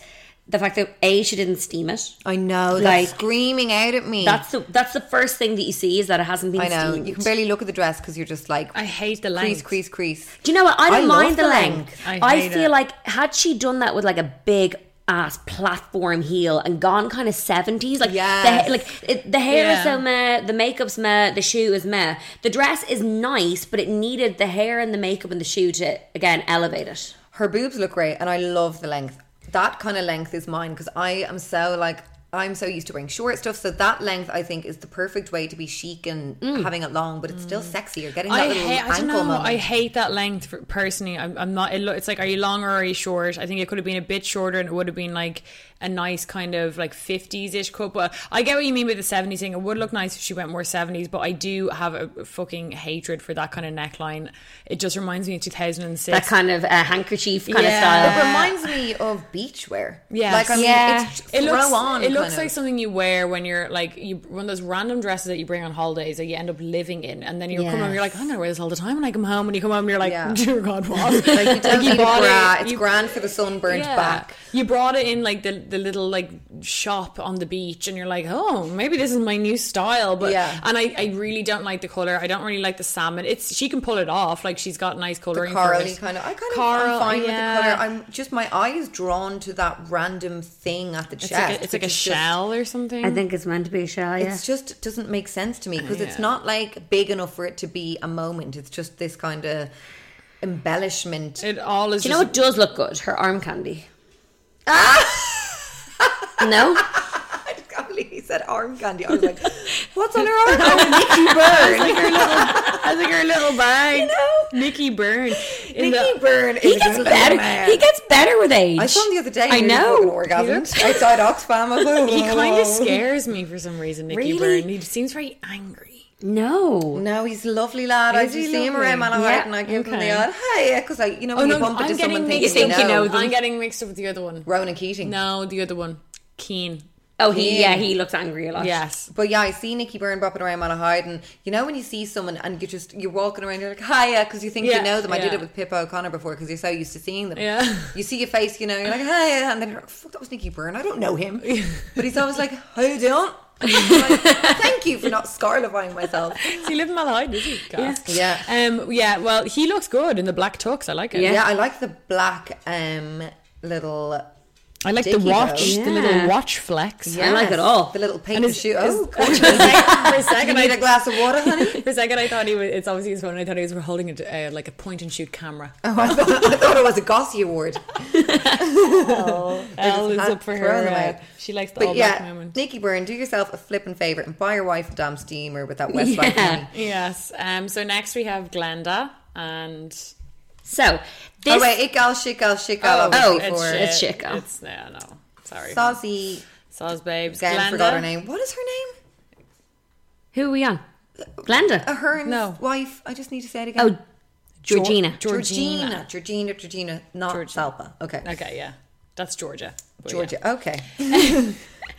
[SPEAKER 4] the fact that a she didn't steam it.
[SPEAKER 3] I know, that's
[SPEAKER 4] Like-
[SPEAKER 3] screaming out at me.
[SPEAKER 4] That's the that's the first thing that you see is that it hasn't been.
[SPEAKER 3] I know.
[SPEAKER 4] steamed.
[SPEAKER 3] You can barely look at the dress because you're just like
[SPEAKER 2] I hate the
[SPEAKER 3] crease,
[SPEAKER 2] length.
[SPEAKER 3] crease, crease.
[SPEAKER 4] Do you know what? I
[SPEAKER 3] I
[SPEAKER 4] don't
[SPEAKER 3] love
[SPEAKER 4] mind the
[SPEAKER 3] the
[SPEAKER 4] length.
[SPEAKER 2] length. I
[SPEAKER 4] I,
[SPEAKER 2] hate
[SPEAKER 4] feel
[SPEAKER 2] it.
[SPEAKER 4] like had she done that with like a big ass platform heel and gone kind of seventies, like
[SPEAKER 3] Yes.
[SPEAKER 4] the, like it, the hair
[SPEAKER 2] Yeah.
[SPEAKER 4] is so meh, the makeup's meh, the shoe is meh. The dress is nice, but it needed the hair and the makeup and the shoe to again elevate it.
[SPEAKER 3] Her boobs look great, and I love the length. That kind of length is mine because I am so like I'm so used to wearing short stuff. So that length, I think, is the perfect way to be chic and having it long, but it's still sexy. You're getting that
[SPEAKER 2] Mm. I
[SPEAKER 3] little
[SPEAKER 2] hate. I don't
[SPEAKER 3] ankle
[SPEAKER 2] know.
[SPEAKER 3] moment.
[SPEAKER 2] I hate that length for, personally. I'm, I'm not. It lo- it's like, are you long or are you short? I think it could have been a bit shorter, and it would have been like a nice kind of like fifties ish cut. But I get what you mean with the seventies thing. It would look nice if she went more seventies. But I do have a fucking hatred for that kind of neckline. It just reminds me of two thousand and six.
[SPEAKER 4] That kind of uh, handkerchief kind
[SPEAKER 2] Yeah.
[SPEAKER 4] of
[SPEAKER 3] It
[SPEAKER 4] style.
[SPEAKER 3] reminds me of beachwear.
[SPEAKER 2] Yes.
[SPEAKER 3] like I mean,
[SPEAKER 4] Yeah.
[SPEAKER 3] it's
[SPEAKER 2] it
[SPEAKER 3] throw
[SPEAKER 2] looks,
[SPEAKER 3] on.
[SPEAKER 2] It looks
[SPEAKER 3] kind
[SPEAKER 2] like
[SPEAKER 3] of.
[SPEAKER 2] something you wear when you're like you one of those random dresses that you bring on holidays that you end up living in, and then you come home, you're like, I'm gonna wear this all the time. When I come home, and you come home, and you're like,
[SPEAKER 3] Yeah.
[SPEAKER 2] dear God, what?
[SPEAKER 3] Like you don't
[SPEAKER 2] you
[SPEAKER 3] need a
[SPEAKER 2] bought
[SPEAKER 3] bra.
[SPEAKER 2] it,
[SPEAKER 3] it's
[SPEAKER 2] you-
[SPEAKER 3] grand for the sunburnt back.
[SPEAKER 2] You brought it in like the the little like shop on the beach, and you're like, oh, maybe this is my new style. But
[SPEAKER 3] Yeah.
[SPEAKER 2] and I, I really don't like the color. I don't really like the salmon. It's she can pull it off. Like she's got nice coloring. for
[SPEAKER 3] Corally
[SPEAKER 2] it.
[SPEAKER 3] kind of. I kind of
[SPEAKER 2] Coral,
[SPEAKER 3] I'm fine
[SPEAKER 2] yeah.
[SPEAKER 3] with the color. I'm just my eye is drawn to that random thing at the
[SPEAKER 2] It's
[SPEAKER 3] chest.
[SPEAKER 2] like a, it's like a
[SPEAKER 3] which is just-
[SPEAKER 2] shell or something.
[SPEAKER 4] I think it's meant to be a shell. Yeah.
[SPEAKER 3] It's just doesn't make sense to me because it's not like big enough for it to be a moment. It's just this kind of embellishment.
[SPEAKER 2] it all is.
[SPEAKER 4] Do you know
[SPEAKER 2] just,
[SPEAKER 4] what does look good? Her arm candy. no.
[SPEAKER 3] I just can't believe he said arm candy. I was like, what's on her arm? Oh, Nikki Byrne.
[SPEAKER 2] I think her little bag.
[SPEAKER 3] You know?
[SPEAKER 2] Nikki Byrne. In
[SPEAKER 3] Nikki
[SPEAKER 2] the-
[SPEAKER 3] Byrne.
[SPEAKER 4] He
[SPEAKER 3] is a
[SPEAKER 4] gets
[SPEAKER 3] good
[SPEAKER 4] better.
[SPEAKER 3] man.
[SPEAKER 4] He gets better with age.
[SPEAKER 3] I saw him the other day.
[SPEAKER 4] I
[SPEAKER 3] nearly
[SPEAKER 4] know.
[SPEAKER 3] fucking orgasmed. Outside Oxfam. I was like,
[SPEAKER 2] He kind
[SPEAKER 3] "Whoa."
[SPEAKER 2] of scares me for some reason, Nikki
[SPEAKER 4] Really?
[SPEAKER 2] Byrne. He seems very angry.
[SPEAKER 4] No.
[SPEAKER 3] No, he's a lovely lad. I
[SPEAKER 2] Is
[SPEAKER 3] do
[SPEAKER 2] he
[SPEAKER 3] see him
[SPEAKER 2] lovely?
[SPEAKER 3] around Malahide
[SPEAKER 4] Yeah,
[SPEAKER 3] and I give him
[SPEAKER 2] okay.
[SPEAKER 3] the odd, hey, because I, you know,
[SPEAKER 2] Oh
[SPEAKER 3] when
[SPEAKER 2] no,
[SPEAKER 3] you bump
[SPEAKER 2] I'm
[SPEAKER 3] into someone
[SPEAKER 2] getting
[SPEAKER 3] thinking
[SPEAKER 2] mixed.
[SPEAKER 3] you know,
[SPEAKER 2] I'm getting mixed up with the other one.
[SPEAKER 3] Ronan Keating.
[SPEAKER 2] No, the other one, Keen.
[SPEAKER 4] Oh, he yeah, he looks angry a
[SPEAKER 2] Ah.
[SPEAKER 4] lot.
[SPEAKER 2] Yes.
[SPEAKER 3] But yeah, I see Nicky Byrne bopping around Malahide, and you know when you see someone and you're just you're walking around, you're like hiya because you think
[SPEAKER 2] Yeah,
[SPEAKER 3] you know them. I did
[SPEAKER 2] yeah.
[SPEAKER 3] it with Pippa O'Connor before because you're so used to seeing them.
[SPEAKER 2] Yeah.
[SPEAKER 3] You see your face, you know, you're like hiya, and then you're like, fuck, that was Nicky Byrne. I don't know him, but he's always like, how you doing? And I'm like, Thank you for not scarlifying myself.
[SPEAKER 2] Does he live in Malahide? Does he? Gas.
[SPEAKER 3] Yeah.
[SPEAKER 2] Um. Yeah. Well, he looks good in the black tux. I like it.
[SPEAKER 3] Yeah, I like the black um little.
[SPEAKER 2] I like the
[SPEAKER 3] Dicky
[SPEAKER 2] watch.
[SPEAKER 3] though.
[SPEAKER 2] The
[SPEAKER 4] Yeah.
[SPEAKER 2] little watch flex.
[SPEAKER 4] I like it all.
[SPEAKER 3] The little paint
[SPEAKER 2] is- is-
[SPEAKER 3] shoe. Oh, gorgeous.
[SPEAKER 2] For a
[SPEAKER 3] you
[SPEAKER 2] second,
[SPEAKER 3] need
[SPEAKER 2] I,
[SPEAKER 3] a glass of water, honey.
[SPEAKER 2] for a second, I thought he was. It's obviously his phone. I thought he was holding it uh, like a point and shoot camera.
[SPEAKER 3] Oh, I thought, I thought it was a Gossy Award.
[SPEAKER 2] Elle is
[SPEAKER 3] not
[SPEAKER 2] up for
[SPEAKER 3] throwing
[SPEAKER 2] her.
[SPEAKER 3] them
[SPEAKER 2] Uh,
[SPEAKER 3] out.
[SPEAKER 2] she likes the
[SPEAKER 3] But
[SPEAKER 2] all black
[SPEAKER 3] yeah,
[SPEAKER 2] moment.
[SPEAKER 3] Nikki Byrne, do yourself a flippin' favour and buy your wife a damn steamer with that Westlife money.
[SPEAKER 2] Yes. Um. So next we have Glenda and
[SPEAKER 4] So this
[SPEAKER 3] Oh wait, it gal, shit gal, shit gal.
[SPEAKER 4] Oh,
[SPEAKER 3] obviously,
[SPEAKER 4] it's
[SPEAKER 3] for
[SPEAKER 4] shit. It's Chico.
[SPEAKER 2] It's yeah. No. Sorry. Sauce,
[SPEAKER 3] Saucy.
[SPEAKER 2] babes.
[SPEAKER 3] Again,
[SPEAKER 2] Glenda.
[SPEAKER 3] forgot her name. What is her name?
[SPEAKER 4] who are we on? Glenda.
[SPEAKER 3] Uh, Her and
[SPEAKER 2] No.
[SPEAKER 3] wife. I just need to say it again.
[SPEAKER 4] oh, Georgina.
[SPEAKER 2] Geor- Georgina.
[SPEAKER 3] Georgina, Georgina, Georgina, not Salpa. Okay.
[SPEAKER 2] Okay. Yeah. That's Georgia. But yeah.
[SPEAKER 3] Georgia. Okay.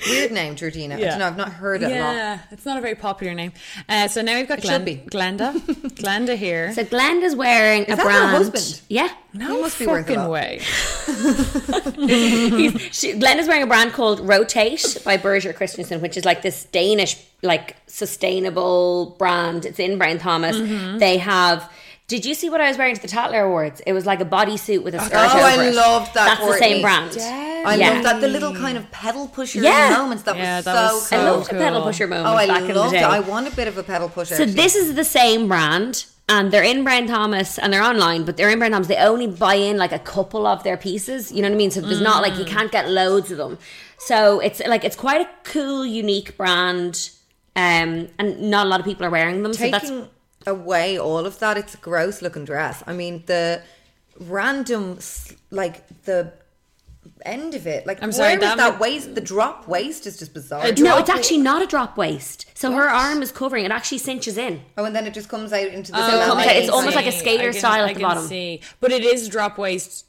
[SPEAKER 3] Weird name, Georgina. I
[SPEAKER 2] Yeah.
[SPEAKER 3] don't know. I've not heard it a lot.
[SPEAKER 2] Yeah, it's not a very popular name. Uh, so now we've got
[SPEAKER 3] It
[SPEAKER 2] Glen-
[SPEAKER 3] should be.
[SPEAKER 2] Glenda. Glenda here.
[SPEAKER 4] so Glenda's wearing a
[SPEAKER 3] that her
[SPEAKER 4] brand.
[SPEAKER 3] husband?
[SPEAKER 4] Yeah.
[SPEAKER 2] no
[SPEAKER 3] must be worth
[SPEAKER 2] fucking
[SPEAKER 3] about.
[SPEAKER 2] way.
[SPEAKER 4] She, Glenda's wearing a brand called Rotate by Berger Christensen, which is like this Danish, like sustainable brand. It's in Brian Thomas.
[SPEAKER 3] Mm-hmm.
[SPEAKER 4] They have. Did you see what I was wearing to the Tatler Awards? It was like a bodysuit with a skirt
[SPEAKER 3] Oh,
[SPEAKER 4] over
[SPEAKER 3] I
[SPEAKER 4] it.
[SPEAKER 3] loved that,
[SPEAKER 4] That's the
[SPEAKER 3] Courtney.
[SPEAKER 4] same brand.
[SPEAKER 3] I
[SPEAKER 4] Yeah.
[SPEAKER 3] love that. The little kind of pedal pusher
[SPEAKER 4] Yeah.
[SPEAKER 3] moments. That
[SPEAKER 2] Yeah,
[SPEAKER 3] was
[SPEAKER 2] that
[SPEAKER 3] so
[SPEAKER 2] was
[SPEAKER 4] I
[SPEAKER 3] cool.
[SPEAKER 4] loved the pedal
[SPEAKER 2] cool.
[SPEAKER 4] pusher moment
[SPEAKER 3] Oh, I
[SPEAKER 4] back in the
[SPEAKER 3] loved
[SPEAKER 4] day.
[SPEAKER 3] it. I want a bit of a pedal pusher.
[SPEAKER 4] So
[SPEAKER 3] actually.
[SPEAKER 4] this is the same brand, and they're in Brian Thomas, and they're online, but they're in Brian Thomas. They only buy in like a couple of their pieces. You know what I mean? So there's not
[SPEAKER 3] Mm.
[SPEAKER 4] like you can't get loads of them. So it's like it's quite a cool, unique brand, um, and not a lot of people are wearing them. so that's
[SPEAKER 3] taking away all of that, it's a gross looking dress. I mean, the random, s- like the end of it, like
[SPEAKER 2] I'm
[SPEAKER 3] where
[SPEAKER 2] sorry,
[SPEAKER 3] was
[SPEAKER 2] that
[SPEAKER 3] that,
[SPEAKER 2] ma-
[SPEAKER 3] waist? The drop waist is just bizarre.
[SPEAKER 4] no, it's actually not a drop waist. So her arm is covering. It actually cinches in.
[SPEAKER 3] oh, and then it just comes out into the.
[SPEAKER 4] it comes out. It's almost like a
[SPEAKER 2] Oh, see.
[SPEAKER 4] skater
[SPEAKER 2] I can-
[SPEAKER 4] style at
[SPEAKER 2] I
[SPEAKER 4] the
[SPEAKER 2] can
[SPEAKER 4] bottom.
[SPEAKER 2] See. But it is drop waist.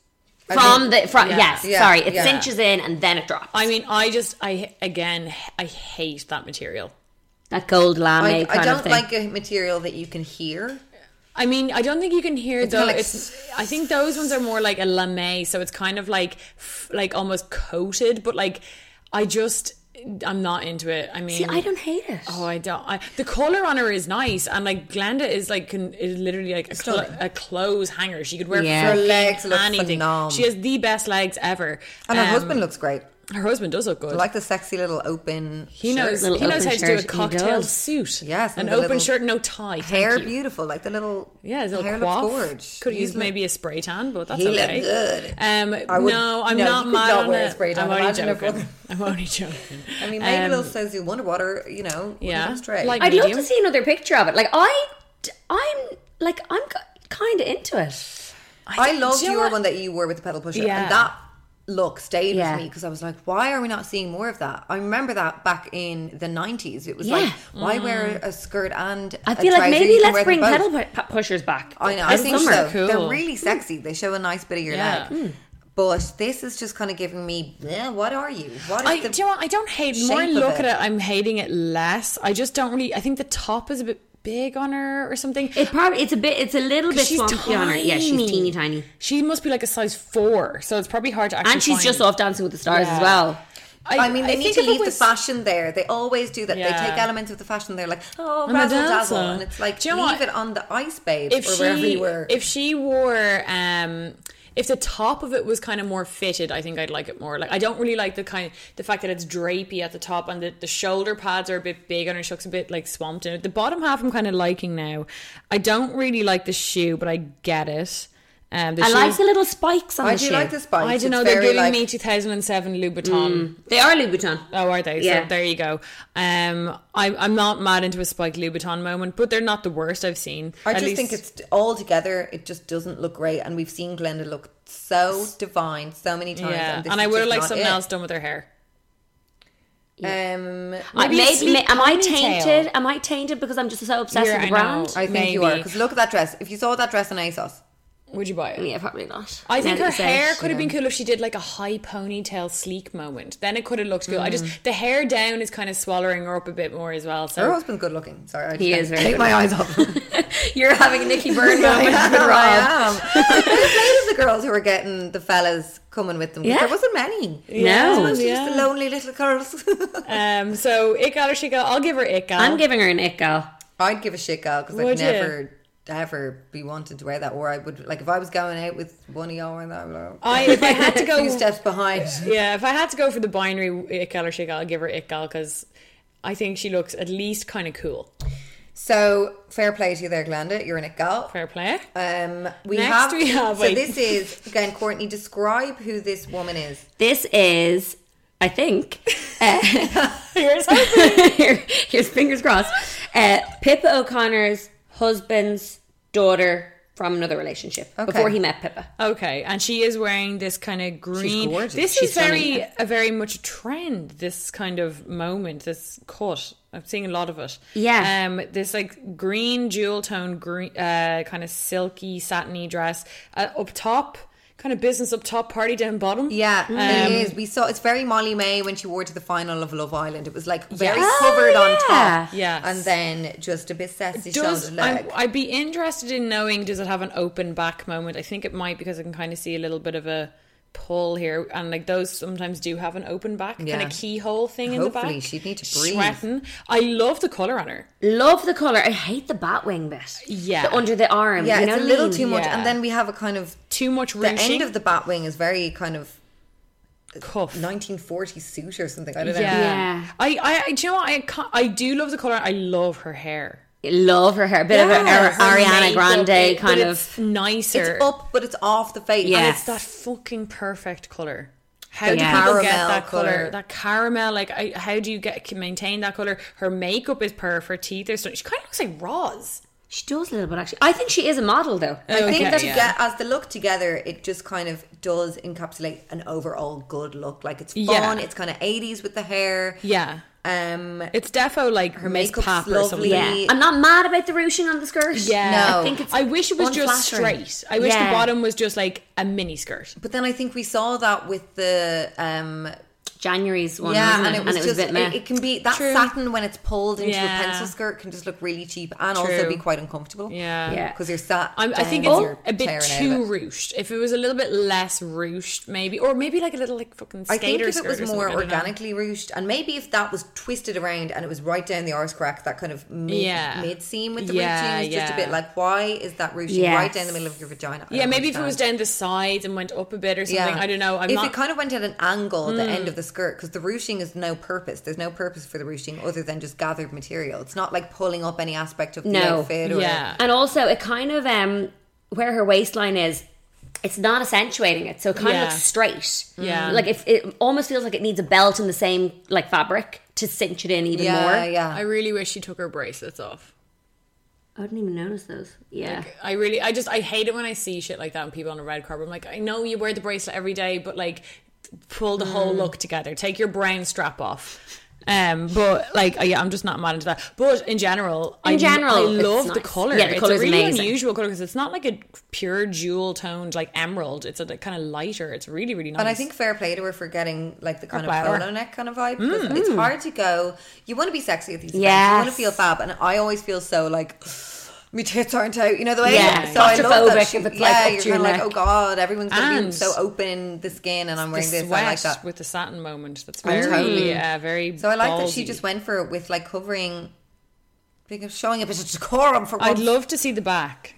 [SPEAKER 4] From the from yes,
[SPEAKER 3] Yeah,
[SPEAKER 4] sorry, it
[SPEAKER 3] yeah.
[SPEAKER 4] cinches in and then it drops.
[SPEAKER 2] I mean, I just, I again, I hate that material.
[SPEAKER 4] that gold
[SPEAKER 3] I,
[SPEAKER 4] lame
[SPEAKER 3] I
[SPEAKER 4] kind
[SPEAKER 3] don't
[SPEAKER 4] of thing.
[SPEAKER 3] like a material that you can hear.
[SPEAKER 2] I mean, I don't think you can hear
[SPEAKER 3] It's
[SPEAKER 2] though.
[SPEAKER 3] kinda like
[SPEAKER 2] it's, I think those ones are more like a lame, so it's kind of like, f- like almost coated. But like, I just, I'm not into it. I mean,
[SPEAKER 4] See, I don't hate it.
[SPEAKER 2] Oh, I don't. I, the collar on her is nice, and like Glenda is like can, is literally like a, clo-
[SPEAKER 3] Stunning.
[SPEAKER 2] a clothes hanger. She could wear
[SPEAKER 4] Yeah.
[SPEAKER 2] for
[SPEAKER 4] Her
[SPEAKER 3] legs look
[SPEAKER 2] anything.
[SPEAKER 3] phenom.
[SPEAKER 2] She has the best legs ever,
[SPEAKER 3] And
[SPEAKER 2] Um,
[SPEAKER 3] her husband looks great.
[SPEAKER 2] Her husband does look good.
[SPEAKER 3] I like the sexy little open.
[SPEAKER 2] he knows.
[SPEAKER 4] Little
[SPEAKER 2] He knows
[SPEAKER 4] open
[SPEAKER 2] how to
[SPEAKER 4] shirt,
[SPEAKER 2] do a
[SPEAKER 4] he
[SPEAKER 2] cocktail
[SPEAKER 4] does.
[SPEAKER 2] suit.
[SPEAKER 3] Yes,
[SPEAKER 2] an
[SPEAKER 3] and the
[SPEAKER 2] open
[SPEAKER 3] little
[SPEAKER 2] shirt, no tie. Thank
[SPEAKER 3] hair
[SPEAKER 2] you.
[SPEAKER 3] beautiful, like the little
[SPEAKER 2] Yeah, his little
[SPEAKER 3] hair
[SPEAKER 2] coif.
[SPEAKER 3] looks gorge.
[SPEAKER 2] Could
[SPEAKER 3] He's
[SPEAKER 2] use
[SPEAKER 3] look-
[SPEAKER 2] maybe a spray tan, but that's
[SPEAKER 3] He looked
[SPEAKER 2] okay.
[SPEAKER 3] good.
[SPEAKER 2] Um,
[SPEAKER 3] I would-
[SPEAKER 2] no, I'm
[SPEAKER 3] no,
[SPEAKER 2] not
[SPEAKER 3] you could
[SPEAKER 2] mad
[SPEAKER 3] not
[SPEAKER 2] on
[SPEAKER 3] wear a
[SPEAKER 2] it.
[SPEAKER 3] spray tan.
[SPEAKER 2] I'm only
[SPEAKER 3] Imagine if-
[SPEAKER 2] joking. I'm only joking.
[SPEAKER 3] I mean, maybe
[SPEAKER 2] Um,
[SPEAKER 3] little Susie Wonderwater, you know,
[SPEAKER 2] Yeah.
[SPEAKER 3] yeah, straight.
[SPEAKER 2] Like-
[SPEAKER 4] I'd love
[SPEAKER 2] medium.
[SPEAKER 4] to see another picture of it. Like I, I'm like I'm kind of into it.
[SPEAKER 3] I
[SPEAKER 2] think-
[SPEAKER 3] loved
[SPEAKER 2] do you know
[SPEAKER 3] your
[SPEAKER 2] what?
[SPEAKER 3] one that you wore with the pedal pusher,
[SPEAKER 2] Yeah.
[SPEAKER 3] and that look stayed
[SPEAKER 4] Yeah.
[SPEAKER 3] with me because I was like, why are we not seeing more of that? I remember that back in the nineties. It was
[SPEAKER 4] Yeah.
[SPEAKER 3] like, why wear
[SPEAKER 2] Mm.
[SPEAKER 3] a skirt and
[SPEAKER 4] I
[SPEAKER 3] a
[SPEAKER 4] feel like
[SPEAKER 3] trouser?
[SPEAKER 4] maybe
[SPEAKER 3] You can
[SPEAKER 4] let's
[SPEAKER 3] wear
[SPEAKER 4] bring
[SPEAKER 3] them both.
[SPEAKER 4] pedal pu- pu- pushers back.
[SPEAKER 3] I know. I
[SPEAKER 4] This
[SPEAKER 3] think
[SPEAKER 4] summer.
[SPEAKER 3] so.
[SPEAKER 2] Cool.
[SPEAKER 3] They're really sexy. They show a nice bit of your
[SPEAKER 2] Yeah. Mm.
[SPEAKER 3] leg. But this is just kind of giving me, eh, what are you? What is
[SPEAKER 2] I,
[SPEAKER 3] the
[SPEAKER 2] do you know what? I don't hate. The more I
[SPEAKER 3] shape of
[SPEAKER 2] look at
[SPEAKER 3] it?
[SPEAKER 2] it, I'm hating it less. I just don't really. I think the top is a bit big on her or something.
[SPEAKER 4] It probably it's a bit it's a little bit
[SPEAKER 2] she's
[SPEAKER 4] swampy on her. Yeah, she's
[SPEAKER 2] tiny.
[SPEAKER 4] teeny tiny,
[SPEAKER 2] She must be like a size four, so it's probably hard to actually.
[SPEAKER 4] and she's
[SPEAKER 2] find.
[SPEAKER 4] just off Dancing with the Stars
[SPEAKER 2] Yeah.
[SPEAKER 4] as well.
[SPEAKER 3] I, mean, they need
[SPEAKER 2] think
[SPEAKER 3] to
[SPEAKER 2] if it
[SPEAKER 3] leave
[SPEAKER 2] was-
[SPEAKER 3] the fashion there. They always do that.
[SPEAKER 2] Yeah.
[SPEAKER 3] They take elements of the fashion. They're like, oh,
[SPEAKER 2] I'm a
[SPEAKER 3] razzle dazzle,
[SPEAKER 2] dancer.
[SPEAKER 3] and it's like
[SPEAKER 2] Do you know
[SPEAKER 3] leave
[SPEAKER 2] what?
[SPEAKER 3] it on the ice, babe,
[SPEAKER 2] If
[SPEAKER 3] or
[SPEAKER 2] she,
[SPEAKER 3] wherever you were.
[SPEAKER 2] if she wore, um, if the top of it was kind of more fitted, I think I'd like it more. Like I don't really like the kind, the fact that it's drapey at the top and the, the shoulder pads are a bit big on her. She looks a bit like swamped in it. The bottom half I'm kind of liking now. I don't really like the shoe, but I get it. Um, the
[SPEAKER 4] I
[SPEAKER 2] shoe-
[SPEAKER 4] like the little spikes on
[SPEAKER 3] I
[SPEAKER 4] the
[SPEAKER 3] do
[SPEAKER 4] shoe.
[SPEAKER 3] like the spikes.
[SPEAKER 2] I don't know.
[SPEAKER 3] It's
[SPEAKER 2] They're
[SPEAKER 3] very,
[SPEAKER 2] giving
[SPEAKER 3] like- Mm.
[SPEAKER 2] me 2007 Louboutin.
[SPEAKER 4] They are Louis Vuitton.
[SPEAKER 2] Oh, are they?
[SPEAKER 4] Yeah.
[SPEAKER 2] So there you go. Um, I, I'm not mad into a Spike Louboutin moment, but they're not the worst I've seen.
[SPEAKER 3] I
[SPEAKER 2] At
[SPEAKER 3] just
[SPEAKER 2] least-
[SPEAKER 3] think it's all together. It just doesn't look great, and we've seen Glenda look so divine so many times.
[SPEAKER 2] yeah.
[SPEAKER 3] this
[SPEAKER 2] And I
[SPEAKER 3] is
[SPEAKER 2] would have
[SPEAKER 3] just
[SPEAKER 2] liked
[SPEAKER 3] not
[SPEAKER 2] something
[SPEAKER 3] it.
[SPEAKER 2] else done with her hair.
[SPEAKER 3] Um,
[SPEAKER 4] Maybe,
[SPEAKER 2] Maybe it's sleek
[SPEAKER 4] am I
[SPEAKER 2] ponytail.
[SPEAKER 4] tainted? Am I tainted because I'm just so obsessed
[SPEAKER 2] You're-
[SPEAKER 4] with the
[SPEAKER 2] I know.
[SPEAKER 4] brand?
[SPEAKER 3] I think you are
[SPEAKER 2] Maybe.
[SPEAKER 3] because look at that dress. If you saw that dress in ASOS,
[SPEAKER 2] Would you buy it?
[SPEAKER 4] Yeah, probably not.
[SPEAKER 2] I think
[SPEAKER 4] Now
[SPEAKER 2] her
[SPEAKER 4] that you say it.
[SPEAKER 2] hair could have been cool if she did like a high ponytail sleek moment. Then it could have looked good. I just the hair down is kind of swallowing her up a bit more as well.
[SPEAKER 3] her
[SPEAKER 2] So
[SPEAKER 3] husband's good looking. Sorry, I just
[SPEAKER 4] He
[SPEAKER 3] can't
[SPEAKER 4] is very
[SPEAKER 3] take
[SPEAKER 4] good
[SPEAKER 3] my eyes off. him.
[SPEAKER 4] You're having a Nicky Byrne
[SPEAKER 3] I
[SPEAKER 4] moment
[SPEAKER 3] am,
[SPEAKER 4] with Rob.
[SPEAKER 3] I am. I played with the girls who were getting the fellas coming with them. 'cause
[SPEAKER 4] Yeah.
[SPEAKER 3] There wasn't many.
[SPEAKER 4] No.
[SPEAKER 3] It was just
[SPEAKER 2] Yeah.
[SPEAKER 3] the lonely little girls.
[SPEAKER 2] um, so it gal or she gal, I'll give her it gal.
[SPEAKER 4] I'm giving her an it gal.
[SPEAKER 3] I'd give a shit gal because
[SPEAKER 2] Would
[SPEAKER 3] I'd
[SPEAKER 2] you?
[SPEAKER 3] never ever be wanted to wear that. Or I would like if I was going out with one of y'all and that. I'd be like,
[SPEAKER 2] I if I had to go
[SPEAKER 3] two steps behind.
[SPEAKER 2] Yeah, if I had to go for the binary it gal or she gal, I'll give her it gal because I think she looks at least kind of cool.
[SPEAKER 3] So fair play to you there, Glenda. You're in it, gal.
[SPEAKER 2] Fair play.
[SPEAKER 3] Um, we
[SPEAKER 2] Next
[SPEAKER 3] have.
[SPEAKER 2] we have,
[SPEAKER 3] so
[SPEAKER 2] wait.
[SPEAKER 3] this is again, Courtney. Describe who this woman is.
[SPEAKER 4] This is, I think,
[SPEAKER 2] Here's hoping.
[SPEAKER 4] here- here's fingers crossed, uh, Pippa O'Connor's husband's daughter from another relationship before he met Pippa.
[SPEAKER 2] Okay, and she is wearing this kind of green.
[SPEAKER 3] gorgeous.
[SPEAKER 2] This
[SPEAKER 4] She's
[SPEAKER 2] is very
[SPEAKER 4] stunning.
[SPEAKER 2] a very much a trend. This kind of moment, this cut. I'm seeing a lot of it.
[SPEAKER 4] Yeah.
[SPEAKER 2] Um, this like green jewel tone, green uh, kind of silky satiny dress uh, up top, kind of business up top, party down bottom.
[SPEAKER 3] Yeah,
[SPEAKER 2] Um,
[SPEAKER 3] it is. We saw it's very Molly May when she wore to the final of Love Island. It was like very
[SPEAKER 2] Yes.
[SPEAKER 3] covered
[SPEAKER 4] Oh,
[SPEAKER 3] on top,
[SPEAKER 2] yeah. Yes.
[SPEAKER 3] and then just a bit sassy
[SPEAKER 2] Does
[SPEAKER 3] shoulder
[SPEAKER 2] I'm,
[SPEAKER 3] leg.
[SPEAKER 2] I'd be interested in knowing does it have an open back moment? I think it might because I can kind of see a little bit of a pull here, and like those sometimes do have an open back kind
[SPEAKER 3] Yeah.
[SPEAKER 2] of keyhole thing in the back.
[SPEAKER 3] Hopefully she'd need to breathe.
[SPEAKER 2] Sweating. I love the color on her.
[SPEAKER 4] Love the color. I hate the bat wing bit.
[SPEAKER 2] Yeah.
[SPEAKER 4] the under the arm.
[SPEAKER 3] yeah,
[SPEAKER 4] you know
[SPEAKER 3] it's a
[SPEAKER 4] what I
[SPEAKER 3] little
[SPEAKER 4] mean?
[SPEAKER 3] too much.
[SPEAKER 2] Yeah.
[SPEAKER 3] And then we have a kind of
[SPEAKER 2] Too much
[SPEAKER 3] the
[SPEAKER 2] ruching.
[SPEAKER 3] end of the bat wing is very kind of
[SPEAKER 2] cuff.
[SPEAKER 3] 1940s suit or something. I don't
[SPEAKER 2] Yeah.
[SPEAKER 3] know.
[SPEAKER 4] Yeah.
[SPEAKER 2] I, I, I, do you know what? I, can't, I do love the color. I love her hair.
[SPEAKER 4] Love her hair. Bit
[SPEAKER 3] Yes.
[SPEAKER 4] of a, a Ariana
[SPEAKER 2] Makeup,
[SPEAKER 4] Grande
[SPEAKER 2] it-
[SPEAKER 4] kind
[SPEAKER 2] but
[SPEAKER 4] of.
[SPEAKER 2] it's nicer.
[SPEAKER 3] It's up, but it's off the face.
[SPEAKER 4] Yeah.
[SPEAKER 3] And
[SPEAKER 2] It's that fucking perfect color. How do
[SPEAKER 4] Yeah.
[SPEAKER 2] people get
[SPEAKER 3] caramel
[SPEAKER 2] that color?
[SPEAKER 3] colour.
[SPEAKER 2] That caramel, like, I, how do you get can maintain that color? Her makeup is perfect. Her teeth are stunning. She kind of looks like Roz.
[SPEAKER 4] She does a little bit actually. I think she is a model though.
[SPEAKER 3] I think
[SPEAKER 2] Okay,
[SPEAKER 3] that
[SPEAKER 2] yeah.
[SPEAKER 3] get, as the look together, it just kind of does encapsulate an overall good look. Like it's fun,
[SPEAKER 2] Yeah.
[SPEAKER 3] it's kind of 80s with the hair.
[SPEAKER 2] Yeah,
[SPEAKER 3] Um,
[SPEAKER 2] it's defo like her
[SPEAKER 3] makeup's
[SPEAKER 2] Pap or
[SPEAKER 3] lovely.
[SPEAKER 2] something.
[SPEAKER 4] Yeah, I'm not mad about the ruching on the skirt.
[SPEAKER 2] Yeah.
[SPEAKER 3] No.
[SPEAKER 4] I think it's.
[SPEAKER 2] I wish it was just
[SPEAKER 4] unflattering.
[SPEAKER 2] straight. I wish
[SPEAKER 4] Yeah.
[SPEAKER 2] the bottom was just like a mini skirt.
[SPEAKER 3] but then I think we saw that with the um,
[SPEAKER 4] January's one.
[SPEAKER 3] yeah,
[SPEAKER 4] wasn't
[SPEAKER 3] and it was
[SPEAKER 4] a
[SPEAKER 3] just
[SPEAKER 4] bit meh.
[SPEAKER 3] it, it can be that
[SPEAKER 2] True.
[SPEAKER 3] satin when it's pulled into
[SPEAKER 2] Yeah.
[SPEAKER 3] a pencil skirt can just look really cheap and
[SPEAKER 2] True.
[SPEAKER 3] also be quite uncomfortable.
[SPEAKER 2] Yeah.
[SPEAKER 4] Yeah.
[SPEAKER 3] because you're sat.
[SPEAKER 2] I'm, I think it's
[SPEAKER 3] down and you're
[SPEAKER 2] a bit
[SPEAKER 3] Oh. tearing out
[SPEAKER 2] too
[SPEAKER 3] of it.
[SPEAKER 2] ruched. If it was a little bit less ruched, maybe, or maybe like a little like fucking
[SPEAKER 3] I
[SPEAKER 2] skater
[SPEAKER 3] think if it
[SPEAKER 2] skirt
[SPEAKER 3] was
[SPEAKER 2] or
[SPEAKER 3] more
[SPEAKER 2] something, I don't know.
[SPEAKER 3] organically ruched, and maybe if that was twisted around and it was right down the arse crack, that kind of mid,
[SPEAKER 2] Yeah.
[SPEAKER 3] mid seam with the
[SPEAKER 2] Yeah,
[SPEAKER 3] ruching is just
[SPEAKER 2] yeah.
[SPEAKER 3] a bit like, why is that ruching
[SPEAKER 4] Yes.
[SPEAKER 3] right down the middle of your vagina? I
[SPEAKER 2] Yeah,
[SPEAKER 3] don't
[SPEAKER 2] maybe if it was
[SPEAKER 3] understand.
[SPEAKER 2] down the sides and went up a bit or something. I don't know. I'm
[SPEAKER 3] if
[SPEAKER 2] not. Hmm.
[SPEAKER 3] it kind of went at an angle, the end of the skirt, because the ruching is no purpose. There's no purpose for the ruching other than just gathered material. It's not like pulling up any aspect of the
[SPEAKER 4] No.
[SPEAKER 3] outfit. Or,
[SPEAKER 2] Yeah.
[SPEAKER 4] And also, it kind of um where her waistline is, it's not accentuating it, so it kind
[SPEAKER 2] Yeah.
[SPEAKER 4] of looks straight.
[SPEAKER 2] Yeah.
[SPEAKER 4] like if it almost feels like it needs a belt in the same like fabric to cinch it in even
[SPEAKER 3] yeah,
[SPEAKER 4] more.
[SPEAKER 3] yeah.
[SPEAKER 2] I really wish she took her bracelets off.
[SPEAKER 4] I didn't even notice those. Yeah,
[SPEAKER 2] I really, I just, I hate it when I see shit like that and people on a red carpet. I'm like, I know you wear the bracelet every day, but like, pull the whole look together. Take your brown strap off. Um, but like, I- yeah, I'm just not mad into that. But in general,
[SPEAKER 4] In
[SPEAKER 2] I,
[SPEAKER 4] general,
[SPEAKER 2] I
[SPEAKER 4] it's
[SPEAKER 2] love the
[SPEAKER 4] nice.
[SPEAKER 2] color.
[SPEAKER 4] Yeah, the
[SPEAKER 2] it's
[SPEAKER 4] colour's
[SPEAKER 2] a really
[SPEAKER 4] amazing.
[SPEAKER 2] unusual color because it's not like a pure jewel toned like emerald. It's a like, kind of lighter. It's really, really nice.
[SPEAKER 3] And I think fair play to her for getting like the kind of
[SPEAKER 2] flower.
[SPEAKER 3] polo neck kind of vibe. because It's hard to go. You want to be sexy at these events. You
[SPEAKER 4] Yes.
[SPEAKER 3] want to feel fab, and I always feel so like. My tits aren't out, you know the way.
[SPEAKER 4] Yeah,
[SPEAKER 3] so I love
[SPEAKER 4] claustrophobic
[SPEAKER 3] that. She,
[SPEAKER 4] if it's, like,
[SPEAKER 3] yeah,
[SPEAKER 4] up
[SPEAKER 3] you're
[SPEAKER 4] to
[SPEAKER 3] kind
[SPEAKER 4] your
[SPEAKER 3] of like,
[SPEAKER 4] neck.
[SPEAKER 3] oh god, everyone's gonna be
[SPEAKER 2] And
[SPEAKER 3] so open in the skin, and I'm
[SPEAKER 2] the
[SPEAKER 3] wearing this.
[SPEAKER 2] sweat
[SPEAKER 3] I like that.
[SPEAKER 2] with the satin moment. That's
[SPEAKER 3] I'm
[SPEAKER 2] very,
[SPEAKER 3] totally-
[SPEAKER 2] yeah, very.
[SPEAKER 3] So I like that she
[SPEAKER 2] ballsy.
[SPEAKER 3] just went for it with like covering, because showing a bit of decorum for.
[SPEAKER 2] I'd
[SPEAKER 3] once.
[SPEAKER 2] love to see the back.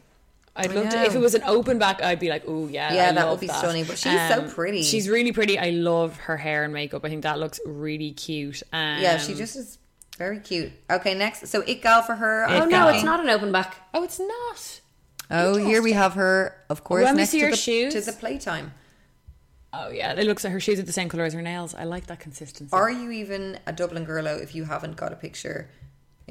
[SPEAKER 2] I'd
[SPEAKER 3] I
[SPEAKER 2] love to,
[SPEAKER 3] know.
[SPEAKER 2] if it was an open back, I'd be like, oh yeah,
[SPEAKER 3] Yeah,
[SPEAKER 2] I
[SPEAKER 3] that would
[SPEAKER 2] love Um,
[SPEAKER 3] be stunning, but she's so pretty.
[SPEAKER 2] She's really pretty. I love her hair and makeup. I think that looks really cute. Um,
[SPEAKER 3] Yeah, she just is very cute. Okay, next. So it gal for her.
[SPEAKER 4] Oh
[SPEAKER 2] It
[SPEAKER 4] no,
[SPEAKER 2] gal.
[SPEAKER 4] it's not an open back.
[SPEAKER 2] Oh, it's not.
[SPEAKER 3] Oh, here we have her. Of course,
[SPEAKER 2] Let me
[SPEAKER 3] next
[SPEAKER 2] see
[SPEAKER 3] to
[SPEAKER 2] her
[SPEAKER 3] the,
[SPEAKER 2] shoes.
[SPEAKER 3] to the playtime.
[SPEAKER 2] Oh yeah, it looks like her shoes are the same color as her nails. I like that consistency.
[SPEAKER 3] Are you even a Dublin girlo if you haven't got a picture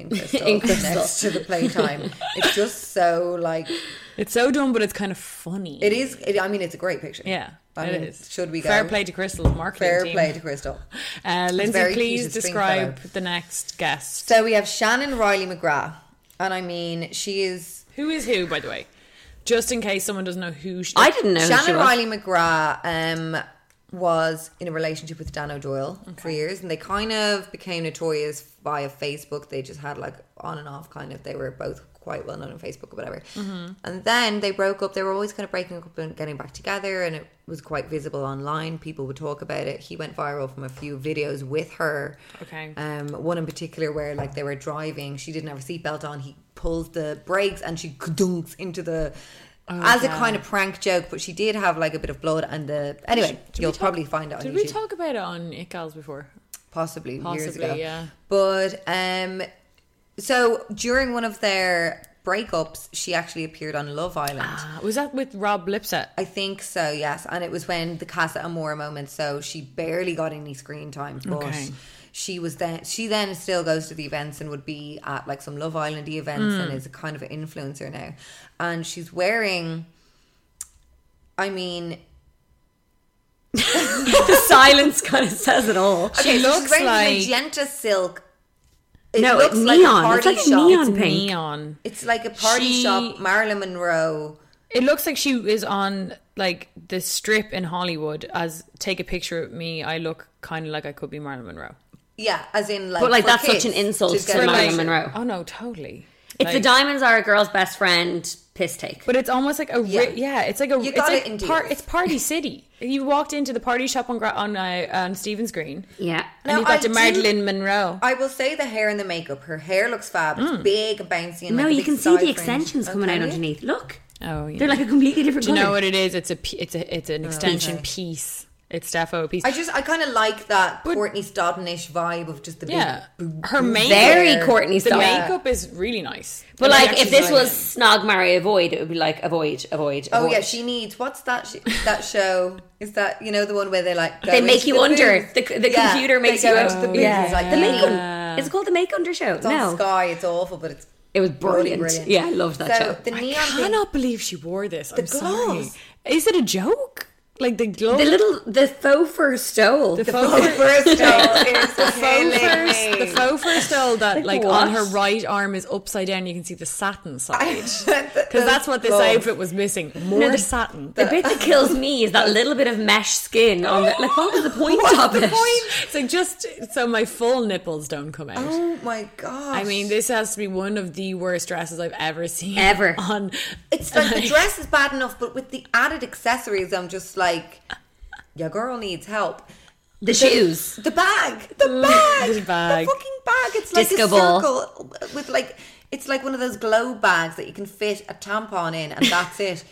[SPEAKER 3] in crystal,
[SPEAKER 4] In crystal.
[SPEAKER 3] next to the playtime. it's just so like
[SPEAKER 2] It's so dumb, but it's kind of funny.
[SPEAKER 3] it is. It, I mean, it's a great picture.
[SPEAKER 2] Yeah,
[SPEAKER 3] I
[SPEAKER 2] it
[SPEAKER 3] mean,
[SPEAKER 2] is.
[SPEAKER 3] Should we go?
[SPEAKER 2] Fair play to Crystal's marketing
[SPEAKER 3] Fair
[SPEAKER 2] team.
[SPEAKER 3] play to Crystal.
[SPEAKER 2] Uh,
[SPEAKER 3] very
[SPEAKER 2] Lindsay,
[SPEAKER 3] cute
[SPEAKER 2] please
[SPEAKER 3] string
[SPEAKER 2] describe
[SPEAKER 3] fellow.
[SPEAKER 2] the next guest.
[SPEAKER 3] So we have Shannon Riley McGrath, and I mean, she is
[SPEAKER 2] Who is who, by the way? Just in case someone doesn't know who she
[SPEAKER 4] I didn't know. who she
[SPEAKER 3] Shannon
[SPEAKER 4] was.
[SPEAKER 3] Riley McGrath um, was in a relationship with Dan O'Doyle for years, and they kind of became notorious via Facebook. They just had like on and off, kind of. They were both quite well known on Facebook or whatever. And then they broke up. They were always kind of breaking up and getting back together, and it was quite visible online. People would talk about it. He went viral from a few videos with her.
[SPEAKER 2] Okay.
[SPEAKER 3] Um, one in particular where like they were driving, she didn't have her seatbelt on. He pulls the brakes and she dunks into the. as a kind of prank joke, but she did have like a bit of blood and the. Anyway,
[SPEAKER 2] Did we
[SPEAKER 3] you'll
[SPEAKER 2] talk-
[SPEAKER 3] probably find it on
[SPEAKER 2] Did
[SPEAKER 3] YouTube,
[SPEAKER 2] we talk about it on It Gals before?
[SPEAKER 3] possibly, years
[SPEAKER 2] Possibly,
[SPEAKER 3] ago.
[SPEAKER 2] yeah.
[SPEAKER 3] But um, so during one of their breakups, she actually appeared on Love Island.
[SPEAKER 2] Uh, was that with Rob Lipset?
[SPEAKER 3] I think so, yes. And it was when the Casa Amora moment, so she barely got any screen time, but
[SPEAKER 2] Okay.
[SPEAKER 3] she was then she then still goes to the events and would be at like some Love Islandy events
[SPEAKER 2] Hmm.
[SPEAKER 3] and is a kind of an influencer now. And she's wearing I mean
[SPEAKER 4] the silence kind of says it all.
[SPEAKER 3] okay, so
[SPEAKER 2] looks
[SPEAKER 3] she's wearing
[SPEAKER 2] like-
[SPEAKER 3] magenta silk. It
[SPEAKER 4] No,
[SPEAKER 3] looks
[SPEAKER 4] neon.
[SPEAKER 3] like a
[SPEAKER 4] It's
[SPEAKER 3] party
[SPEAKER 4] like a
[SPEAKER 3] shop.
[SPEAKER 4] neon pink.
[SPEAKER 2] Neon.
[SPEAKER 3] It's like a party
[SPEAKER 2] She-
[SPEAKER 3] shop, Marilyn Monroe.
[SPEAKER 2] It looks like she is on like the strip in Hollywood as take a picture of me. I look kind of like I could be Marilyn Monroe.
[SPEAKER 3] Yeah, as in like
[SPEAKER 4] But, like,
[SPEAKER 3] for
[SPEAKER 4] that's such
[SPEAKER 3] kids
[SPEAKER 4] an insult
[SPEAKER 3] get
[SPEAKER 4] to
[SPEAKER 3] a
[SPEAKER 4] Marilyn
[SPEAKER 3] picture.
[SPEAKER 4] Monroe.
[SPEAKER 2] Oh no, totally.
[SPEAKER 4] It's the
[SPEAKER 2] Like-
[SPEAKER 4] diamonds are a girl's best friend piss take.
[SPEAKER 2] But it's almost like a yeah.
[SPEAKER 3] Yeah.
[SPEAKER 2] yeah it's like a
[SPEAKER 3] You
[SPEAKER 2] it's
[SPEAKER 3] got
[SPEAKER 2] like
[SPEAKER 3] it in
[SPEAKER 2] par-
[SPEAKER 3] deals.
[SPEAKER 2] it's party city. You walked into the party shop on Gra- on uh, on Stephen's Green
[SPEAKER 4] yeah.
[SPEAKER 2] and you
[SPEAKER 3] I
[SPEAKER 2] got to
[SPEAKER 3] didn't-
[SPEAKER 2] Marilyn Monroe.
[SPEAKER 3] I will say the hair and the makeup. Her hair looks fab. It's big and bouncy. And
[SPEAKER 4] Mm. No,
[SPEAKER 3] like a
[SPEAKER 4] you
[SPEAKER 3] big
[SPEAKER 4] can see
[SPEAKER 3] side
[SPEAKER 4] the
[SPEAKER 3] fringe.
[SPEAKER 4] extensions coming
[SPEAKER 3] Okay.
[SPEAKER 4] out underneath. Look.
[SPEAKER 2] oh, yeah.
[SPEAKER 4] They're like a completely different
[SPEAKER 2] Do you
[SPEAKER 4] color.
[SPEAKER 2] know what it is? It's a p- it's a it's an extension piece. It's defo a piece.
[SPEAKER 3] I just, I kind of like that Courtney Stodden-ish vibe of just the
[SPEAKER 2] yeah,
[SPEAKER 3] big. boob-
[SPEAKER 2] her makeup.
[SPEAKER 4] Very Courtney
[SPEAKER 2] The
[SPEAKER 4] Stodden.
[SPEAKER 2] makeup is really nice.
[SPEAKER 4] But
[SPEAKER 2] And I
[SPEAKER 4] like, if
[SPEAKER 2] actually
[SPEAKER 4] this
[SPEAKER 2] like
[SPEAKER 4] was Snog Marry Avoid, it would be like avoid, avoid.
[SPEAKER 3] Oh
[SPEAKER 4] avoid.
[SPEAKER 3] yeah, she needs. What's that? Sh- that show is that you know the one where they like go
[SPEAKER 4] they make
[SPEAKER 3] into
[SPEAKER 4] you
[SPEAKER 3] the
[SPEAKER 4] under.
[SPEAKER 3] booth?
[SPEAKER 4] The, the
[SPEAKER 3] Yeah,
[SPEAKER 4] computer
[SPEAKER 3] they
[SPEAKER 4] makes
[SPEAKER 3] go
[SPEAKER 4] you
[SPEAKER 3] into
[SPEAKER 4] under.
[SPEAKER 3] the booth.
[SPEAKER 4] yeah.
[SPEAKER 3] It's like
[SPEAKER 4] the make
[SPEAKER 3] "Ugh."
[SPEAKER 4] under. Is it called the make under show?
[SPEAKER 3] It's on
[SPEAKER 4] no,
[SPEAKER 3] Sky. It's awful, but it's
[SPEAKER 4] it was
[SPEAKER 3] bloody
[SPEAKER 4] brilliant. Yeah, I loved that
[SPEAKER 3] so
[SPEAKER 4] show.
[SPEAKER 3] The neon.
[SPEAKER 2] I
[SPEAKER 3] thing-
[SPEAKER 2] cannot believe she wore this. I'm sorry.
[SPEAKER 3] gloves.
[SPEAKER 2] Is it a joke? Like the gloves?
[SPEAKER 4] the little the faux fur stole.
[SPEAKER 2] the
[SPEAKER 3] Oh,
[SPEAKER 2] faux
[SPEAKER 3] first doll
[SPEAKER 2] the
[SPEAKER 3] is
[SPEAKER 2] faux fur, the
[SPEAKER 3] killing me.
[SPEAKER 2] faux fur stole that like
[SPEAKER 4] what?
[SPEAKER 2] on her right arm is upside down. You can see the satin side because
[SPEAKER 3] Because
[SPEAKER 2] that's what this outfit was missing. More
[SPEAKER 4] the-
[SPEAKER 2] satin.
[SPEAKER 4] the bit that kills me is that little bit of mesh skin on the like. What was the point of it?
[SPEAKER 2] It's like just so my full nipples don't come out.
[SPEAKER 3] Oh my god!
[SPEAKER 2] I mean, this has to be one of the worst dresses I've ever seen.
[SPEAKER 4] Ever.
[SPEAKER 2] on.
[SPEAKER 3] It's like the dress is bad enough, but with the added accessories, I'm just like, your girl needs help.
[SPEAKER 4] The shoes.
[SPEAKER 3] The bag, the bag,
[SPEAKER 2] the bag.
[SPEAKER 3] the fucking bag. It's like
[SPEAKER 4] Disco
[SPEAKER 3] a
[SPEAKER 4] ball.
[SPEAKER 3] circle with like, it's like one of those glow bags that you can fit a tampon in, and that's it.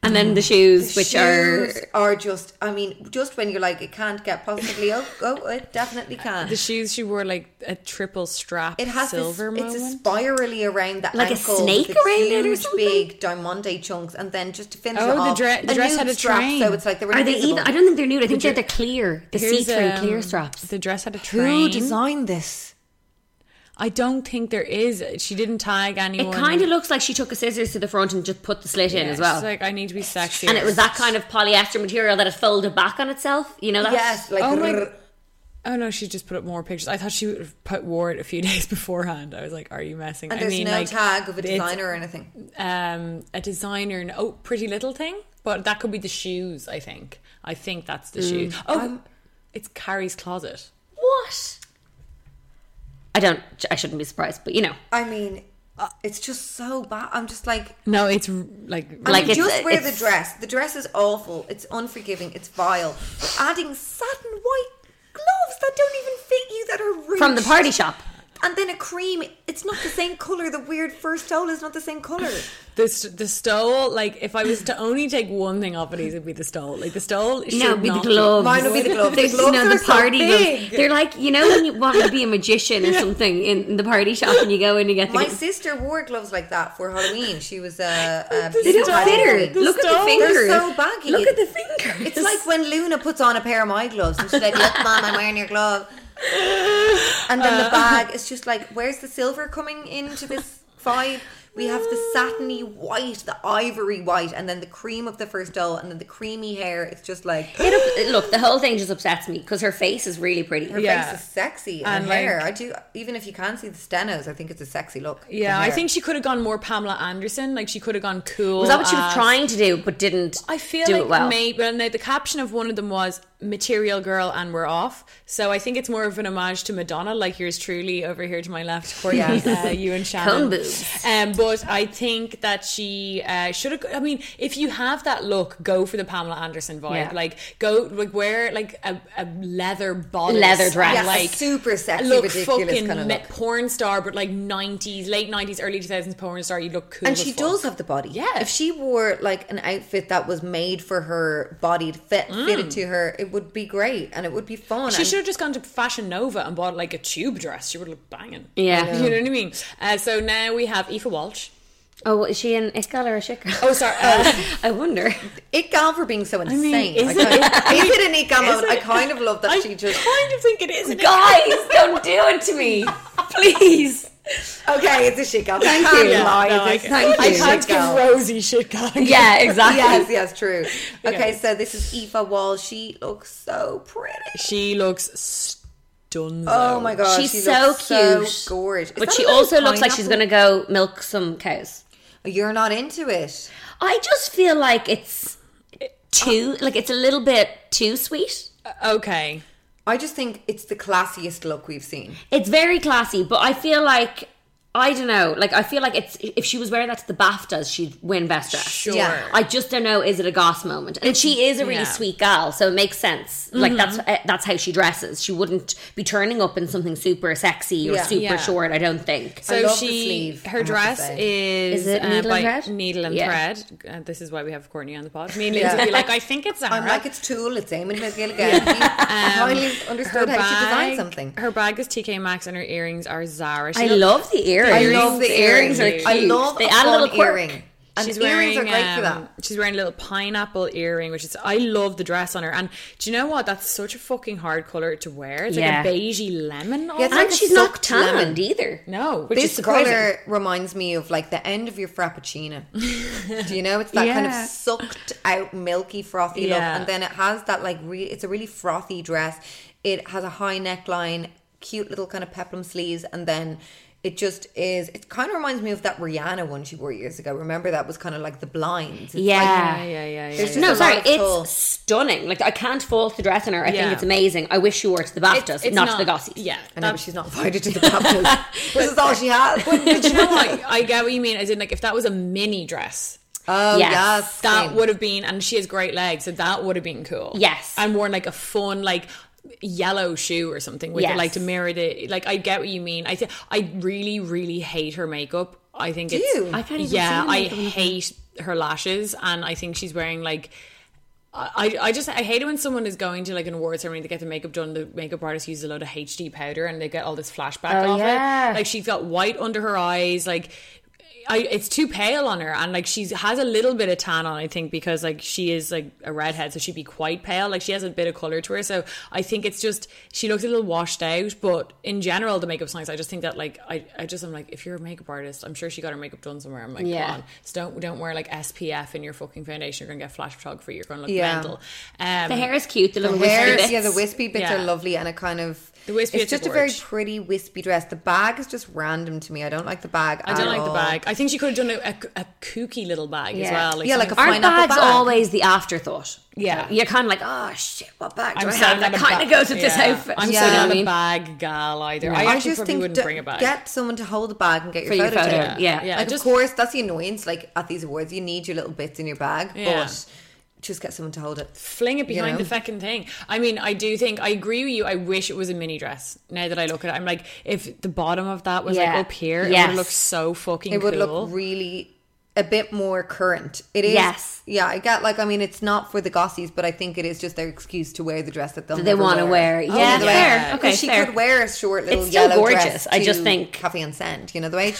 [SPEAKER 4] And then the shoes, which are
[SPEAKER 3] Shoes are just, I mean, just when you're like, it can't get possibly. Oh, oh, it definitely can.
[SPEAKER 2] The shoes she wore like a triple strap.
[SPEAKER 3] It has
[SPEAKER 2] silver
[SPEAKER 3] this, it's a
[SPEAKER 2] moment.
[SPEAKER 3] spirally around the
[SPEAKER 4] Like a
[SPEAKER 3] ankle,
[SPEAKER 4] snake
[SPEAKER 3] with the
[SPEAKER 4] around it or
[SPEAKER 3] huge,
[SPEAKER 4] something?
[SPEAKER 3] big diamante chunks, and then just to finish
[SPEAKER 2] Oh,
[SPEAKER 3] it
[SPEAKER 2] the
[SPEAKER 3] off,
[SPEAKER 2] dre- the dress
[SPEAKER 3] nude
[SPEAKER 2] had a
[SPEAKER 3] strap,
[SPEAKER 2] train.
[SPEAKER 3] so it's like they were
[SPEAKER 4] are they
[SPEAKER 3] invisible.
[SPEAKER 4] even? I don't think they're nude. I think they're the clear, the see
[SPEAKER 2] Here's,
[SPEAKER 4] through
[SPEAKER 2] um,
[SPEAKER 4] clear straps.
[SPEAKER 2] The dress had a train.
[SPEAKER 3] Who designed this?
[SPEAKER 2] I don't think there is. She didn't tag
[SPEAKER 4] It
[SPEAKER 2] anyone.
[SPEAKER 4] kind of looks like she took a scissors to the front and just put the slit in
[SPEAKER 2] Yeah,
[SPEAKER 4] as well.
[SPEAKER 2] She's like, I need to be sexy.
[SPEAKER 4] and it was that kind of polyester material that it folded back on itself. You know that?
[SPEAKER 3] Yes, like
[SPEAKER 2] Oh my-
[SPEAKER 3] rrr,
[SPEAKER 2] Oh no, she just put up more pictures. I thought she would have put wore it a few days beforehand. I was like, "Are you messing?"
[SPEAKER 3] and
[SPEAKER 2] I
[SPEAKER 3] there's
[SPEAKER 2] mean,
[SPEAKER 3] no
[SPEAKER 2] like,
[SPEAKER 3] tag of a
[SPEAKER 2] it's,
[SPEAKER 3] designer or anything.
[SPEAKER 2] um, a designer, and oh, pretty little thing. But that could be the shoes. I think. I think that's the shoes. Oh, it's Carrie's closet.
[SPEAKER 4] What? I don't. I shouldn't be surprised, but you know,
[SPEAKER 3] I mean, it's just so bad. I'm just like,
[SPEAKER 2] No, it's r- like
[SPEAKER 4] Like,
[SPEAKER 3] I mean,
[SPEAKER 4] it's-
[SPEAKER 3] just wear
[SPEAKER 4] it's-
[SPEAKER 3] the dress. The dress is awful. It's unforgiving. It's vile. But adding satin white gloves that don't even fit you that are ruched.
[SPEAKER 4] from the party shop.
[SPEAKER 3] and then a cream. It's not the same color. The weird first towel is not the same color.
[SPEAKER 2] this the stole. Like if I was to only take one thing off of these, it'd be the stole. Like the stole. Should
[SPEAKER 4] No, it'd be the
[SPEAKER 2] not
[SPEAKER 4] gloves.
[SPEAKER 3] Mine would be the gloves. The
[SPEAKER 4] There's,
[SPEAKER 3] gloves
[SPEAKER 4] you know,
[SPEAKER 3] are
[SPEAKER 4] the
[SPEAKER 3] so
[SPEAKER 4] party gloves.
[SPEAKER 3] big.
[SPEAKER 4] They're like you know when you want to be a magician or something in, in the party shop, and you go in and get
[SPEAKER 3] My
[SPEAKER 4] the.
[SPEAKER 3] sister wore gloves like that for Halloween. She was uh, a. a
[SPEAKER 4] They don't
[SPEAKER 3] beauty
[SPEAKER 4] fit her.
[SPEAKER 3] pageant.
[SPEAKER 4] Look at the
[SPEAKER 2] stones.
[SPEAKER 4] fingers.
[SPEAKER 3] They're so baggy.
[SPEAKER 4] Look at the fingers.
[SPEAKER 3] It's like when Luna puts on a pair of my gloves and she's like, "Look, mom, I'm wearing your glove." And then the bag is just like, where's the silver coming into this vibe? We have the satiny white, the ivory white, and then the cream of the first doll, and then the creamy hair. It's just like her
[SPEAKER 4] It up, look, the whole thing just upsets me because her face is really pretty.
[SPEAKER 2] Yeah.
[SPEAKER 3] face is sexy and,
[SPEAKER 2] And,
[SPEAKER 3] her hair.
[SPEAKER 2] like-
[SPEAKER 3] I do, even if you can't see the stenos, I think it's a sexy look. the
[SPEAKER 2] Yeah, I
[SPEAKER 3] hair.
[SPEAKER 2] think she could have gone more Pamela Anderson. Like she could have gone cool.
[SPEAKER 4] Was that what she was
[SPEAKER 2] as-
[SPEAKER 4] trying to do but didn't
[SPEAKER 2] I feel
[SPEAKER 4] do
[SPEAKER 2] like
[SPEAKER 4] it well?
[SPEAKER 2] maybe well, no, the caption of one of them was "Material Girl" and we're off. So I think it's more of an homage to Madonna. Like here's truly over here to my left, Courtney,
[SPEAKER 3] Yes.
[SPEAKER 2] uh, you and Shannon.
[SPEAKER 4] Cone boobs.
[SPEAKER 2] Um, but I think that she uh, should have. I mean, if you have that look, go for the Pamela Anderson vibe.
[SPEAKER 4] Yeah.
[SPEAKER 2] Like go like wear like a, a leather bodice,
[SPEAKER 4] Leather dress.
[SPEAKER 2] and,
[SPEAKER 4] Yes,
[SPEAKER 2] like
[SPEAKER 3] super sexy,
[SPEAKER 2] look
[SPEAKER 3] ridiculous
[SPEAKER 2] fucking
[SPEAKER 3] kinda
[SPEAKER 2] me-
[SPEAKER 3] look.
[SPEAKER 2] porn star, but like nineties, late nineties, early two thousands porn star. You look cool,
[SPEAKER 3] and
[SPEAKER 2] as
[SPEAKER 3] she
[SPEAKER 2] fuck.
[SPEAKER 3] does have the body.
[SPEAKER 2] Yeah.
[SPEAKER 3] If she wore like an outfit that was made for her body to fit fitted to her, it would be great and it would be fun.
[SPEAKER 2] She
[SPEAKER 3] and-
[SPEAKER 2] should have just gone to Fashion Nova and bought like a tube dress. She would look banging.
[SPEAKER 4] Yeah. I know.
[SPEAKER 2] you know what I mean. Uh, so now we have Aoife Walsh.
[SPEAKER 4] Oh, is she an it girl or a shit girl?
[SPEAKER 2] Oh, sorry. Uh,
[SPEAKER 4] I wonder.
[SPEAKER 3] It gal for being so insane.
[SPEAKER 2] mean,
[SPEAKER 3] I
[SPEAKER 2] is
[SPEAKER 3] kind
[SPEAKER 2] it-
[SPEAKER 3] of- is it an it gal moment? I
[SPEAKER 2] it-
[SPEAKER 3] kind of love that
[SPEAKER 2] I
[SPEAKER 3] she just
[SPEAKER 2] kind of think it is. an-
[SPEAKER 4] Guys, don't do it to me. Please.
[SPEAKER 3] Okay, it's a shit gal. Thank
[SPEAKER 2] Yeah,
[SPEAKER 3] you. Lie,
[SPEAKER 2] no, I
[SPEAKER 3] it's a-
[SPEAKER 2] can-
[SPEAKER 3] Thank
[SPEAKER 2] I
[SPEAKER 3] you.
[SPEAKER 2] can't give
[SPEAKER 3] shit gal.
[SPEAKER 2] Rosie shit gal.
[SPEAKER 4] Yeah, exactly.
[SPEAKER 3] Yes, yes, true. Okay, so this is Eva Wall. She looks so pretty.
[SPEAKER 2] She looks stunning.
[SPEAKER 3] Oh my god,
[SPEAKER 4] She's
[SPEAKER 3] she
[SPEAKER 4] so
[SPEAKER 3] looks so
[SPEAKER 4] cute.
[SPEAKER 3] gorgeous. Is
[SPEAKER 4] But
[SPEAKER 3] that
[SPEAKER 4] she
[SPEAKER 3] a little
[SPEAKER 4] also looks like she's going to
[SPEAKER 3] pineapple?
[SPEAKER 4] go milk some cows.
[SPEAKER 3] You're not into it.
[SPEAKER 4] I just feel like it's too like it's a little bit too sweet.
[SPEAKER 2] Okay.
[SPEAKER 3] I just think it's the classiest look we've seen.
[SPEAKER 4] It's very classy, but I feel like I don't know. Like I feel like it's if she was wearing that to the BAFTAs, she'd win best dress.
[SPEAKER 2] Sure.
[SPEAKER 3] Yeah.
[SPEAKER 4] I just don't know. Is it a goss moment? And she is a really
[SPEAKER 2] Yeah.
[SPEAKER 4] sweet gal, so it makes sense. Like that's
[SPEAKER 3] Mm-hmm.
[SPEAKER 4] uh, that's how she dresses. She wouldn't be turning up in something super sexy or
[SPEAKER 3] Yeah.
[SPEAKER 4] super
[SPEAKER 2] Yeah.
[SPEAKER 4] short. I don't think.
[SPEAKER 2] So
[SPEAKER 3] love the
[SPEAKER 2] she,
[SPEAKER 3] sleeve, I
[SPEAKER 2] her
[SPEAKER 3] have to
[SPEAKER 2] dress is, uh,
[SPEAKER 4] Is it needle and
[SPEAKER 2] by
[SPEAKER 4] thread?
[SPEAKER 2] Needle and
[SPEAKER 4] Yeah.
[SPEAKER 2] thread. Uh, this is why we have Courtney on the pod. Me and Lindsay be like, I think it's Zara.
[SPEAKER 3] I'm like, it's Tool, it's Eamon McGilligan. I finally understood how she designed something.
[SPEAKER 2] Her bag is TK Maxx and her earrings are Zara. She
[SPEAKER 4] I
[SPEAKER 2] looks-
[SPEAKER 4] love the earrings.
[SPEAKER 3] I love the earrings.
[SPEAKER 4] are
[SPEAKER 2] cute.
[SPEAKER 4] cute.
[SPEAKER 3] I love
[SPEAKER 4] they
[SPEAKER 3] a
[SPEAKER 4] add a
[SPEAKER 3] fun
[SPEAKER 4] little quirk.
[SPEAKER 3] earring. And
[SPEAKER 2] She's
[SPEAKER 3] earrings
[SPEAKER 2] wearing,
[SPEAKER 3] are great for
[SPEAKER 2] um,
[SPEAKER 3] that.
[SPEAKER 2] She's wearing a little pineapple earring, which is I love the dress on her. And do you know what? That's such a fucking hard color to wear. It's
[SPEAKER 4] Yeah.
[SPEAKER 2] like a beigey lemon.
[SPEAKER 3] Yeah, it's
[SPEAKER 4] And
[SPEAKER 2] almost.
[SPEAKER 3] like a
[SPEAKER 4] she's not
[SPEAKER 3] soaked lemon.
[SPEAKER 4] tanned either.
[SPEAKER 2] no, which is
[SPEAKER 3] This
[SPEAKER 2] surprising.
[SPEAKER 3] color reminds me of like the end of your frappuccino. Do you know? It's that kind of
[SPEAKER 2] Yeah.
[SPEAKER 3] sucked out, milky, frothy look,
[SPEAKER 2] Yeah.
[SPEAKER 3] and then it has that like re- it's a really frothy dress. It has a high neckline, cute little kind of peplum sleeves, and then it just is. It kind of reminds me of that Rihanna one she wore years ago. Remember that was kind of like the blinds. It's
[SPEAKER 4] Yeah.
[SPEAKER 2] Yeah, yeah, yeah, yeah.
[SPEAKER 3] There's
[SPEAKER 2] yeah.
[SPEAKER 4] No,
[SPEAKER 3] It's a lot
[SPEAKER 4] sorry,
[SPEAKER 3] of
[SPEAKER 4] it's
[SPEAKER 3] tulle.
[SPEAKER 4] stunning. Like I can't fault the dress on her. I
[SPEAKER 2] Yeah.
[SPEAKER 4] think it's amazing. I wish she wore it to the BAFTAs,
[SPEAKER 2] It's- it's
[SPEAKER 4] not, to the Gossies.
[SPEAKER 2] Yeah,
[SPEAKER 3] I know, but
[SPEAKER 2] that's-
[SPEAKER 3] she's not invited to the baptism. this is all she has.
[SPEAKER 2] But do you know what? I get what you mean. As in, like, if that was a mini dress,
[SPEAKER 3] oh
[SPEAKER 4] Yes.
[SPEAKER 3] yes,
[SPEAKER 2] that
[SPEAKER 3] same.
[SPEAKER 2] would have been, and she has great legs, so that would have been cool.
[SPEAKER 4] Yes.
[SPEAKER 2] And worn like a fun, like, yellow shoe or something with it,
[SPEAKER 4] Yes.
[SPEAKER 2] like to mirror the like I get what you mean. I th- I really, really hate her makeup. I think it's
[SPEAKER 3] you? I
[SPEAKER 4] can't even
[SPEAKER 2] yeah,
[SPEAKER 4] see the
[SPEAKER 2] I
[SPEAKER 4] makeup on her.
[SPEAKER 2] hate her lashes and I think she's wearing like I, I just I hate it when someone is going to like an award ceremony to get their makeup done. The makeup artist uses a load of HD powder and they get all this flashback
[SPEAKER 4] Oh,
[SPEAKER 2] off
[SPEAKER 4] yeah.
[SPEAKER 2] it. Like she's got white under her eyes. Like I, it's too pale on her, and like she has a little bit of tan on. I think because like she is like a redhead, so she'd be quite pale. Like she has a bit of color to her, so I think it's just she looks a little washed out. But in general, the makeup's nice. I just think that like I, I just I'm like if you're a makeup artist, I'm sure she got her makeup done somewhere. I'm like,
[SPEAKER 4] Yeah.
[SPEAKER 2] come on, just don't don't wear like SPF in your fucking foundation. You're gonna get flash photography. You're gonna look
[SPEAKER 3] Yeah.
[SPEAKER 2] mental. Um,
[SPEAKER 4] The hair is cute. The little
[SPEAKER 3] Hair-
[SPEAKER 4] wispy bits.
[SPEAKER 3] yeah, the wispy bits
[SPEAKER 2] Yeah.
[SPEAKER 3] are lovely, and it kind of
[SPEAKER 2] The wispy bits
[SPEAKER 3] It's just
[SPEAKER 2] are
[SPEAKER 3] a very
[SPEAKER 2] gorge.
[SPEAKER 3] pretty wispy dress. The bag is just random to me. I don't like the bag.
[SPEAKER 2] I don't like the bag. I think she could have done a, a, a kooky little bag as
[SPEAKER 4] Yeah.
[SPEAKER 2] well.
[SPEAKER 3] Yeah, like a
[SPEAKER 2] something-
[SPEAKER 4] Aren't
[SPEAKER 3] pineapple
[SPEAKER 4] bags
[SPEAKER 3] bag.
[SPEAKER 4] always the afterthought?
[SPEAKER 2] Yeah.
[SPEAKER 4] you're kind of like, oh shit, what bag do i
[SPEAKER 2] I'm so
[SPEAKER 4] have?
[SPEAKER 2] not
[SPEAKER 4] That
[SPEAKER 2] a
[SPEAKER 4] kind
[SPEAKER 2] ba-
[SPEAKER 4] of goes with this
[SPEAKER 2] yeah.
[SPEAKER 4] outfit.
[SPEAKER 2] I'm
[SPEAKER 4] You
[SPEAKER 2] so
[SPEAKER 4] know what I
[SPEAKER 2] not a
[SPEAKER 4] mean?
[SPEAKER 2] bag gal either. I actually probably wouldn't
[SPEAKER 3] d-
[SPEAKER 2] bring a bag.
[SPEAKER 3] get someone to hold a bag and get your
[SPEAKER 4] For your
[SPEAKER 3] photo.
[SPEAKER 4] photo,
[SPEAKER 3] taken.
[SPEAKER 4] yeah.
[SPEAKER 2] Yeah,
[SPEAKER 3] like
[SPEAKER 2] just-
[SPEAKER 3] of course that's the annoyance. Like at these awards, you need your little bits in your bag,
[SPEAKER 2] Yeah.
[SPEAKER 3] but just get someone to hold it.
[SPEAKER 2] Fling it behind
[SPEAKER 3] know?
[SPEAKER 2] the fucking thing. I mean, I do think I agree with you. I wish it was a mini dress. Now that I look at it, I'm like, if the bottom of that was
[SPEAKER 4] Yeah.
[SPEAKER 2] like up here, it
[SPEAKER 4] Yes.
[SPEAKER 2] would look so fucking.
[SPEAKER 3] It would
[SPEAKER 2] cool.
[SPEAKER 3] look really a bit more current. It is.
[SPEAKER 4] Yes.
[SPEAKER 3] Yeah, I get like I mean it's not for the gossies, but I think it is just their excuse to wear the dress that they'll
[SPEAKER 4] That they want to wear. Yeah,
[SPEAKER 3] yeah.
[SPEAKER 4] fair.
[SPEAKER 3] Because
[SPEAKER 4] Okay,
[SPEAKER 3] she
[SPEAKER 4] fair.
[SPEAKER 3] could wear a short little
[SPEAKER 4] It's still
[SPEAKER 3] yellow
[SPEAKER 4] gorgeous.
[SPEAKER 3] dress.
[SPEAKER 4] I
[SPEAKER 3] to
[SPEAKER 4] just think-
[SPEAKER 3] Cafe and Sand. You know the way.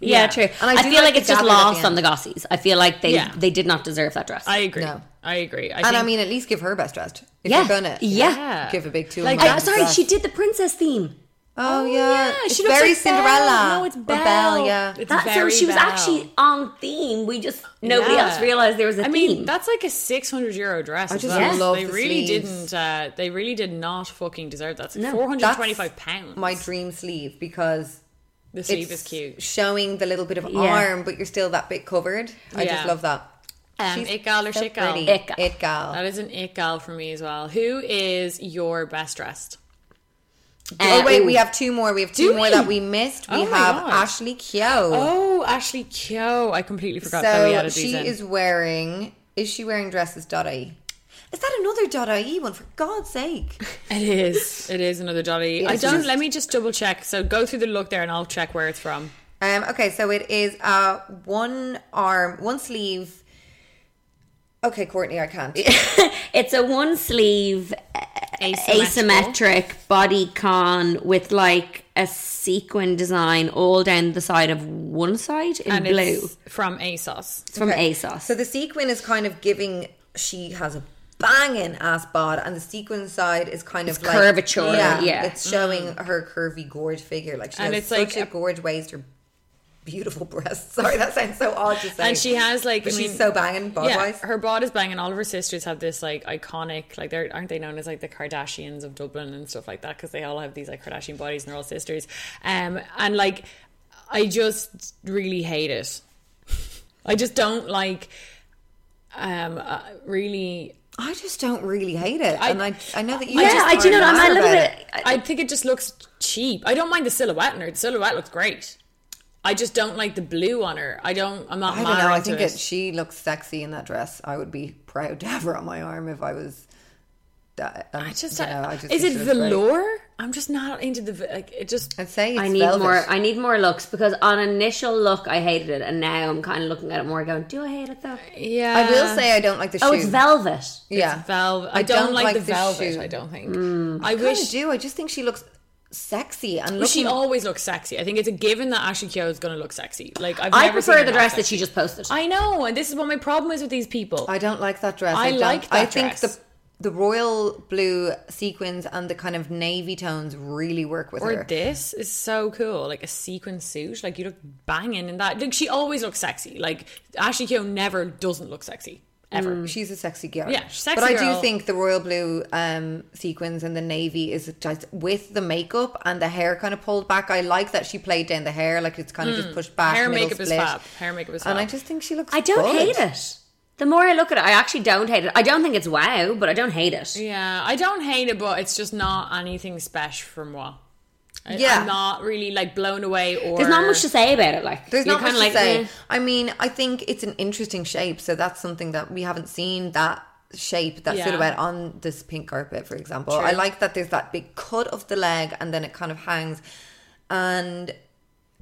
[SPEAKER 4] Yeah,
[SPEAKER 2] Yeah.
[SPEAKER 4] true.
[SPEAKER 2] And
[SPEAKER 4] I,
[SPEAKER 3] I do
[SPEAKER 4] feel
[SPEAKER 3] like
[SPEAKER 4] like
[SPEAKER 3] the
[SPEAKER 4] it's just
[SPEAKER 3] goblet at the
[SPEAKER 4] lost
[SPEAKER 3] end.
[SPEAKER 4] on the Gossies. I feel like they
[SPEAKER 2] Yeah.
[SPEAKER 4] they did not deserve that dress.
[SPEAKER 2] I agree.
[SPEAKER 3] No.
[SPEAKER 2] I agree. I
[SPEAKER 3] And I
[SPEAKER 2] think-
[SPEAKER 3] mean, at least give her best dressed. If
[SPEAKER 4] yeah.
[SPEAKER 3] you're gonna
[SPEAKER 4] yeah.
[SPEAKER 2] Yeah.
[SPEAKER 3] give a big two.
[SPEAKER 2] Like
[SPEAKER 3] on
[SPEAKER 4] I-
[SPEAKER 3] best
[SPEAKER 4] sorry, she
[SPEAKER 3] dressed.
[SPEAKER 4] did the princess theme.
[SPEAKER 3] Oh, yeah.
[SPEAKER 2] she
[SPEAKER 3] It's
[SPEAKER 2] looks
[SPEAKER 3] very
[SPEAKER 2] like Belle.
[SPEAKER 3] Cinderella.
[SPEAKER 2] No, it's
[SPEAKER 3] Or
[SPEAKER 2] Belle.
[SPEAKER 3] yeah.
[SPEAKER 2] It's
[SPEAKER 4] That, so
[SPEAKER 2] very
[SPEAKER 4] she was
[SPEAKER 2] Belle.
[SPEAKER 4] actually on theme. We just nobody
[SPEAKER 2] Yeah.
[SPEAKER 4] else realized there was a
[SPEAKER 2] I
[SPEAKER 4] theme.
[SPEAKER 2] mean, that's like a six hundred euro dress. I
[SPEAKER 3] just
[SPEAKER 4] love
[SPEAKER 2] they
[SPEAKER 3] the
[SPEAKER 2] really
[SPEAKER 3] sleeves.
[SPEAKER 2] didn't. Uh, they really did not fucking deserve that. It's like four hundred
[SPEAKER 3] That's
[SPEAKER 2] twenty-five pounds.
[SPEAKER 3] My dream sleeve because
[SPEAKER 2] the sleeve is cute.
[SPEAKER 3] showing the little bit of
[SPEAKER 4] Yeah.
[SPEAKER 3] arm, but you're still that bit covered. I just
[SPEAKER 2] Yeah.
[SPEAKER 3] love that.
[SPEAKER 2] Um,
[SPEAKER 3] She's
[SPEAKER 2] it gal or
[SPEAKER 3] so
[SPEAKER 2] shit gal.
[SPEAKER 3] pretty.
[SPEAKER 4] It gal.
[SPEAKER 3] It gal.
[SPEAKER 2] That is an it gal for me as well. Who is your best dressed?
[SPEAKER 4] Uh,
[SPEAKER 3] oh wait,
[SPEAKER 4] ooh.
[SPEAKER 3] we have two more. We have two
[SPEAKER 2] Do
[SPEAKER 3] more
[SPEAKER 2] we?
[SPEAKER 3] that we missed. We
[SPEAKER 2] Oh my
[SPEAKER 3] have
[SPEAKER 2] God.
[SPEAKER 3] Ashley Kyo.
[SPEAKER 2] Oh, Ashley Kyo. I completely forgot that we
[SPEAKER 3] so
[SPEAKER 2] added these
[SPEAKER 3] she
[SPEAKER 2] in.
[SPEAKER 3] is wearing. Is she wearing dresses? .ie. Is that another .ie one? For God's sake!
[SPEAKER 2] it is. It is another dolly. I don't. Let me just double check. So go through the look there, and I'll check where it's from.
[SPEAKER 3] Um, okay, so it is uh one arm, one sleeve. Okay, Courtney, I can't.
[SPEAKER 4] It's a one sleeve
[SPEAKER 2] Asymmetrical.
[SPEAKER 4] asymmetric body con with like a sequin design all down the side of one side in
[SPEAKER 2] and
[SPEAKER 4] blue.
[SPEAKER 2] it's
[SPEAKER 4] It's,
[SPEAKER 2] from ASOS.
[SPEAKER 4] from
[SPEAKER 3] Okay.
[SPEAKER 4] ASOS.
[SPEAKER 3] So the sequin is kind of giving. She has a banging ass bod, and the sequin side is kind of like
[SPEAKER 4] curvature, yeah. Mm.
[SPEAKER 3] it's showing her curvy gorge figure. Like she
[SPEAKER 2] And
[SPEAKER 3] has
[SPEAKER 2] it's
[SPEAKER 3] such
[SPEAKER 2] like
[SPEAKER 3] a,
[SPEAKER 2] a-
[SPEAKER 3] gorge waist, her beautiful breasts. Sorry, that sounds so odd to say.
[SPEAKER 2] And she has like
[SPEAKER 3] but
[SPEAKER 2] I
[SPEAKER 3] she's
[SPEAKER 2] mean-
[SPEAKER 3] so banging bod
[SPEAKER 2] Yeah,
[SPEAKER 3] wise.
[SPEAKER 2] her bod is banging. All of her sisters have this like iconic, like they're aren't they known as like the Kardashians of Dublin and stuff like that because they all have these like Kardashian bodies and they're all sisters. Um, and like I just really hate it. I just don't like. Um, uh, really,
[SPEAKER 3] I just don't really hate it, and I I know that you.
[SPEAKER 4] yeah,
[SPEAKER 3] just
[SPEAKER 4] I do
[SPEAKER 3] aren't
[SPEAKER 4] know. I'm
[SPEAKER 3] mad
[SPEAKER 4] a little
[SPEAKER 3] about
[SPEAKER 4] bit.
[SPEAKER 2] I think it just looks cheap. I don't mind the silhouette in her. The silhouette looks great. I just don't like the blue on her. I don't. I'm not.
[SPEAKER 3] I don't know. I
[SPEAKER 2] married to
[SPEAKER 3] think it. she looks sexy in that dress. I would be proud to have her on my arm if I was. That, um,
[SPEAKER 2] I just,
[SPEAKER 3] you know, I just
[SPEAKER 2] is
[SPEAKER 3] think
[SPEAKER 2] it
[SPEAKER 3] she looks great.
[SPEAKER 2] velour? I'm just not into the ve- like. It just
[SPEAKER 3] I'd say it's
[SPEAKER 4] I need
[SPEAKER 3] velvet.
[SPEAKER 4] more. I need more looks because on initial look I hated it, and now I'm kind of looking at it more, going, "Do I hate it though?"
[SPEAKER 2] yeah.
[SPEAKER 3] I will say I don't like the shoe.
[SPEAKER 4] Oh, it's velvet.
[SPEAKER 3] Yeah,
[SPEAKER 2] velvet. I, don't, like, the velvet. I don't think. I
[SPEAKER 3] Mm. I
[SPEAKER 2] wish
[SPEAKER 3] do. I just think she looks sexy and
[SPEAKER 2] she
[SPEAKER 3] looking.
[SPEAKER 2] always looks sexy. I think it's a given that Ashley Kyo is going to look sexy. Like I've
[SPEAKER 4] I
[SPEAKER 2] never seen
[SPEAKER 4] prefer
[SPEAKER 2] her
[SPEAKER 4] the
[SPEAKER 2] not
[SPEAKER 4] dress that
[SPEAKER 2] sexy.
[SPEAKER 4] she just posted.
[SPEAKER 2] I know, and this is what my problem is with these people.
[SPEAKER 3] I don't like that dress.
[SPEAKER 2] I
[SPEAKER 3] don't-
[SPEAKER 2] like that
[SPEAKER 3] I think
[SPEAKER 2] dress.
[SPEAKER 3] the the royal blue sequins and the kind of navy tones really work with
[SPEAKER 2] or
[SPEAKER 3] her.
[SPEAKER 2] this is so cool, like a sequin suit. Like you look banging in that. Like she always looks sexy. Like Ashley Kyo never doesn't look sexy ever.
[SPEAKER 3] She's a sexy girl.
[SPEAKER 2] Yeah, she's a sexy
[SPEAKER 3] But I do
[SPEAKER 2] girl.
[SPEAKER 3] think the royal blue um, sequins and the navy is just with the makeup and the hair kind of pulled back. I like that she played down the hair, like it's kind of just pushed back.
[SPEAKER 2] Mm. Hair
[SPEAKER 3] middle
[SPEAKER 2] makeup is
[SPEAKER 3] split.
[SPEAKER 2] fab. Hair makeup is fab.
[SPEAKER 3] And I just think she looks.
[SPEAKER 4] I don't
[SPEAKER 3] good.
[SPEAKER 4] hate it. The more I look at it, I actually don't hate it. I don't think it's wow, but I don't hate it.
[SPEAKER 2] Yeah, I don't hate it, but it's just not anything special for moi. I,
[SPEAKER 3] Yeah.
[SPEAKER 2] I'm not really like blown away or.
[SPEAKER 4] There's not much to say about it. Like
[SPEAKER 3] There's
[SPEAKER 4] you're
[SPEAKER 3] not much
[SPEAKER 4] kinda
[SPEAKER 3] to
[SPEAKER 4] like,
[SPEAKER 3] say.
[SPEAKER 4] eh.
[SPEAKER 3] I mean, I think it's an interesting shape. So that's something that we haven't seen that shape, that
[SPEAKER 2] Yeah.
[SPEAKER 3] silhouette on this pink carpet, for example. I like that there's that big cut of the leg and then it kind of hangs. And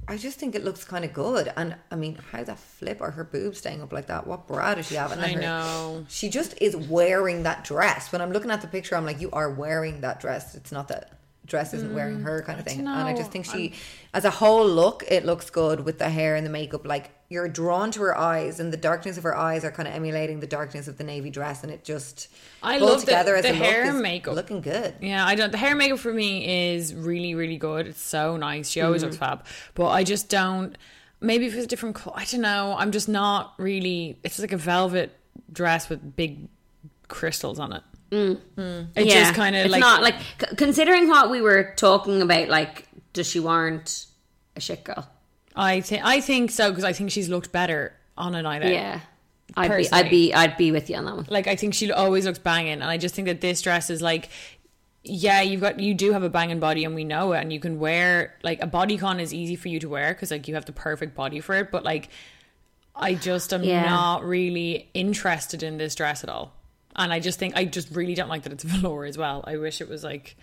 [SPEAKER 3] I just think it looks kind of good. And I mean, how the flip are her boobs staying up like that? What bra does she have? And then
[SPEAKER 2] I
[SPEAKER 3] her-
[SPEAKER 2] know.
[SPEAKER 3] She just is wearing that dress. When I'm looking at the picture, I'm like, you are wearing that dress. It's not that dress isn't
[SPEAKER 4] Mm,
[SPEAKER 3] wearing her kind of thing. And I just think she, as a whole look, it looks good with the hair and the makeup. Like you're drawn to her eyes, and the darkness of her eyes are kind of emulating the darkness of the navy dress, and it just
[SPEAKER 2] I
[SPEAKER 3] pulled
[SPEAKER 2] love the-
[SPEAKER 3] together as
[SPEAKER 2] the
[SPEAKER 3] a
[SPEAKER 2] hair
[SPEAKER 3] look is
[SPEAKER 2] makeup.
[SPEAKER 3] looking good.
[SPEAKER 2] Yeah, I don't. The hair makeup for me is really, really good. It's so nice. She always
[SPEAKER 4] Mm.
[SPEAKER 2] looks fab, but I just don't. Maybe if it was a different, co- I don't know. I'm just not really. It's like a velvet dress with big crystals on it. Mm. It just kind of
[SPEAKER 4] it's
[SPEAKER 2] like
[SPEAKER 4] not like c- considering what we were talking about. Like, does she warrant a shit girl?
[SPEAKER 2] I think I think so because I think she's looked better on a night out.
[SPEAKER 4] Yeah, I'd be,
[SPEAKER 2] Personally.
[SPEAKER 4] I'd be, I'd be with you on that one.
[SPEAKER 2] Like I think she always looks banging, and I just think that this dress is like, yeah, you've got you do have a banging body, and we know it, and you can wear like a bodycon is easy for you to wear because like you have the perfect body for it. But like, I just am
[SPEAKER 4] Yeah.
[SPEAKER 2] not really interested in this dress at all, and I just think I just really don't like that it's velour as well. I wish it was like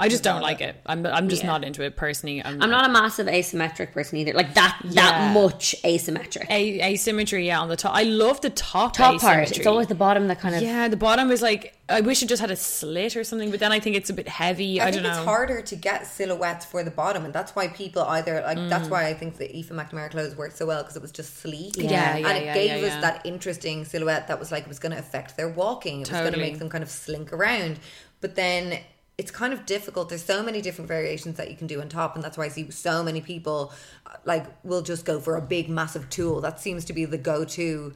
[SPEAKER 2] I just don't like it. I'm I'm just not into it personally. I'm,
[SPEAKER 4] I'm not a massive asymmetric person either. Like that
[SPEAKER 2] Yeah.
[SPEAKER 4] that much asymmetric.
[SPEAKER 2] a- asymmetry. Yeah, on the top. I love the top
[SPEAKER 4] Top part.
[SPEAKER 2] asymmetry.
[SPEAKER 4] It's always the bottom that kind of
[SPEAKER 2] yeah, the bottom is like I wish it just had a slit or something, but then I think it's a bit heavy. I,
[SPEAKER 3] I,
[SPEAKER 2] don't
[SPEAKER 3] think
[SPEAKER 2] know.
[SPEAKER 3] it's harder to get silhouettes for the bottom, and that's why people either like.
[SPEAKER 2] Mm.
[SPEAKER 3] That's why I think the Aoife McNamara clothes worked so well because it was just sleek,
[SPEAKER 2] Yeah, yeah,
[SPEAKER 3] and it
[SPEAKER 2] yeah,
[SPEAKER 3] gave
[SPEAKER 2] yeah,
[SPEAKER 3] us
[SPEAKER 2] yeah.
[SPEAKER 3] that interesting silhouette that was like it was going to affect their walking. It was going
[SPEAKER 2] Totally.
[SPEAKER 3] to make them kind of slink around, but then. It's kind of difficult. There's so many different variations that you can do on top, and that's why I see so many people uh, like will just go for a big, massive tool. That seems to be the go-to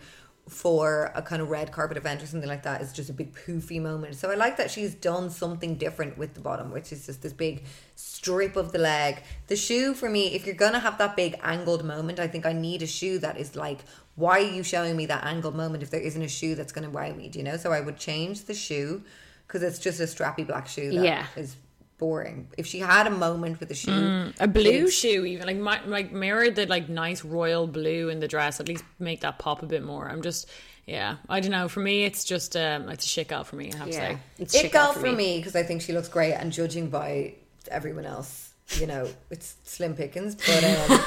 [SPEAKER 3] for a kind of red carpet event or something like that is just a big poofy moment. So I like that she's done something different with the bottom, which is just this big strip of the leg. The shoe for me, if you're gonna have that big angled moment, I think I need a shoe that is like, why are you showing me that angled moment if there isn't a shoe that's gonna wow me? Do you know? So I would change the shoe because it's just a strappy black shoe that is
[SPEAKER 4] Yeah.
[SPEAKER 3] boring. If she had a moment with a shoe,
[SPEAKER 2] a blue shoe, even like my, like mirror the like nice royal blue in the dress. At least make that pop a bit more. I'm just yeah. I don't know. For me, it's just um, it's a shit out for me. I have to say.
[SPEAKER 4] It's
[SPEAKER 3] it
[SPEAKER 4] chic
[SPEAKER 3] got
[SPEAKER 4] out
[SPEAKER 3] for me because I think she looks great, and judging by everyone else, you know, it's slim pickings. But um,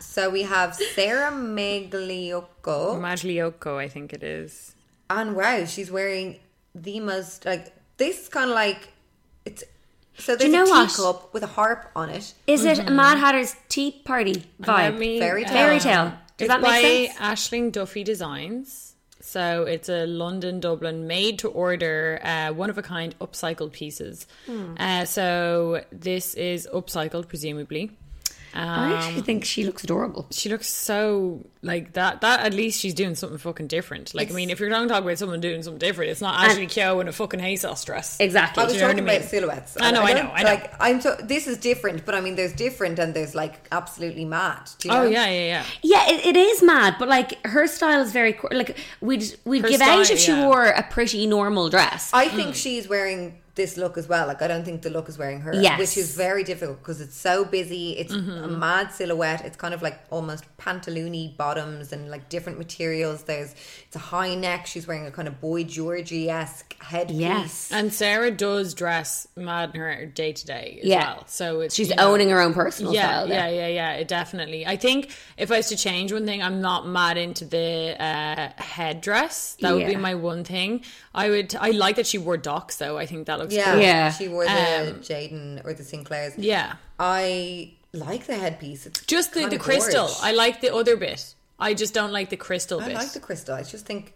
[SPEAKER 3] so we have Sarah Magliocco,
[SPEAKER 2] Magliocco, I think it is.
[SPEAKER 3] and wow, she's wearing the most like this is kind of like it's so there's
[SPEAKER 4] you know
[SPEAKER 3] a
[SPEAKER 4] what?
[SPEAKER 3] teacup with a harp on it.
[SPEAKER 4] Is it
[SPEAKER 2] Mm-hmm.
[SPEAKER 4] a Mad Hatter's tea party
[SPEAKER 2] Let
[SPEAKER 4] vibe?
[SPEAKER 2] me-
[SPEAKER 3] Fairy
[SPEAKER 4] Fairy tale. uh, Does
[SPEAKER 2] it's
[SPEAKER 4] that make
[SPEAKER 2] by
[SPEAKER 4] sense?
[SPEAKER 2] Ashling Duffy Designs. So it's a London Dublin made to order, uh, one of a kind upcycled pieces.
[SPEAKER 4] Hmm.
[SPEAKER 2] Uh, so this is upcycled, presumably.
[SPEAKER 4] I actually think she looks adorable.
[SPEAKER 2] Um, She looks so like that. That at least she's doing something fucking different. Like I mean, if you're going to talk about someone doing something different, it's not Ashley Kyo in a fucking hay sauce dress.
[SPEAKER 4] Exactly.
[SPEAKER 3] I was
[SPEAKER 2] you know what
[SPEAKER 3] talking
[SPEAKER 2] I
[SPEAKER 3] about
[SPEAKER 2] mean?
[SPEAKER 3] silhouettes.
[SPEAKER 2] I know, I
[SPEAKER 3] don't-
[SPEAKER 2] know, I know.
[SPEAKER 3] Like I'm, so this is different, but I mean, there's different, and there's like absolutely mad. Do you
[SPEAKER 2] Oh
[SPEAKER 3] know?
[SPEAKER 2] yeah, yeah, yeah.
[SPEAKER 4] Yeah, it, it is mad, but like her style is very qu- like we'd we'd
[SPEAKER 2] Her
[SPEAKER 4] give out
[SPEAKER 2] style,
[SPEAKER 4] if she
[SPEAKER 2] yeah.
[SPEAKER 4] wore a pretty normal dress.
[SPEAKER 3] I
[SPEAKER 2] Mm.
[SPEAKER 3] think she's wearing this look as well. Like I don't think the look is wearing her,
[SPEAKER 4] Yes.
[SPEAKER 3] which is very difficult because it's so busy. It's a
[SPEAKER 2] Mm-hmm.
[SPEAKER 3] mad silhouette. It's kind of like almost pantaloony bottoms and like different materials. There's it's a high neck. She's wearing a kind of boy Georgie esque headpiece.
[SPEAKER 4] yes,
[SPEAKER 2] And Sarah does dress mad in her day to day as
[SPEAKER 4] Yeah.
[SPEAKER 2] well. So it's,
[SPEAKER 4] she's
[SPEAKER 2] you know-
[SPEAKER 4] owning her own personal
[SPEAKER 2] yeah,
[SPEAKER 4] style.
[SPEAKER 2] Yeah,
[SPEAKER 4] there.
[SPEAKER 2] yeah, yeah, it definitely. I think if I was to change one thing, I'm not mad into the uh, headdress. That would be
[SPEAKER 4] Yeah.
[SPEAKER 2] my one thing. I would. I like that she wore docks though. I think that looks
[SPEAKER 3] Yeah,
[SPEAKER 2] Cool.
[SPEAKER 4] Yeah.
[SPEAKER 3] She wore the Jaden or the Sinclairs.
[SPEAKER 2] Um, Yeah,
[SPEAKER 3] I like the headpiece. It's
[SPEAKER 2] just the
[SPEAKER 3] kind
[SPEAKER 2] the
[SPEAKER 3] of
[SPEAKER 2] crystal.
[SPEAKER 3] gorge.
[SPEAKER 2] I like the other bit. I just don't like the crystal
[SPEAKER 3] I
[SPEAKER 2] bit.
[SPEAKER 3] like the crystal. I just think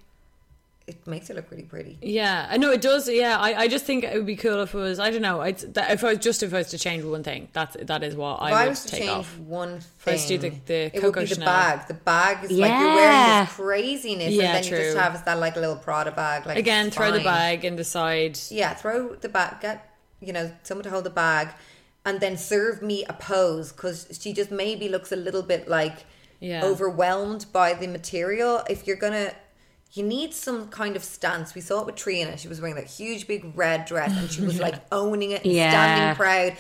[SPEAKER 3] it makes it look really pretty.
[SPEAKER 2] Yeah, I know it does. Yeah, I, I just think it would be cool if it was. I don't know. I'd, that, if I was just if I was to change one thing, that's that is what
[SPEAKER 3] If
[SPEAKER 2] I
[SPEAKER 3] I
[SPEAKER 2] would
[SPEAKER 3] was to
[SPEAKER 2] take
[SPEAKER 3] change
[SPEAKER 2] off.
[SPEAKER 3] one thing,
[SPEAKER 2] First do the- the
[SPEAKER 3] it would
[SPEAKER 2] Coco
[SPEAKER 3] be the
[SPEAKER 2] Chanel.
[SPEAKER 3] bag. The bag is like you're
[SPEAKER 4] Yeah.
[SPEAKER 3] wearing this craziness,
[SPEAKER 2] Yeah,
[SPEAKER 3] and then you just
[SPEAKER 2] true.
[SPEAKER 3] have that like little Prada bag. Like
[SPEAKER 2] Again,
[SPEAKER 3] it's
[SPEAKER 2] throw the
[SPEAKER 3] fine.
[SPEAKER 2] bag in the side.
[SPEAKER 3] Yeah, throw the bag. Get you know someone to hold the bag, and then serve me a pose because she just maybe looks a little bit like
[SPEAKER 2] Yeah.
[SPEAKER 3] overwhelmed by the material. If you're gonna. You need some kind of stance. We saw it with Trina. She was wearing that huge, big red dress, and she was like owning it and
[SPEAKER 4] Yeah.
[SPEAKER 3] standing proud.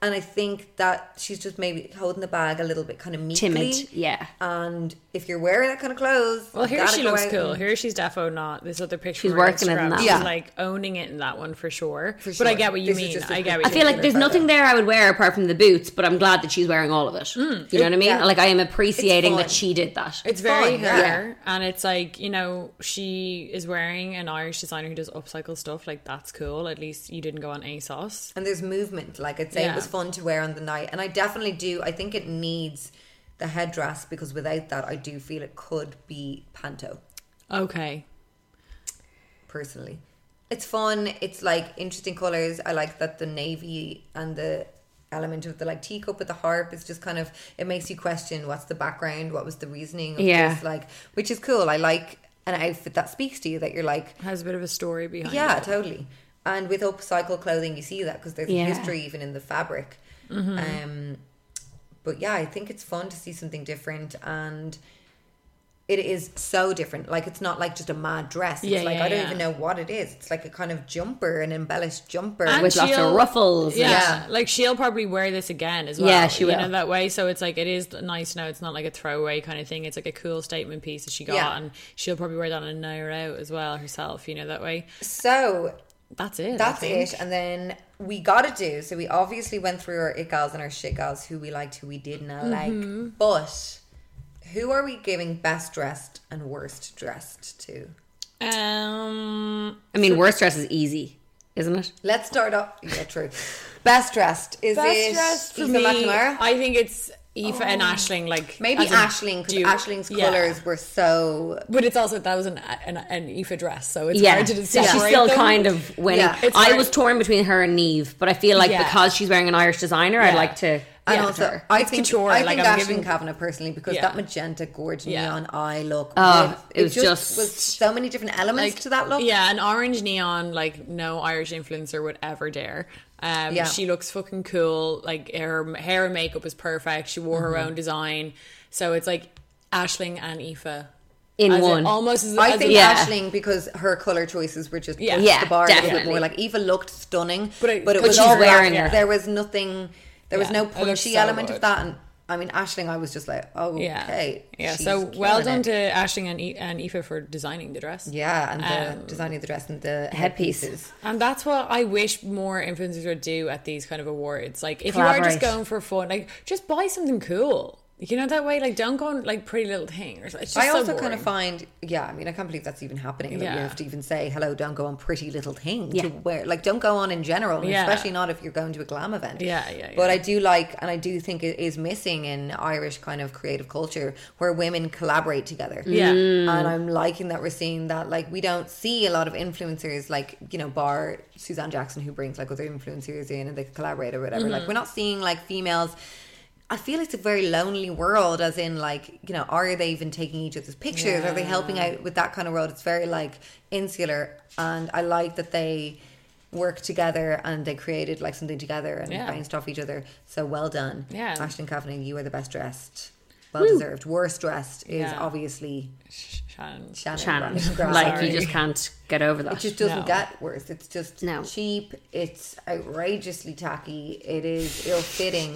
[SPEAKER 3] And I think that she's just maybe holding the bag a little bit kind of meekly.
[SPEAKER 4] timid. Yeah,
[SPEAKER 3] And if you're wearing that kind of clothes,
[SPEAKER 2] Well,
[SPEAKER 3] you
[SPEAKER 2] here
[SPEAKER 3] gotta
[SPEAKER 2] she
[SPEAKER 3] go
[SPEAKER 2] looks
[SPEAKER 3] out
[SPEAKER 2] cool.
[SPEAKER 3] and-
[SPEAKER 2] Here she's defo not. This other picture,
[SPEAKER 4] She's
[SPEAKER 2] on her
[SPEAKER 4] working in
[SPEAKER 2] Instagram,
[SPEAKER 4] that.
[SPEAKER 2] She's
[SPEAKER 3] Yeah.
[SPEAKER 2] like owning it in that one for sure.
[SPEAKER 3] For
[SPEAKER 2] But I
[SPEAKER 3] sure.
[SPEAKER 2] get what you
[SPEAKER 3] This is
[SPEAKER 2] mean.
[SPEAKER 3] just a
[SPEAKER 2] I get what
[SPEAKER 3] quick
[SPEAKER 4] I
[SPEAKER 2] you
[SPEAKER 4] feel
[SPEAKER 2] mean.
[SPEAKER 4] like there's nothing there I would wear apart from the boots, but I'm glad that she's wearing all of it.
[SPEAKER 2] Mm,
[SPEAKER 4] you know what I mean?
[SPEAKER 3] yeah.
[SPEAKER 4] Like I am appreciating
[SPEAKER 3] It's
[SPEAKER 4] that
[SPEAKER 3] fun.
[SPEAKER 4] she did that.
[SPEAKER 2] It's very
[SPEAKER 3] fun,
[SPEAKER 2] her,
[SPEAKER 3] yeah.
[SPEAKER 2] and it's like you know she is wearing an Irish designer who does upcycle stuff. Like that's cool. At least you didn't go on ASOS.
[SPEAKER 3] And there's movement. Like I'd say
[SPEAKER 2] Yeah.
[SPEAKER 3] it was fun to wear on the night. And I definitely do. I think it needs the headdress because without that, I do feel it could be panto,
[SPEAKER 2] Okay,
[SPEAKER 3] personally. It's fun. It's like interesting colors. I like that the navy and the element of the like teacup with the harp is just kind of it makes you question what's the background, what was the reasoning of
[SPEAKER 4] Yeah.
[SPEAKER 3] this, like which is cool. I like an outfit that speaks to you that you're like
[SPEAKER 2] has a bit of a story behind.
[SPEAKER 3] Yeah,
[SPEAKER 2] it.
[SPEAKER 3] totally. And with upcycle clothing, you see that because there's
[SPEAKER 4] Yeah.
[SPEAKER 3] a history even in the fabric.
[SPEAKER 2] Mm-hmm.
[SPEAKER 3] Um, but yeah, I think it's fun to see something different, and it is so different. Like it's not like just a mad dress. It's
[SPEAKER 2] Yeah,
[SPEAKER 3] like
[SPEAKER 2] yeah,
[SPEAKER 3] I don't
[SPEAKER 2] yeah.
[SPEAKER 3] even know what it is. It's like a kind of jumper, an embellished jumper.
[SPEAKER 2] And
[SPEAKER 4] With lots
[SPEAKER 2] she'll-
[SPEAKER 4] of ruffles.
[SPEAKER 2] Yeah,
[SPEAKER 4] and-
[SPEAKER 3] Yeah.
[SPEAKER 2] like she'll probably wear this again as well.
[SPEAKER 4] Yeah, she
[SPEAKER 2] You
[SPEAKER 4] will.
[SPEAKER 2] know that way. So it's like it is nice to know it's not like a throwaway kind of thing. It's like a cool statement piece that she got,
[SPEAKER 3] Yeah.
[SPEAKER 2] and she'll probably wear that on a night out as well herself. You know that way.
[SPEAKER 3] so
[SPEAKER 2] That's it. I
[SPEAKER 3] That's
[SPEAKER 2] think.
[SPEAKER 3] it. And then we got to do. So we obviously went through our it gals and our shit gals, who we liked, who we did not
[SPEAKER 2] Mm-hmm.
[SPEAKER 3] like. But who are we giving best dressed and worst dressed to?
[SPEAKER 2] Um,
[SPEAKER 4] I mean, worst dress is easy, isn't it?
[SPEAKER 3] Let's start off. Yeah, true. Best dressed is it
[SPEAKER 2] best dressed for
[SPEAKER 3] Aoife
[SPEAKER 2] me.
[SPEAKER 3] McNamara?
[SPEAKER 2] I think it's Aoife and
[SPEAKER 4] Oh.
[SPEAKER 2] Ashling. Like
[SPEAKER 3] Maybe
[SPEAKER 2] as a
[SPEAKER 3] Ashling because
[SPEAKER 2] duo.
[SPEAKER 3] Ashling's
[SPEAKER 2] Yeah.
[SPEAKER 3] colours were so
[SPEAKER 2] But it's also that was an an, an Aoife dress, so it's
[SPEAKER 4] yeah,
[SPEAKER 2] hard to
[SPEAKER 4] so
[SPEAKER 2] distinguish.
[SPEAKER 4] she's still kind of winning.
[SPEAKER 3] Yeah. It's
[SPEAKER 4] I
[SPEAKER 2] hard-
[SPEAKER 4] was torn between her and Neve, but I feel like
[SPEAKER 2] Yeah.
[SPEAKER 4] because she's wearing an Irish designer, I'd
[SPEAKER 2] Yeah.
[SPEAKER 4] like to.
[SPEAKER 3] And
[SPEAKER 4] Yeah.
[SPEAKER 3] also, I
[SPEAKER 2] It's
[SPEAKER 3] think
[SPEAKER 2] couture,
[SPEAKER 3] I
[SPEAKER 2] like,
[SPEAKER 3] think
[SPEAKER 2] I'm
[SPEAKER 3] Ashton
[SPEAKER 2] giving-
[SPEAKER 3] Kavanagh personally because
[SPEAKER 2] Yeah.
[SPEAKER 3] that magenta, gorge,
[SPEAKER 2] Yeah.
[SPEAKER 3] neon eye look.
[SPEAKER 4] Oh,
[SPEAKER 3] with-
[SPEAKER 4] it was just-
[SPEAKER 3] was so many different elements to that look.
[SPEAKER 2] Yeah, an orange neon, like no Irish influencer would ever dare. Um,
[SPEAKER 3] Yeah.
[SPEAKER 2] She looks fucking cool. Like her hair and makeup is perfect. She wore
[SPEAKER 3] Mm-hmm.
[SPEAKER 2] her own design, so it's like Ashling and Aoife
[SPEAKER 4] in
[SPEAKER 2] as a-
[SPEAKER 4] one.
[SPEAKER 2] almost. As,
[SPEAKER 3] I
[SPEAKER 2] as
[SPEAKER 3] think
[SPEAKER 2] a,
[SPEAKER 4] Yeah.
[SPEAKER 3] Ashling because her color choices were just
[SPEAKER 2] Yeah.
[SPEAKER 3] pushed
[SPEAKER 4] Yeah,
[SPEAKER 3] the bar a little bit
[SPEAKER 4] definitely.
[SPEAKER 3] more. Like Eva looked stunning,
[SPEAKER 2] But
[SPEAKER 3] but
[SPEAKER 2] it-
[SPEAKER 3] it,
[SPEAKER 2] but
[SPEAKER 3] was
[SPEAKER 4] she's
[SPEAKER 3] all black.
[SPEAKER 4] wearing it.
[SPEAKER 3] There was nothing. There was
[SPEAKER 2] Yeah,
[SPEAKER 3] no
[SPEAKER 2] it looks
[SPEAKER 3] punchy
[SPEAKER 2] so
[SPEAKER 3] element
[SPEAKER 2] good.
[SPEAKER 3] of that. And I mean, Ashling, I was just like, oh,
[SPEAKER 2] yeah,
[SPEAKER 3] okay,
[SPEAKER 2] yeah.
[SPEAKER 3] she's
[SPEAKER 2] So well
[SPEAKER 3] killing
[SPEAKER 2] done
[SPEAKER 3] it.
[SPEAKER 2] to Ashling and, I- and Aoife for designing the dress.
[SPEAKER 3] yeah, and the
[SPEAKER 2] Um,
[SPEAKER 3] designing of the dress and the
[SPEAKER 4] Headpiece.
[SPEAKER 3] headpieces.
[SPEAKER 2] And that's what I wish more influencers would do at these kind of awards. Like, if you are just
[SPEAKER 4] Collaborate.
[SPEAKER 2] going for fun, like, just buy something cool. You know that way. Like, don't go on like Pretty Little Thing. Or something. It's just
[SPEAKER 3] I
[SPEAKER 2] so
[SPEAKER 3] also kind
[SPEAKER 2] boring.
[SPEAKER 3] of find, yeah, I mean, I can't believe that's even happening. That
[SPEAKER 2] Yeah.
[SPEAKER 3] you have to even say, hello, don't go on pretty little thing to wear. Like, don't go on in general, and
[SPEAKER 2] Yeah.
[SPEAKER 3] especially not if you're going to a glam event.
[SPEAKER 2] Yeah, yeah,
[SPEAKER 3] But
[SPEAKER 2] yeah.
[SPEAKER 3] I do like, and I do think it is missing in Irish kind of creative culture where women collaborate together.
[SPEAKER 2] Yeah.
[SPEAKER 3] And I'm liking that we're seeing that, like, we don't see a lot of influencers, like, you know, bar Suzanne Jackson, who brings, like, other influencers in and they collaborate or whatever. Like, we're not seeing, like, females. I feel it's a very lonely world, as in, like, you know, are they even taking each other's pictures? Are they helping out with that kind of world? It's very, like, insular. And I like that they work together and they created, like, something together and
[SPEAKER 2] Yeah.
[SPEAKER 3] bounced off each other. So well done.
[SPEAKER 2] Yeah.
[SPEAKER 3] Ashton Kavanagh, you are the best dressed. Well deserved. Worst dressed is
[SPEAKER 2] Yeah.
[SPEAKER 3] obviously
[SPEAKER 2] Shannon.
[SPEAKER 3] Shannon.
[SPEAKER 4] Shannon,
[SPEAKER 3] Brown. Brown.
[SPEAKER 4] like
[SPEAKER 2] Sorry.
[SPEAKER 4] you just can't get over that.
[SPEAKER 3] It just doesn't
[SPEAKER 2] No.
[SPEAKER 3] get worse. It's just
[SPEAKER 4] No.
[SPEAKER 3] cheap. It's outrageously tacky. It is ill fitting.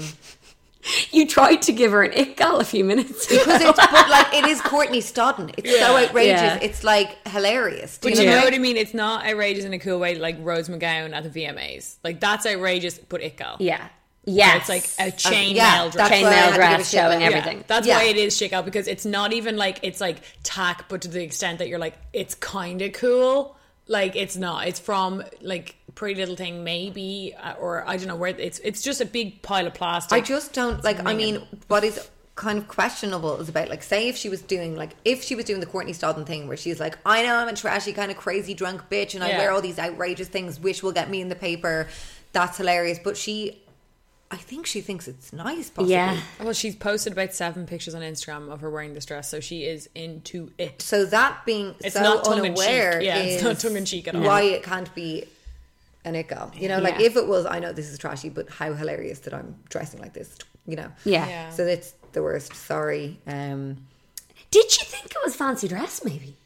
[SPEAKER 4] you tried to give her an it gal a few minutes ago.
[SPEAKER 3] Because it's but like it is Courtney Stodden. It's so outrageous.
[SPEAKER 4] Yeah.
[SPEAKER 3] It's like hilarious. Do
[SPEAKER 2] But you
[SPEAKER 4] Yeah.
[SPEAKER 2] know what I mean? It's not outrageous in a cool way, like Rose McGowan at the VMAs. Like that's outrageous, but it go.
[SPEAKER 4] yeah, yeah.
[SPEAKER 2] It's like a chainmail
[SPEAKER 3] yeah,
[SPEAKER 2] dress.
[SPEAKER 3] that's why I had
[SPEAKER 4] chainmail
[SPEAKER 3] to give a
[SPEAKER 4] dress
[SPEAKER 3] shit
[SPEAKER 4] showing
[SPEAKER 3] about-
[SPEAKER 2] Yeah,
[SPEAKER 4] everything.
[SPEAKER 2] that's
[SPEAKER 3] Yeah.
[SPEAKER 2] why it is shake out because it's not even like it's like tack, but to the extent that you're like it's kind of cool. Like it's not. It's from like Pretty Little Thing, maybe, uh, or I don't know where. It's it's just a big pile of plastic.
[SPEAKER 3] I just don't like. I mean, what is kind of questionable is about like, say, if she was doing like, if she was doing the Courtney Stodden thing, where she's like, I know I'm a trashy kind of crazy drunk bitch, and
[SPEAKER 2] Yeah.
[SPEAKER 3] I wear all these outrageous things, which will get me in the paper. That's hilarious. But she, I think she thinks it's nice. Possibly.
[SPEAKER 4] Yeah.
[SPEAKER 2] well, she's posted about seven pictures on Instagram of her wearing this dress, so she is into it.
[SPEAKER 3] So that being
[SPEAKER 2] It's
[SPEAKER 3] so
[SPEAKER 2] not tongue-in-cheek.
[SPEAKER 3] unaware,
[SPEAKER 2] Yeah, it's
[SPEAKER 3] is
[SPEAKER 2] not tongue-in-cheek at all.
[SPEAKER 3] Why it can't be an it girl? You know, like
[SPEAKER 4] Yeah.
[SPEAKER 3] if it was, I know this is trashy, but how hilarious that I'm dressing like this. You know,
[SPEAKER 4] Yeah. Yeah.
[SPEAKER 3] So that's the worst. Sorry. Um,
[SPEAKER 4] Did she think it was fancy dress? Maybe.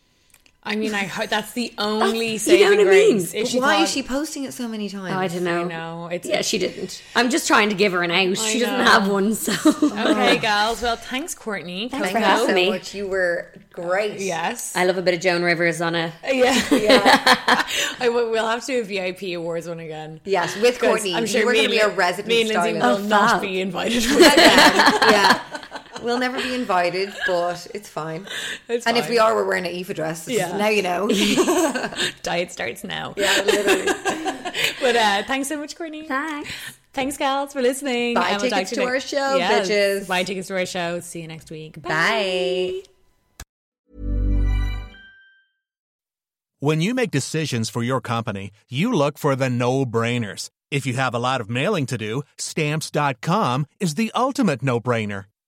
[SPEAKER 2] I mean, I ho- that's the only
[SPEAKER 4] That's- you know
[SPEAKER 2] saving
[SPEAKER 4] what I mean?
[SPEAKER 2] grace. If
[SPEAKER 4] But
[SPEAKER 2] she
[SPEAKER 3] why
[SPEAKER 2] thought-
[SPEAKER 3] is she posting it so many times?
[SPEAKER 4] Oh, I don't
[SPEAKER 2] I
[SPEAKER 3] Um,
[SPEAKER 4] know.
[SPEAKER 2] know, it's-
[SPEAKER 4] yeah, she didn't. I'm just trying to give her an out. she doesn't
[SPEAKER 2] know.
[SPEAKER 4] have one, so
[SPEAKER 2] Okay, gals. Well, thanks, Courtney.
[SPEAKER 4] Thanks
[SPEAKER 3] Thank
[SPEAKER 4] for
[SPEAKER 3] you
[SPEAKER 4] having
[SPEAKER 3] so
[SPEAKER 4] me.
[SPEAKER 3] much. You were great.
[SPEAKER 2] Yes.
[SPEAKER 4] I love a bit of Joan Rivers on a.
[SPEAKER 2] Yeah. I will, we'll have to do a VIP awards one again.
[SPEAKER 3] Yes, with
[SPEAKER 2] 'Cause
[SPEAKER 3] Courtney.
[SPEAKER 2] I'm sure
[SPEAKER 3] you were
[SPEAKER 2] me
[SPEAKER 3] going to
[SPEAKER 2] and
[SPEAKER 3] be a
[SPEAKER 2] Lin-
[SPEAKER 3] resident
[SPEAKER 2] Me and Lindsay will
[SPEAKER 3] stylist.
[SPEAKER 2] not
[SPEAKER 4] fab.
[SPEAKER 2] be invited.
[SPEAKER 3] yeah, yeah. We'll never be invited, but it's fine.
[SPEAKER 2] It's
[SPEAKER 3] and if
[SPEAKER 2] fine.
[SPEAKER 3] we are, we're wearing an Eva dress.
[SPEAKER 2] Yeah.
[SPEAKER 3] Now you know.
[SPEAKER 2] Diet starts now.
[SPEAKER 3] yeah, literally.
[SPEAKER 2] But uh, thanks so much, Courtney.
[SPEAKER 4] Thanks.
[SPEAKER 2] Thanks, gals, for listening.
[SPEAKER 3] Buy
[SPEAKER 2] And we'll talk
[SPEAKER 3] tickets to
[SPEAKER 2] you
[SPEAKER 3] our
[SPEAKER 2] next-
[SPEAKER 3] show,
[SPEAKER 2] Yes.
[SPEAKER 3] bitches.
[SPEAKER 2] Buy tickets to our show. See you next week.
[SPEAKER 3] Bye.
[SPEAKER 7] When you make decisions for your company, you look for the no brainers. If you have a lot of mailing to do, stamps.com is the ultimate no brainer.